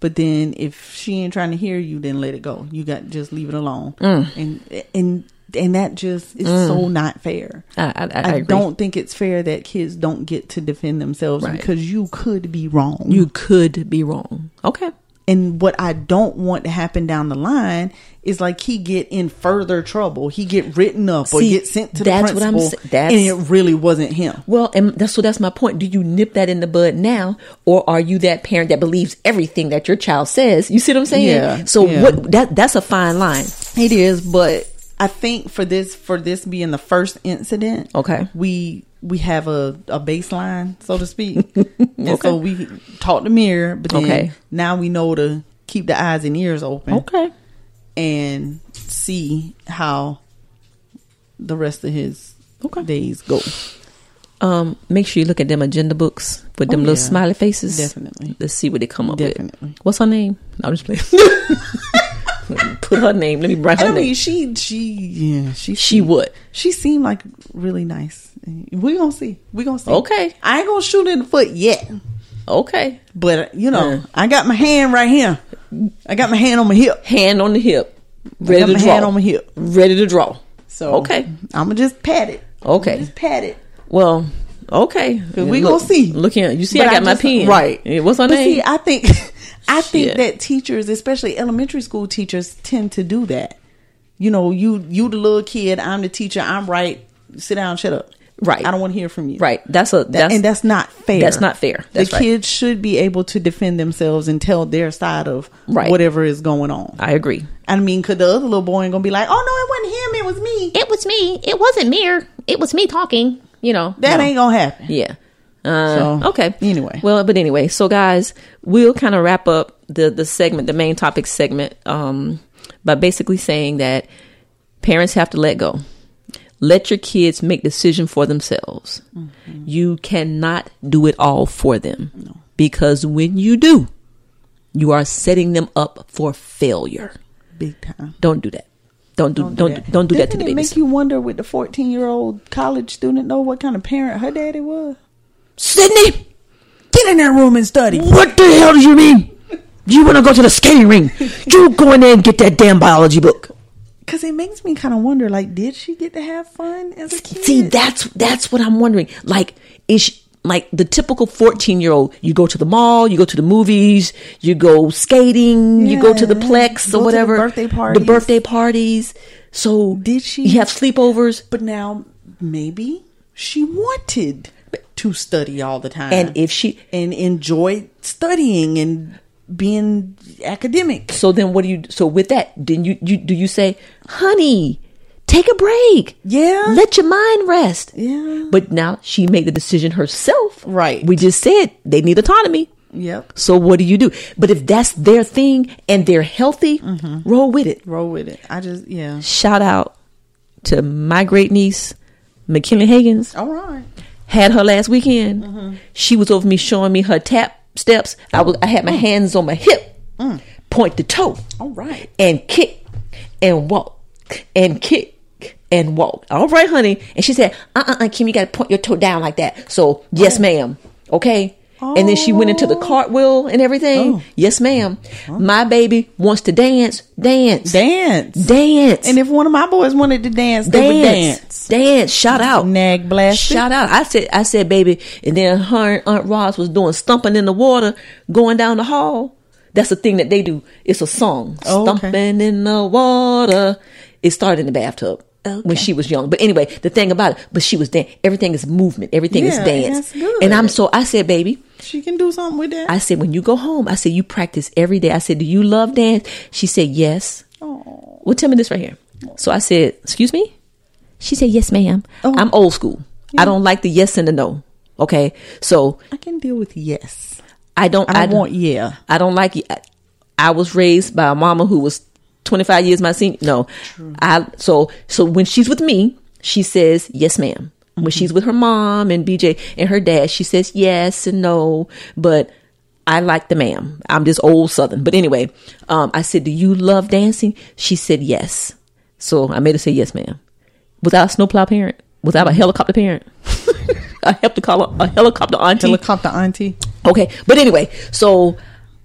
Speaker 6: But then, if she ain't trying to hear you, then let it go. You got just leave it alone.
Speaker 5: Mm.
Speaker 6: And and and that just is so not fair.
Speaker 5: I- Mm. I- I agree.
Speaker 6: don't think it's fair that kids don't get to defend themselves
Speaker 5: Right.
Speaker 6: because you could be wrong
Speaker 5: You could be wrong. Okay.
Speaker 6: and what I don't want to happen down the line is like he get in further trouble. He get written up or
Speaker 5: See,
Speaker 6: get sent to
Speaker 5: that's
Speaker 6: the
Speaker 5: what I'm
Speaker 6: principal,
Speaker 5: sa- that's-
Speaker 6: and it really wasn't him.
Speaker 5: Well, and that's so that's my point. Do you nip that in the bud now, or are you that parent that believes everything that your child says? You see what I'm saying?
Speaker 6: Yeah,
Speaker 5: So
Speaker 6: yeah.
Speaker 5: what that that's a fine line.
Speaker 6: It is, but I think for this for this being the first incident,
Speaker 5: Okay.
Speaker 6: we we have a, a baseline, so
Speaker 5: *laughs*
Speaker 6: to speak. and so we talk the mirror, but then
Speaker 5: Okay.
Speaker 6: now we know to keep the eyes and ears open
Speaker 5: Okay.
Speaker 6: and see how the rest of his
Speaker 5: Okay.
Speaker 6: days go.
Speaker 5: Um, make sure you look at them agenda books with them
Speaker 6: Oh,
Speaker 5: little
Speaker 6: yeah.
Speaker 5: smiley faces.
Speaker 6: Definitely.
Speaker 5: Let's see what they come up
Speaker 6: Definitely.
Speaker 5: with. What's her name? No, I'm just playing. Let
Speaker 6: *laughs*
Speaker 5: me *laughs* Put her name. Let me write her
Speaker 6: I mean,
Speaker 5: name.
Speaker 6: she she yeah she
Speaker 5: She would.
Speaker 6: She seemed like really nice. We gonna see. We gonna see.
Speaker 5: Okay.
Speaker 6: I ain't gonna shoot in the foot yet,
Speaker 5: Okay.
Speaker 6: but uh, you know,
Speaker 5: Yeah.
Speaker 6: I got my hand right here. I got my hand on my hip.
Speaker 5: Hand on the hip.
Speaker 6: I
Speaker 5: Ready
Speaker 6: got
Speaker 5: to
Speaker 6: my
Speaker 5: draw.
Speaker 6: hand on my hip.
Speaker 5: Ready to draw.
Speaker 6: So
Speaker 5: Okay.
Speaker 6: I'm gonna just pat it.
Speaker 5: Okay.
Speaker 6: just pat it.
Speaker 5: Well, okay.
Speaker 6: we
Speaker 5: Look-
Speaker 6: gonna see.
Speaker 5: Look here. You see,
Speaker 6: But
Speaker 5: I got my
Speaker 6: just-
Speaker 5: pen.
Speaker 6: Right.
Speaker 5: Yeah, What's her
Speaker 6: but
Speaker 5: name?
Speaker 6: See, I think, *laughs* I think
Speaker 5: Shit.
Speaker 6: that teachers, especially elementary school teachers, tend to do that. You know, you you the little kid. I'm the teacher. I'm right. Sit down. Shut up.
Speaker 5: Right.
Speaker 6: I don't want to hear from you.
Speaker 5: right. That's a that's
Speaker 6: and that's not fair.
Speaker 5: that's not fair. That's
Speaker 6: the
Speaker 5: right.
Speaker 6: kids should be able to defend themselves and tell their side of
Speaker 5: Right.
Speaker 6: whatever is going on.
Speaker 5: I agree.
Speaker 6: I mean, could the other little boy ain't gonna be like, "Oh no, it wasn't him. It was me."
Speaker 11: It was me. It wasn't Mir. It was me talking. You know.
Speaker 6: That ain't gonna happen.
Speaker 5: Yeah.
Speaker 6: so
Speaker 2: Okay.
Speaker 6: Anyway,
Speaker 2: Well, but anyway, so guys, we'll kind of wrap up the the segment, the main topic segment, um, by basically saying that parents have to let go. Let your kids make decision for themselves.
Speaker 6: Mm-hmm.
Speaker 2: You cannot do it all for them because when you do, you are setting them up for failure.
Speaker 6: big time.
Speaker 2: Don't do that. Don't do don't do not do not do that to the
Speaker 6: Doesn't it
Speaker 2: babies.
Speaker 6: make you wonder? Would the fourteen-year-old college student know what kind of parent her daddy was?
Speaker 2: Sydney,
Speaker 6: Get in that room and study.
Speaker 5: What the hell do you mean? You want to go to the skating ring? You go in there and get that damn biology book.
Speaker 6: Because it makes me kind of wonder. Like, did she get to have fun as a kid?
Speaker 5: See, that's that's what I'm wondering. Like, is she- like the typical 14 year old? You go to the mall, you go to the movies, you go skating, you go to the
Speaker 6: Yeah.
Speaker 5: plex or
Speaker 6: Go to the
Speaker 5: whatever.
Speaker 6: birthday
Speaker 5: The
Speaker 6: parties.
Speaker 5: birthday parties. So
Speaker 6: Did she-
Speaker 5: You have sleepovers,
Speaker 6: But now maybe she wanted to study all the time
Speaker 5: and if she,
Speaker 6: and enjoy studying and being academic.
Speaker 5: so then what do you? So with that, then you you do you say, honey, take a break.
Speaker 6: Yeah.
Speaker 5: let your mind rest.
Speaker 6: Yeah.
Speaker 5: But now she made the decision herself.
Speaker 6: Right.
Speaker 5: We just said they need autonomy.
Speaker 6: Yep.
Speaker 5: So what do you do? But if that's their thing and they're healthy, roll with it.
Speaker 6: Roll with it. I just yeah.
Speaker 5: Shout out to my great niece, McKinley Higgins.
Speaker 6: All right.
Speaker 5: Had her last weekend. She was over me showing me her tap steps. I was I had my hands on my hip, point the toe,
Speaker 6: All right.
Speaker 5: and kick and walk and kick. And walk. All right, honey. And she said, uh uh uh, Kim, you got to point your toe down like that. So, yes,
Speaker 6: Oh.
Speaker 5: ma'am. Okay. And then she went into the cartwheel and everything.
Speaker 6: Oh.
Speaker 5: Yes, ma'am. My baby wants to dance. Dance.
Speaker 6: Dance.
Speaker 5: Dance.
Speaker 6: And if one of my boys wanted to dance, they would
Speaker 5: dance.
Speaker 6: dance.
Speaker 5: Dance. Shout out.
Speaker 6: Nag blast.
Speaker 5: Shout out. I said, I said, baby. And then her and Aunt Ross was doing stumping in the water, going down the hall. That's the thing that they do. It's a song.
Speaker 6: Oh, okay.
Speaker 5: Stumping in the water. It started in the bathtub. When she was young, but anyway, the thing about it, but she was dan Everything is movement. Everything is
Speaker 6: Yeah,
Speaker 5: dance.
Speaker 6: that's good.
Speaker 5: And I'm so. I said, baby.
Speaker 6: She can do something with that.
Speaker 5: I said, when you go home, I said you practice every day. I said, do you love dance? She said, yes.
Speaker 6: oh.
Speaker 5: Well, tell me this right here. So I said, "Excuse me." She said, "Yes, ma'am." I'm old school. I don't like the yes and the no. Okay, so
Speaker 6: I can deal with yes.
Speaker 5: I don't.
Speaker 6: I don't want yeah.
Speaker 5: I don't like. I, I was raised by a mama who was 25 years my senior. No, I. So so when she's with me, she says, "Yes, ma'am."
Speaker 6: Mm-hmm.
Speaker 5: When she's with her mom and BJ and her dad, she says yes and no, but. I like the ma'am. I'm just old Southern. But anyway, um, I said, Do you love dancing? She said, Yes. So I made her say yes, ma'am. Without a snowplow parent, without a helicopter parent, *laughs* a helicopter, a helicopter auntie,
Speaker 6: Helicopter auntie.
Speaker 5: Okay, but anyway, so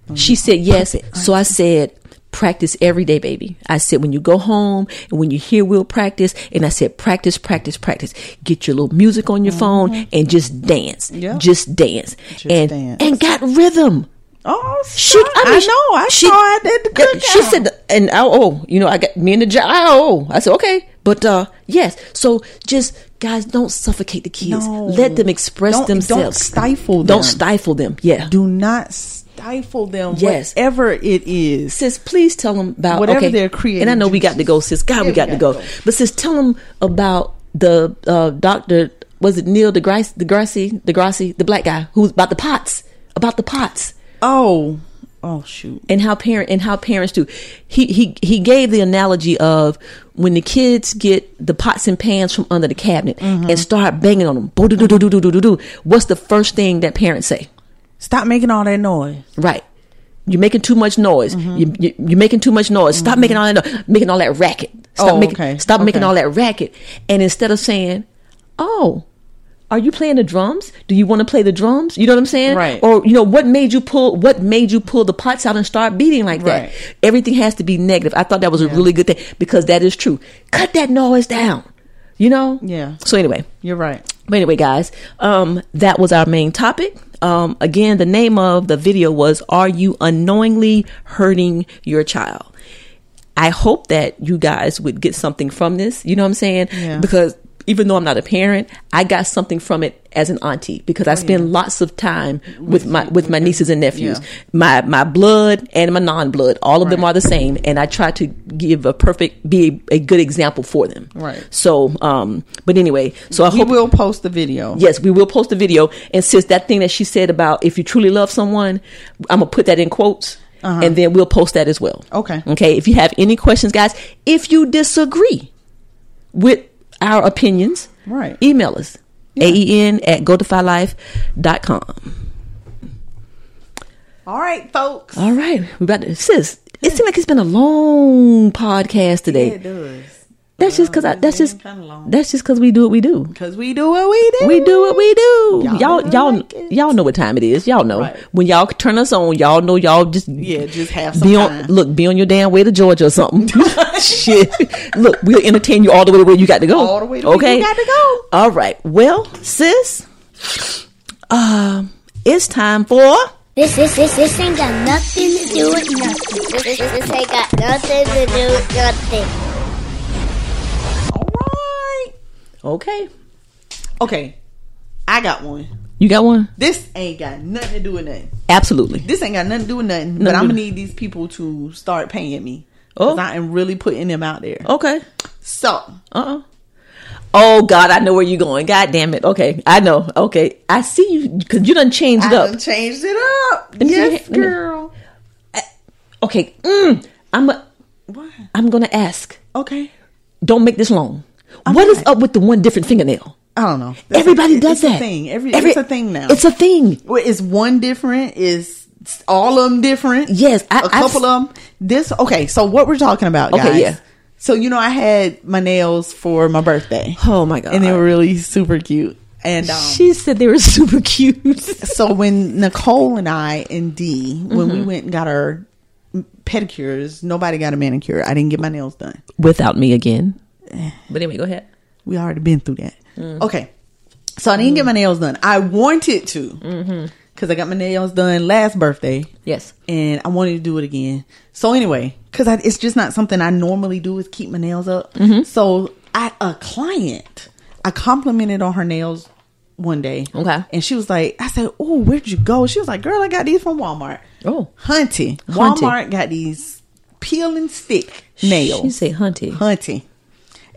Speaker 6: Mm-hmm.
Speaker 5: she said yes. So I said, practice every day, baby. I said, when you go home and when you hear, we'll practice. And I said, practice, practice, practice. Get your little music on your phone and just dance,
Speaker 6: Mm-hmm. Yeah.
Speaker 5: just dance, and
Speaker 6: dance.
Speaker 5: and got rhythm.
Speaker 6: Oh,
Speaker 5: She, I, mean, she-
Speaker 6: know. I
Speaker 5: she-
Speaker 6: saw it at the
Speaker 5: yeah,
Speaker 6: cookout.
Speaker 5: She said, and I, oh, you know, I got me and the job. Oh, I said, okay, but uh, yes. So just guys, don't suffocate the kids.
Speaker 6: No.
Speaker 5: Let them express
Speaker 6: Don't- don't
Speaker 5: themselves.
Speaker 6: stifle
Speaker 5: Don't
Speaker 6: them.
Speaker 5: stifle them. Yeah.
Speaker 6: do not stifle them.
Speaker 5: Yes.
Speaker 6: whatever it is.
Speaker 5: sis, please tell them about
Speaker 6: Whatever
Speaker 5: okay.
Speaker 6: their creative
Speaker 5: And I know we got
Speaker 6: juices.
Speaker 5: to go, sis. God, we
Speaker 6: we
Speaker 5: got to go.
Speaker 6: gotta go.
Speaker 5: But sis, tell them about the uh, doctor. Was it Neil deGrasse, deGrasse, deGrasse, the black guy who's about the pots, about the pots,
Speaker 6: Oh, oh shoot.
Speaker 5: and how parent and how parents do. He he he gave the analogy of when the kids get the pots and pans from under the cabinet and start banging on them. Bo-do-do-do-do-do-do-do. What's the first thing that parents say?
Speaker 6: Stop making all that noise.
Speaker 5: Right. You're making too much noise.
Speaker 6: Mm-hmm.
Speaker 5: You, you, you're making too much noise. Stop making all that no- making all that racket. Stop
Speaker 6: Oh,
Speaker 5: making
Speaker 6: okay.
Speaker 5: stop making
Speaker 6: Okay.
Speaker 5: all that racket. And instead of saying, "Oh, are you playing the drums? Do you want to play the drums?" You know what I'm saying?
Speaker 6: Right.
Speaker 5: Or you know what made you pull what made you pull the pots out and start beating like
Speaker 6: Right.
Speaker 5: that? Everything has to be negative. I thought that was a really good thing because that is true. Cut that noise down. You know?
Speaker 6: Yeah.
Speaker 5: So anyway,
Speaker 6: You're right.
Speaker 5: but anyway, guys, um, that was our main topic. Um, again, the name of the video was Are You Unknowingly Hurting Your Child? I hope that you guys would get something from this. You know what I'm saying?
Speaker 6: Yeah.
Speaker 5: Because even though I'm not a parent, I got something from it as an auntie because I spend lots of time with my with my nieces and nephews.
Speaker 4: Yeah.
Speaker 5: My my blood and my non-blood, all of them are the same and I try to give a perfect be a, a good example for them.
Speaker 4: Right.
Speaker 5: So um but anyway, so I
Speaker 4: We
Speaker 5: hope
Speaker 4: will post the video.
Speaker 5: Yes, we will post the video. And sis, that thing that she said about if you truly love someone, I'm gonna put that in quotes, and then we'll post that as well.
Speaker 4: Uh-huh. Okay.
Speaker 5: Okay. If you have any questions, guys, if you disagree with our opinions,
Speaker 4: Right.
Speaker 5: email us aen at godifylife.com.
Speaker 4: All right, folks.
Speaker 5: All right, we about to sis. It seems like it's been a long podcast today.
Speaker 4: does.
Speaker 5: that's just because that's just
Speaker 4: kinda long.
Speaker 5: that's just because we do what we do.
Speaker 4: Because we do what we do.
Speaker 5: We do what we do.
Speaker 4: Y'all
Speaker 5: Y'all,
Speaker 4: know I
Speaker 5: y'all,
Speaker 4: like it.
Speaker 5: y'all know what time it is. Y'all know
Speaker 4: Right.
Speaker 5: when y'all turn us on. Y'all know y'all just
Speaker 4: Yeah, just have some
Speaker 5: be on.
Speaker 4: time.
Speaker 5: Look, be on your damn way to Georgia
Speaker 4: *laughs*
Speaker 5: or something. Shit. Look, we'll entertain you all the way to where you got to go.
Speaker 4: All the way to where you got to go.
Speaker 5: All right. Well, sis, um, it's time for
Speaker 12: This, this, this, this ain't got nothing to do with nothing. This, this, this ain't got nothing to do with nothing.
Speaker 4: All right.
Speaker 5: okay.
Speaker 4: Okay. I got one.
Speaker 5: You got one?
Speaker 4: This ain't got nothing to do with nothing.
Speaker 5: Absolutely.
Speaker 4: This ain't got nothing to do with nothing. but
Speaker 5: to
Speaker 4: I'm
Speaker 5: do-
Speaker 4: gonna need these people to start paying me.
Speaker 5: Oh.
Speaker 4: Cause I am really putting them out there.
Speaker 5: Okay.
Speaker 4: So
Speaker 5: Uh-uh. Oh God, I know where you're going. God damn it. Okay, I know. Okay, I see you because you done changed it
Speaker 4: I
Speaker 5: up.
Speaker 4: done changed it up.
Speaker 5: me see your
Speaker 4: yes,
Speaker 5: hand- let me-
Speaker 4: girl.
Speaker 5: Okay, mm, I'm a, I'm gonna ask.
Speaker 4: Okay.
Speaker 5: Don't make this long. What is up with the one different fingernail?
Speaker 4: I don't know.
Speaker 5: Everybody
Speaker 4: It's a-
Speaker 5: does
Speaker 4: it's
Speaker 5: that.
Speaker 4: A thing. Every,
Speaker 5: Every-
Speaker 4: it's a thing now.
Speaker 5: It's a thing.
Speaker 4: Well, it's one different. Is all of them different?
Speaker 5: Yes, I-
Speaker 4: a
Speaker 5: I've
Speaker 4: couple of them. This okay. So what we're talking about,
Speaker 5: Okay,
Speaker 4: guys?
Speaker 5: yeah.
Speaker 4: So you know, I had my nails for my birthday,
Speaker 5: Oh my god!
Speaker 4: and they were really super cute. And um,
Speaker 5: she said they were *laughs* super cute.
Speaker 4: so when Nicole and I and Dee, when
Speaker 5: Mm-hmm.
Speaker 4: we went and got our pedicures, nobody got a manicure. I didn't get my nails done.
Speaker 5: Without me again.
Speaker 4: Eh.
Speaker 5: But anyway, go ahead.
Speaker 4: We already been through that. Okay. So I didn't get my nails done. I wanted to because I got my nails done last birthday.
Speaker 5: Yes.
Speaker 4: and I wanted to do it again. So anyway, because it's just not something I normally do is keep my nails up. So I a client, I complimented on her nails one day.
Speaker 5: Okay.
Speaker 4: and she was like, I said, "Oh, where'd you go?" She was like, "Girl, I got these from Walmart."
Speaker 5: Oh.
Speaker 4: hunty,
Speaker 5: Hunty.
Speaker 4: Walmart got these peel and stick nails.
Speaker 5: She said, "Hunty."
Speaker 4: hunty.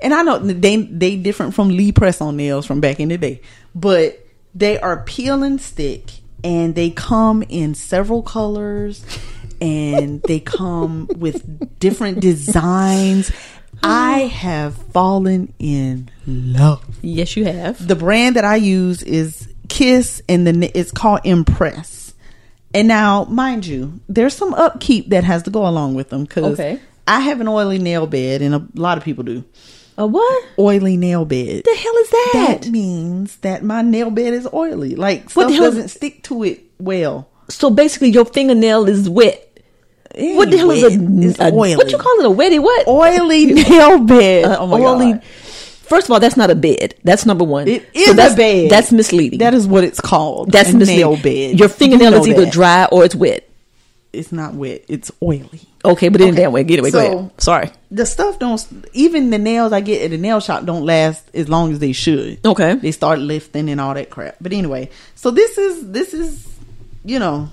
Speaker 4: And I know they they different from Lee press on nails from back in the day, but they are peel and stick, and they come in several colors, and they come with different designs. I have fallen in love.
Speaker 5: Yes, you have.
Speaker 4: The brand that I use is Kiss, and the n- it's called Impress. And now, mind you, there's some upkeep that has to go along with them because
Speaker 5: Okay.
Speaker 4: I have an oily nail bed, and a lot of people do
Speaker 5: A what?
Speaker 4: oily nail bed.
Speaker 5: The hell is that?
Speaker 4: That means that my nail bed is oily. Like stuff
Speaker 5: the hell-
Speaker 4: doesn't stick to it well.
Speaker 5: so basically, your fingernail is wet. What the hell is
Speaker 4: Anyway, it's
Speaker 5: a, a
Speaker 4: oily?
Speaker 5: what you call it? A wetty
Speaker 4: *laughs*
Speaker 5: what?
Speaker 4: oily nail bed?
Speaker 5: Uh,
Speaker 4: oh my
Speaker 5: oily-
Speaker 4: god!
Speaker 5: First of all, that's not a bed. That's number one.
Speaker 4: It
Speaker 5: So
Speaker 4: is
Speaker 5: that's,
Speaker 4: a bed.
Speaker 5: That's misleading.
Speaker 4: That is what it's called.
Speaker 5: that's
Speaker 4: a
Speaker 5: misleading.
Speaker 4: nail bed.
Speaker 5: Your
Speaker 4: You
Speaker 5: fingernail
Speaker 4: know
Speaker 5: is either
Speaker 4: that.
Speaker 5: dry or it's wet.
Speaker 4: It's not wet. It's oily.
Speaker 5: Okay, but in that way, get away. go
Speaker 4: So-
Speaker 5: ahead. Sorry.
Speaker 4: The stuff don't. Even the nails I get at the nail shop don't last as long as they should.
Speaker 5: Okay.
Speaker 4: They start lifting and all that crap. But anyway, so this is this is, you know,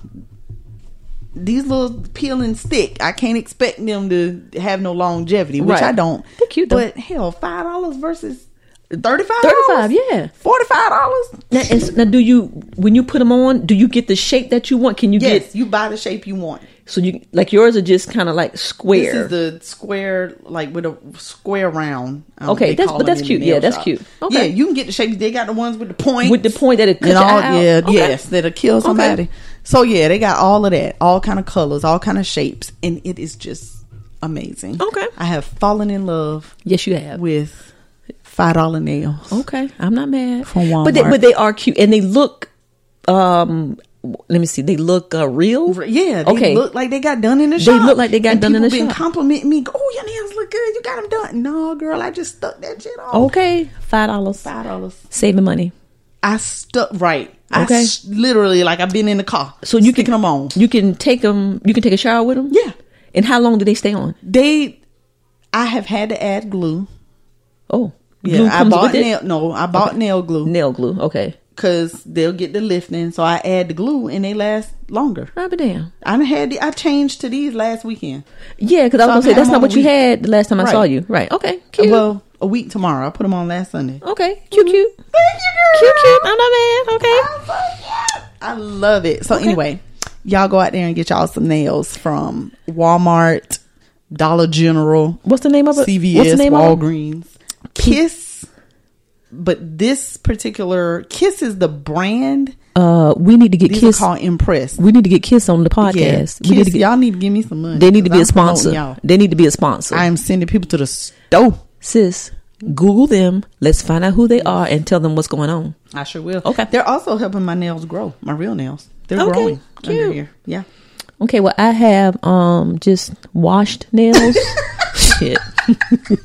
Speaker 4: these little peel and stick. I can't expect them to have no longevity, which
Speaker 5: Right.
Speaker 4: I don't.
Speaker 5: They're cute, though.
Speaker 4: but hell, five dollars versus thirty five.
Speaker 5: $35, yeah.
Speaker 4: forty five dollars.
Speaker 5: Now, is, now, do you when you put them on? Do you get the shape that you want? Can you
Speaker 4: Yes,
Speaker 5: get
Speaker 4: you buy the shape you want.
Speaker 5: so you like yours are just kind of like
Speaker 4: This
Speaker 5: square?
Speaker 4: is the square, like with a square round. um,
Speaker 5: Okay,
Speaker 4: they
Speaker 5: that's-
Speaker 4: call
Speaker 5: but
Speaker 4: them
Speaker 5: that's
Speaker 4: in the
Speaker 5: cute.
Speaker 4: nail
Speaker 5: Yeah, that's
Speaker 4: shop.
Speaker 5: cute. Okay.
Speaker 4: yeah, you can get the shape. They got the ones with the points
Speaker 5: With the point that it cut
Speaker 4: and
Speaker 5: your
Speaker 4: all.
Speaker 5: eye out.
Speaker 4: Yeah,
Speaker 5: Okay.
Speaker 4: yes, that'll kill somebody. So yeah, they got all of that, all kind of colors, all kind of shapes, and it is just amazing.
Speaker 5: Okay.
Speaker 4: I have fallen in love
Speaker 5: yes, you have.
Speaker 4: with five dollar nails.
Speaker 5: Okay, I'm not mad.
Speaker 4: From
Speaker 5: But they,
Speaker 4: Walmart.
Speaker 5: but they are cute and they look. Um, w- let me see. They look uh, real.
Speaker 4: Yeah, they
Speaker 5: okay.
Speaker 4: look like they got done in the shop.
Speaker 5: look like they got
Speaker 4: And
Speaker 5: done in
Speaker 4: people
Speaker 5: the
Speaker 4: been
Speaker 5: shop.
Speaker 4: complimenting me. Oh, your nails look good. You got them done. No, girl, I just stuck that shit on.
Speaker 5: okay, five dollars.
Speaker 4: Five dollars.
Speaker 5: Saving money.
Speaker 4: I stuck right. I
Speaker 5: Okay.
Speaker 4: s- literally like I've been in the car.
Speaker 5: So you
Speaker 4: Sticking
Speaker 5: can
Speaker 4: them on.
Speaker 5: You can take them. You can take a shower with them.
Speaker 4: Yeah.
Speaker 5: And how long do they stay on?
Speaker 4: They, I have had to add glue
Speaker 5: Oh,
Speaker 6: Yeah,
Speaker 5: glue
Speaker 6: I
Speaker 5: comes
Speaker 6: bought
Speaker 5: with it?
Speaker 6: nail. No, I bought nail glue
Speaker 5: Nail glue. Okay.
Speaker 6: because they'll get the lifting. So I add the glue and they last longer.
Speaker 5: I'll be damn.
Speaker 6: I done had the, I changed to these last weekend.
Speaker 5: Yeah, because I was
Speaker 6: So
Speaker 5: gonna
Speaker 6: I've
Speaker 5: say
Speaker 6: had
Speaker 5: that's
Speaker 6: them
Speaker 5: not
Speaker 6: all
Speaker 5: what you
Speaker 6: week.
Speaker 5: had the last time I saw
Speaker 6: Right. Uh,
Speaker 5: you. Right. Okay. Cute.
Speaker 6: Well, a week tomorrow. I put them on last Sunday.
Speaker 5: okay. Cute. Cute.
Speaker 6: Thank you, Oh,
Speaker 5: Cute. Cute. I'm not mad. Okay.
Speaker 6: I love it. So anyway, y'all go out there and get y'all some nails from Walmart, Dollar General,
Speaker 5: What's the name of it?
Speaker 6: CVS,
Speaker 5: What's the name of it?
Speaker 6: Walgreens, Kiss. But this particular Kiss is the brand.
Speaker 5: Uh, we need to get
Speaker 6: These
Speaker 5: Kiss.
Speaker 6: are called Impress.
Speaker 5: we need to get Kiss on the
Speaker 6: Yeah,
Speaker 5: podcast. we
Speaker 6: Kiss,
Speaker 5: need to get,
Speaker 6: y'all need to give me some money.
Speaker 5: they need to
Speaker 6: 'cause
Speaker 5: be a
Speaker 6: I'm promoting
Speaker 5: sponsor.
Speaker 6: Y'all.
Speaker 5: They need to be a sponsor.
Speaker 6: I am sending people to the stove.
Speaker 5: Sis, Google them. Let's find out who they are and tell them what's going on.
Speaker 6: I sure will.
Speaker 5: Okay.
Speaker 6: They're also helping my nails grow. My real nails. They're
Speaker 5: Okay,
Speaker 6: growing under
Speaker 5: cute.
Speaker 6: here. Yeah.
Speaker 5: Okay, well, I have um just washed
Speaker 6: *laughs*
Speaker 5: nails. Shit.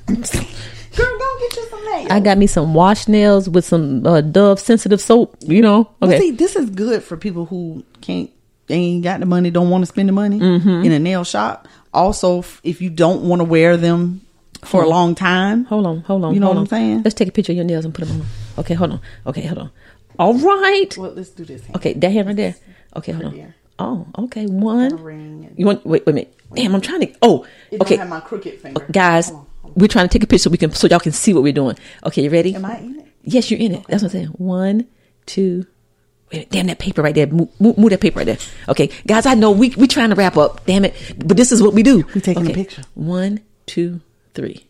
Speaker 6: Girl, go get you some nails.
Speaker 5: I got me some washed nails with some uh, Dove sensitive soap, you know?
Speaker 6: Well,
Speaker 5: Okay.
Speaker 6: see, this is good for people who can't, they ain't got the money, don't want to spend the money
Speaker 5: Mm-hmm.
Speaker 6: in a nail shop. Also, f- if you don't want to wear them for a long time,
Speaker 5: Hold on, hold on.
Speaker 6: You know
Speaker 5: hold
Speaker 6: what I'm
Speaker 5: on.
Speaker 6: saying?
Speaker 5: Let's take a picture of your nails and put them on. Okay, hold on. Okay, hold on. All right.
Speaker 6: Well, let's do this. hand.
Speaker 5: Okay, that hand right there. Okay, hold on.
Speaker 6: Prettier.
Speaker 5: Oh, okay. One.
Speaker 6: ring and-
Speaker 5: You want? Wait, wait a minute. Damn, I'm trying to. Oh,
Speaker 6: It don't
Speaker 5: okay,
Speaker 6: have my crooked finger.
Speaker 5: guys,
Speaker 6: Hold on, hold
Speaker 5: we're trying to take a picture so we can so y'all can see what we're doing. Okay, you ready?
Speaker 6: Am I in it?
Speaker 5: Yes, you're in it. That's what I'm saying. One, two. Wait a minute. Damn that paper right there. Move, move, move that paper right there. Okay, guys, I know we we trying to wrap up. Damn it, but this is what we do.
Speaker 6: We taking a
Speaker 5: okay.
Speaker 6: picture.
Speaker 5: One, two, three.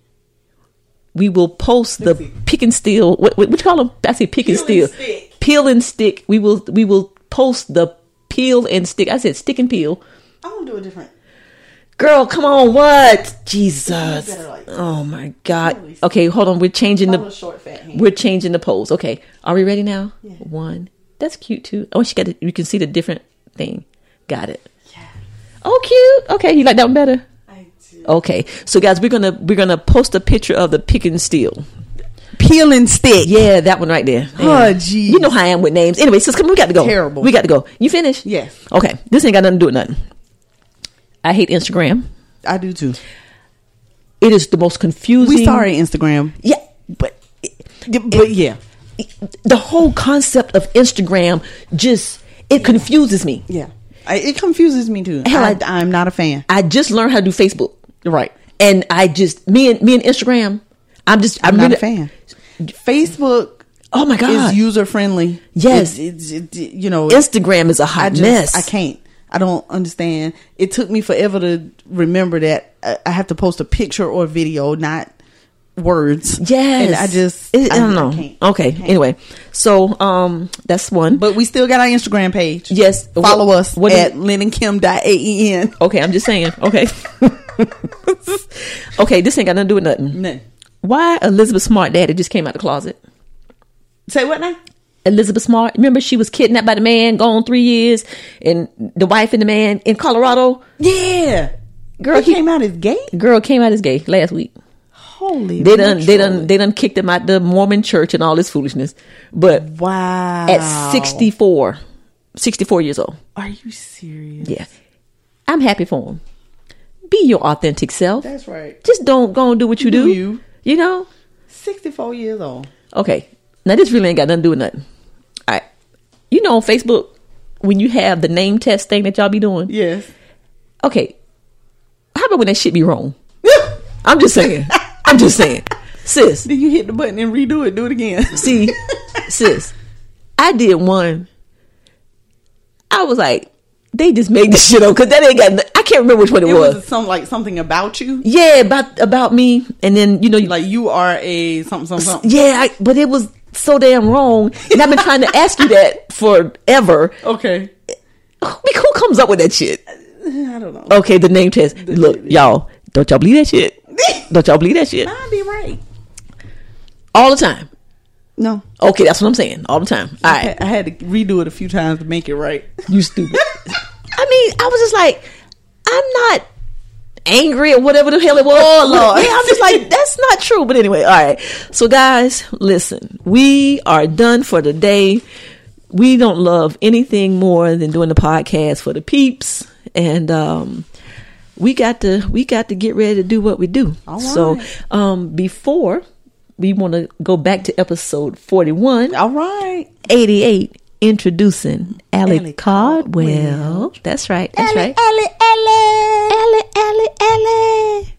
Speaker 5: We will post the pick and steal. What, what, what you call them? I say pick and
Speaker 6: Peel
Speaker 5: steal.
Speaker 6: and stick.
Speaker 5: Peel and stick. We will we will post the peel and stick. I said stick and peel.
Speaker 6: I'm going to do a different.
Speaker 5: Girl, come on, what? Jesus.
Speaker 6: better like-
Speaker 5: Oh my God. Okay, hold on. We're changing
Speaker 6: I'm a
Speaker 5: the
Speaker 6: short, fat hand.
Speaker 5: we're changing the pose. Okay, are we ready now? One. That's cute too. Oh, she got it. You can see the different thing. Got it. Oh, cute. Okay, you like that one better.
Speaker 6: I do.
Speaker 5: Okay, so guys, we're gonna we're gonna post a picture of the pick and steal.
Speaker 6: Peel and stick.
Speaker 5: Yeah, that one right there.
Speaker 6: Oh,
Speaker 5: Damn.
Speaker 6: geez.
Speaker 5: You know how I am with names. Anyway, sis, come on, we got to go.
Speaker 6: Terrible.
Speaker 5: We got to go. You finished?
Speaker 6: Yes.
Speaker 5: Okay. This ain't got nothing to do with nothing. I hate Instagram.
Speaker 6: I do too.
Speaker 5: It is the most confusing.
Speaker 6: We sorry, Instagram.
Speaker 5: Yeah, but
Speaker 6: But yeah.
Speaker 5: the whole concept of Instagram just it confuses me.
Speaker 6: Yeah. I, it confuses me too.
Speaker 5: Hell,
Speaker 6: I,
Speaker 5: I-
Speaker 6: I'm not a fan.
Speaker 5: I just learned how to do Facebook,
Speaker 6: Right.
Speaker 5: and I just me and me and Instagram. I'm just I'm,
Speaker 6: I'm not
Speaker 5: really,
Speaker 6: a fan. Facebook
Speaker 5: Oh my god!
Speaker 6: is user friendly.
Speaker 5: Yes.
Speaker 6: It's, it's, it- you know,
Speaker 5: Instagram is a
Speaker 6: I
Speaker 5: hot
Speaker 6: just
Speaker 5: mess.
Speaker 6: I can't. I don't understand. It took me forever to remember that I, I have to post a picture or video, not words.
Speaker 5: Yes,
Speaker 6: and I just
Speaker 5: It- I, don't know.
Speaker 6: can't.
Speaker 5: okay. Anyway, so um, that's one.
Speaker 6: but we still got our Instagram page.
Speaker 5: Yes.
Speaker 6: follow
Speaker 5: What-
Speaker 6: us
Speaker 5: what
Speaker 6: at
Speaker 5: is-
Speaker 6: lynnandkim.aen.
Speaker 5: *laughs* okay, I'm just saying. Okay. *laughs* okay, this ain't got nothing to do with nothing.
Speaker 6: No.
Speaker 5: Why Elizabeth Smart Daddy just came out the closet?
Speaker 6: Say what now?
Speaker 5: Elizabeth Smart. Remember, she was kidnapped by the man, gone three years, and the wife and the man in Colorado.
Speaker 6: Yeah,
Speaker 5: Girl,
Speaker 6: He
Speaker 5: he-
Speaker 6: came out as gay.
Speaker 5: Girl came out as gay last week.
Speaker 6: Holy,
Speaker 5: They done, they
Speaker 6: moly.
Speaker 5: done, they done kicked him out the Mormon church and all this foolishness. But Ah.
Speaker 6: Wow.
Speaker 5: at 64, 64 years old,
Speaker 6: are you serious?
Speaker 5: yeah, I'm happy for him. Be your authentic self.
Speaker 6: That's right.
Speaker 5: Just don't go and do what you
Speaker 6: Do
Speaker 5: do.
Speaker 6: you.
Speaker 5: you know?
Speaker 6: Sixty-four years old.
Speaker 5: Okay. Now this really ain't got nothing to do with nothing. All right. You know on Facebook when you have the name test thing that y'all be doing.
Speaker 6: Yes.
Speaker 5: okay, how about when that shit be wrong? I'm just saying. I'm just saying. *laughs* Sis,
Speaker 6: Then you hit the button and redo it. Do it again.
Speaker 5: see, sis, I did one. I was like, they just made this shit up because that ain't got. no- I can't remember which one it,
Speaker 6: It
Speaker 5: was.
Speaker 6: was some like *laughs* something about you.
Speaker 5: Yeah, about about me, and then you know, you like,
Speaker 6: Like you are a something something.
Speaker 5: *laughs*
Speaker 6: something.
Speaker 5: yeah, I, but it was so damn wrong, and I've been trying to ask you *laughs* that forever.
Speaker 6: Okay.
Speaker 5: Who- Who comes up with that shit?
Speaker 6: I don't know.
Speaker 5: Okay, the name test. Look, y'all, don't y'all believe that
Speaker 6: *laughs*
Speaker 5: shit? Don't y'all believe that shit?
Speaker 6: I'd be right.
Speaker 5: All the time.
Speaker 6: No.
Speaker 5: Okay, that's what I'm saying all the time. All
Speaker 6: I,
Speaker 5: right,
Speaker 6: I had to redo it a few times to make it right.
Speaker 5: you
Speaker 6: *laughs*
Speaker 5: stupid. I mean, I was just like, I'm not angry or whatever the hell it was. Oh,
Speaker 6: Lord.
Speaker 5: Yeah, I'm just like, that's not true. But anyway, all right. So, guys, listen, we are done for the day. We don't love anything more than doing the podcast for the peeps, and um, we got to we got to get ready to do what we do.
Speaker 6: All
Speaker 5: So,
Speaker 6: right.
Speaker 5: um, before we want to go back to episode 41,
Speaker 4: All right.
Speaker 5: 88, introducing Allie,
Speaker 4: Allie
Speaker 5: Caldwell. That's right. That's right.
Speaker 4: Ellie, Ellie.
Speaker 5: Allie, Allie, Allie.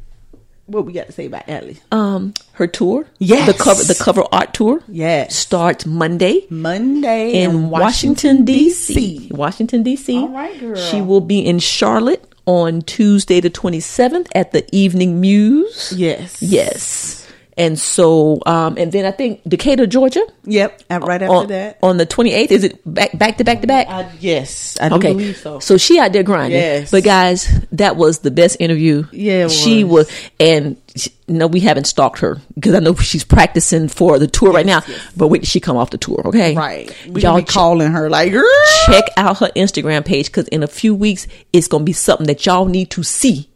Speaker 4: What we got to say about Ellie?
Speaker 5: Um, her tour,
Speaker 4: Yes.
Speaker 5: the cover, the cover art tour,
Speaker 4: Yes.
Speaker 5: starts Monday.
Speaker 4: Monday
Speaker 5: in Washington, D.C.
Speaker 4: DC.
Speaker 5: Washington, D.C.
Speaker 4: All right, girl.
Speaker 5: She will be in Charlotte on Tuesday, the 27th, at the Evening Muse.
Speaker 4: Yes.
Speaker 5: Yes. And so, um, and then I think Decatur, Georgia.
Speaker 4: *laughs* Yep. And right after
Speaker 5: on,
Speaker 4: that.
Speaker 5: on the 28th, is it back back to back to back?
Speaker 4: Oh, I, yes. I do
Speaker 5: Okay,
Speaker 4: believe so.
Speaker 5: she out there grinding.
Speaker 4: Yes.
Speaker 5: But guys, that was the best interview.
Speaker 4: Yeah, it
Speaker 5: she was, and she, no, we haven't stalked her because I know she's practicing for the tour right now. But wait, till she come off the tour, okay?
Speaker 4: Right. We
Speaker 5: y'all
Speaker 4: be calling her like, girl.
Speaker 5: check out her Instagram page because in a few weeks it's gonna be something that y'all need to see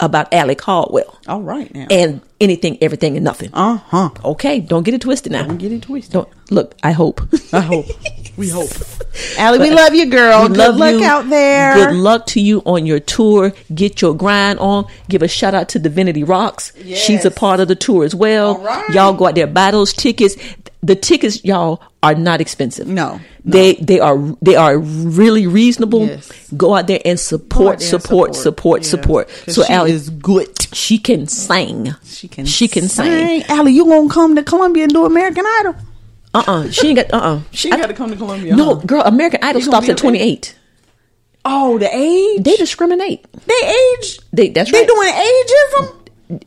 Speaker 5: about Allie Caldwell
Speaker 4: All right now.
Speaker 5: and anything, everything, and nothing.
Speaker 4: Oh. Uh huh.
Speaker 5: Okay, don't get it twisted now.
Speaker 4: Get it twisted.
Speaker 5: Don't look.
Speaker 4: *laughs*
Speaker 5: I hope.
Speaker 4: I hope. We hope. Allie, we love you, girl.
Speaker 5: We
Speaker 4: Good
Speaker 5: love
Speaker 4: luck
Speaker 5: you.
Speaker 4: out there.
Speaker 5: Good luck to you on your tour. Get your grind on. Give a shout out to Divinity Rocks. She's a
Speaker 4: Yes.
Speaker 5: part of the tour as well.
Speaker 4: All right.
Speaker 5: Y'all go out there, buy those tickets. The tickets, y'all, are not expensive.
Speaker 4: No,
Speaker 5: They they are they are really reasonable.
Speaker 4: Yes.
Speaker 5: Go out there and
Speaker 4: Go out
Speaker 5: support,
Speaker 4: there and
Speaker 5: support, support,
Speaker 4: Yeah.
Speaker 5: support.
Speaker 4: 'Cause
Speaker 5: So
Speaker 4: she
Speaker 5: Allie
Speaker 4: is good.
Speaker 5: she can sing.
Speaker 4: She can.
Speaker 5: She can sing.
Speaker 4: sing. Allie, you gonna come to Columbia and do American Idol?
Speaker 5: Uh uh She ain't got uh uh
Speaker 4: She gotta come to Columbia,
Speaker 5: No,
Speaker 4: huh?
Speaker 5: girl, American Idol
Speaker 4: You gonna
Speaker 5: stops
Speaker 4: be
Speaker 5: at
Speaker 4: okay?
Speaker 5: twenty eight.
Speaker 4: Oh, the age.
Speaker 5: They discriminate.
Speaker 4: They age.
Speaker 5: They that's
Speaker 4: They
Speaker 5: right.
Speaker 4: doing ageism.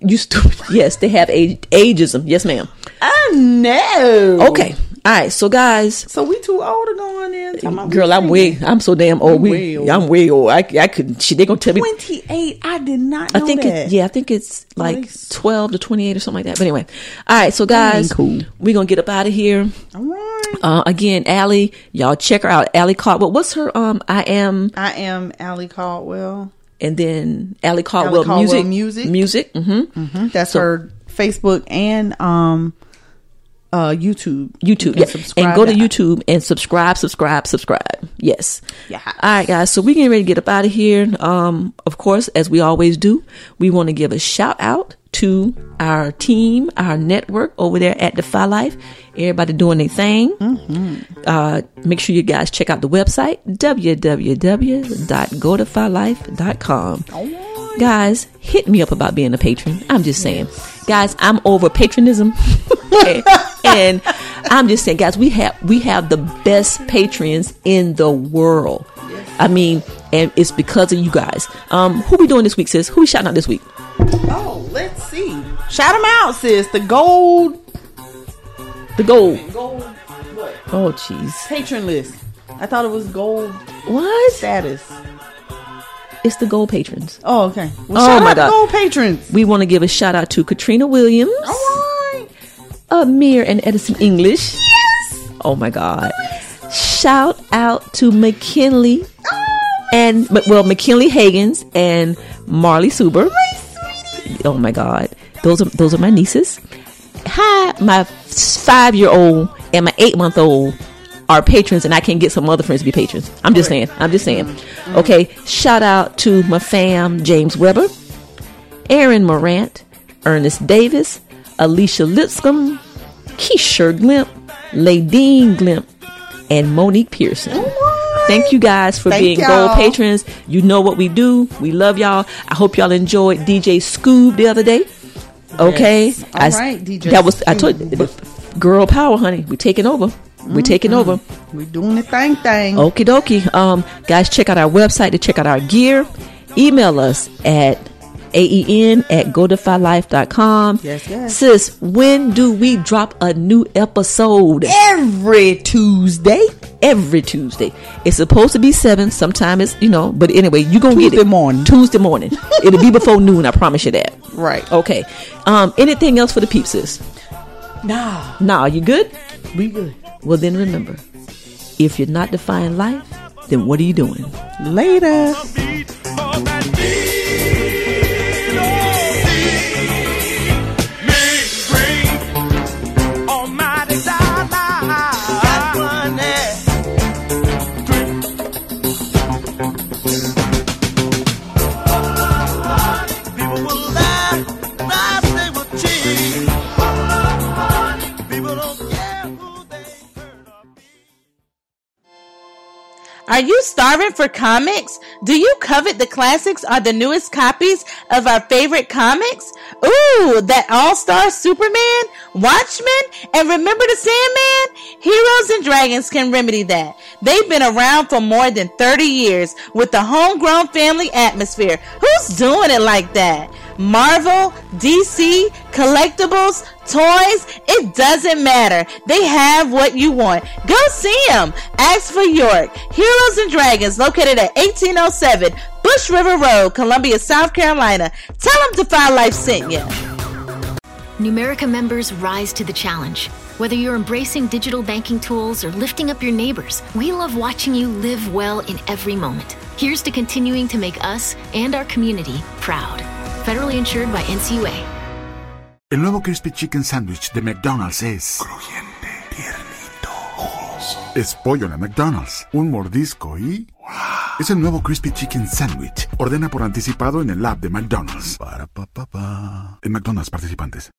Speaker 5: You stupid. *laughs* Yes, they have age, ageism. Yes, ma'am.
Speaker 4: I know.
Speaker 5: Okay. All right. So, guys,
Speaker 4: So we too old to go in there. Talking about
Speaker 5: girl,
Speaker 4: we
Speaker 5: I'm way. I'm so damn old.
Speaker 4: You
Speaker 5: We,
Speaker 4: way old.
Speaker 5: I'm way old. I, I couldn't. She, they gonna tell me.
Speaker 4: Twenty eight. I did not.
Speaker 5: I
Speaker 4: Know
Speaker 5: think
Speaker 4: that.
Speaker 5: it's yeah. I think it's like
Speaker 4: Nice.
Speaker 5: twelve to twenty eight or something like that. But anyway, all right. So, guys,
Speaker 4: cool.
Speaker 5: we're gonna get up out of here.
Speaker 4: All right.
Speaker 5: Uh, again, Allie, y'all check her out. Allie Caldwell. What's her um? I am,
Speaker 4: I am Allie Caldwell.
Speaker 5: and then Allie Caldwell,
Speaker 4: Caldwell
Speaker 5: music,
Speaker 4: Music.
Speaker 5: music. Mm-hmm.
Speaker 4: That's her Facebook and um uh YouTube. You
Speaker 5: YouTube.
Speaker 4: can
Speaker 5: yeah.
Speaker 4: subscribe
Speaker 5: And go to
Speaker 4: to-
Speaker 5: YouTube and subscribe, subscribe, subscribe. Yes.
Speaker 4: Yeah.
Speaker 5: All right, guys. So we're getting ready to get up out of here. Um, of course, as we always do, we want to give a shout out to our team, our network over there at Defy Life. Everybody doing their thing. Uh, make sure you guys check out the website, www.godefylife.com. Guys, hit me up about being a patron. I'm just saying. Guys, I'm over patronism. *laughs* and, and I'm just saying, guys, we have we have the best patrons in the world. I mean, and it's because of you guys. Um, who we doing this week, sis? Who we shouting out this week?
Speaker 4: Oh, let's see. Shout them out, sis. The gold
Speaker 5: The gold.
Speaker 4: gold what?
Speaker 5: Oh, jeez.
Speaker 4: Patron list. I thought it was gold
Speaker 5: What?
Speaker 4: status.
Speaker 5: It's the gold patrons.
Speaker 4: Oh, okay. Well,
Speaker 5: Oh,
Speaker 4: shout
Speaker 5: my
Speaker 4: out
Speaker 5: God.
Speaker 4: The gold patrons.
Speaker 5: We want to give a shout out to Katrina Williams.
Speaker 4: All right.
Speaker 5: Amir and Edison English. Yes. Oh my God. Shout out to McKinley
Speaker 4: Oh.
Speaker 5: and but- well McKinley Hagens and Marley Suber. Oh my God. Those are those are my nieces. Hi, my five year old and my eight month old are patrons, and I can get some other friends to be patrons. I'm just saying. I'm just saying.
Speaker 4: Mm-hmm.
Speaker 5: Okay. Shout out to my fam, James Weber. Aaron Morant, Ernest Davis, Alicia Lipscomb, Keisha Glimp, Ladine Glimp, and Monique Pearson. Thank you guys for
Speaker 4: Oh Thank
Speaker 5: being
Speaker 4: y'all.
Speaker 5: gold patrons. You know what we do. We love y'all. I hope y'all enjoyed DJ Scoob the other day. Okay,
Speaker 4: All
Speaker 5: I s-
Speaker 4: right, Mm-hmm. DJ
Speaker 5: That was I told you, girl power, honey. We taking over.
Speaker 4: Mm-hmm.
Speaker 5: We taking over.
Speaker 4: We doing the thing thing.
Speaker 5: Okie dokie. Um, guys, check out our website to check out our gear. Email us at aen at godefylife.com.
Speaker 4: Yes, yes.
Speaker 5: Sis, when do we drop a new episode?
Speaker 4: Every Tuesday,
Speaker 5: Every Tuesday. It's supposed to be seven. Sometime it's, you know, but anyway, you going to get it.
Speaker 4: Tuesday morning. *laughs*
Speaker 5: Tuesday morning. It'll be before noon. I promise you that.
Speaker 4: right?
Speaker 5: Okay. Um, anything else for the peeps, sis?
Speaker 4: Nah,
Speaker 5: Nah, you good?
Speaker 4: we good.
Speaker 5: Well, then remember, if you're not defying life, then what are you doing?
Speaker 4: Later.
Speaker 3: People will laugh, laugh, they will cheat.
Speaker 5: starving for comics? Do you covet the classics or the newest copies of our favorite comics? Ooh, that all-star Superman, Watchmen, and remember the Sandman? Heroes and Dragons can remedy that. They've been around for more than 30 years with the homegrown family atmosphere. Who's doing it like that? Marvel, DC, collectibles, toys, it doesn't matter. They have what you want. Go see them. Ask for York. Heroes and Dragons, located at 1807 Bush River Road, Columbia, South Carolina. Tell them Defy Life sent you.
Speaker 12: Numerica members rise to the challenge. Whether you're embracing digital banking tools or lifting up your neighbors, we love watching you live well in every moment. Here's to continuing to make us and our community proud. Federally insured by NCUA.
Speaker 13: El nuevo Crispy Chicken Sandwich de McDonald's es. Es pollo en la McDonald's. Un mordisco y. Es el nuevo Crispy Chicken Sandwich. Ordena por anticipado en el app de McDonald's. Para, pa, pa, pa. En McDonald's participantes.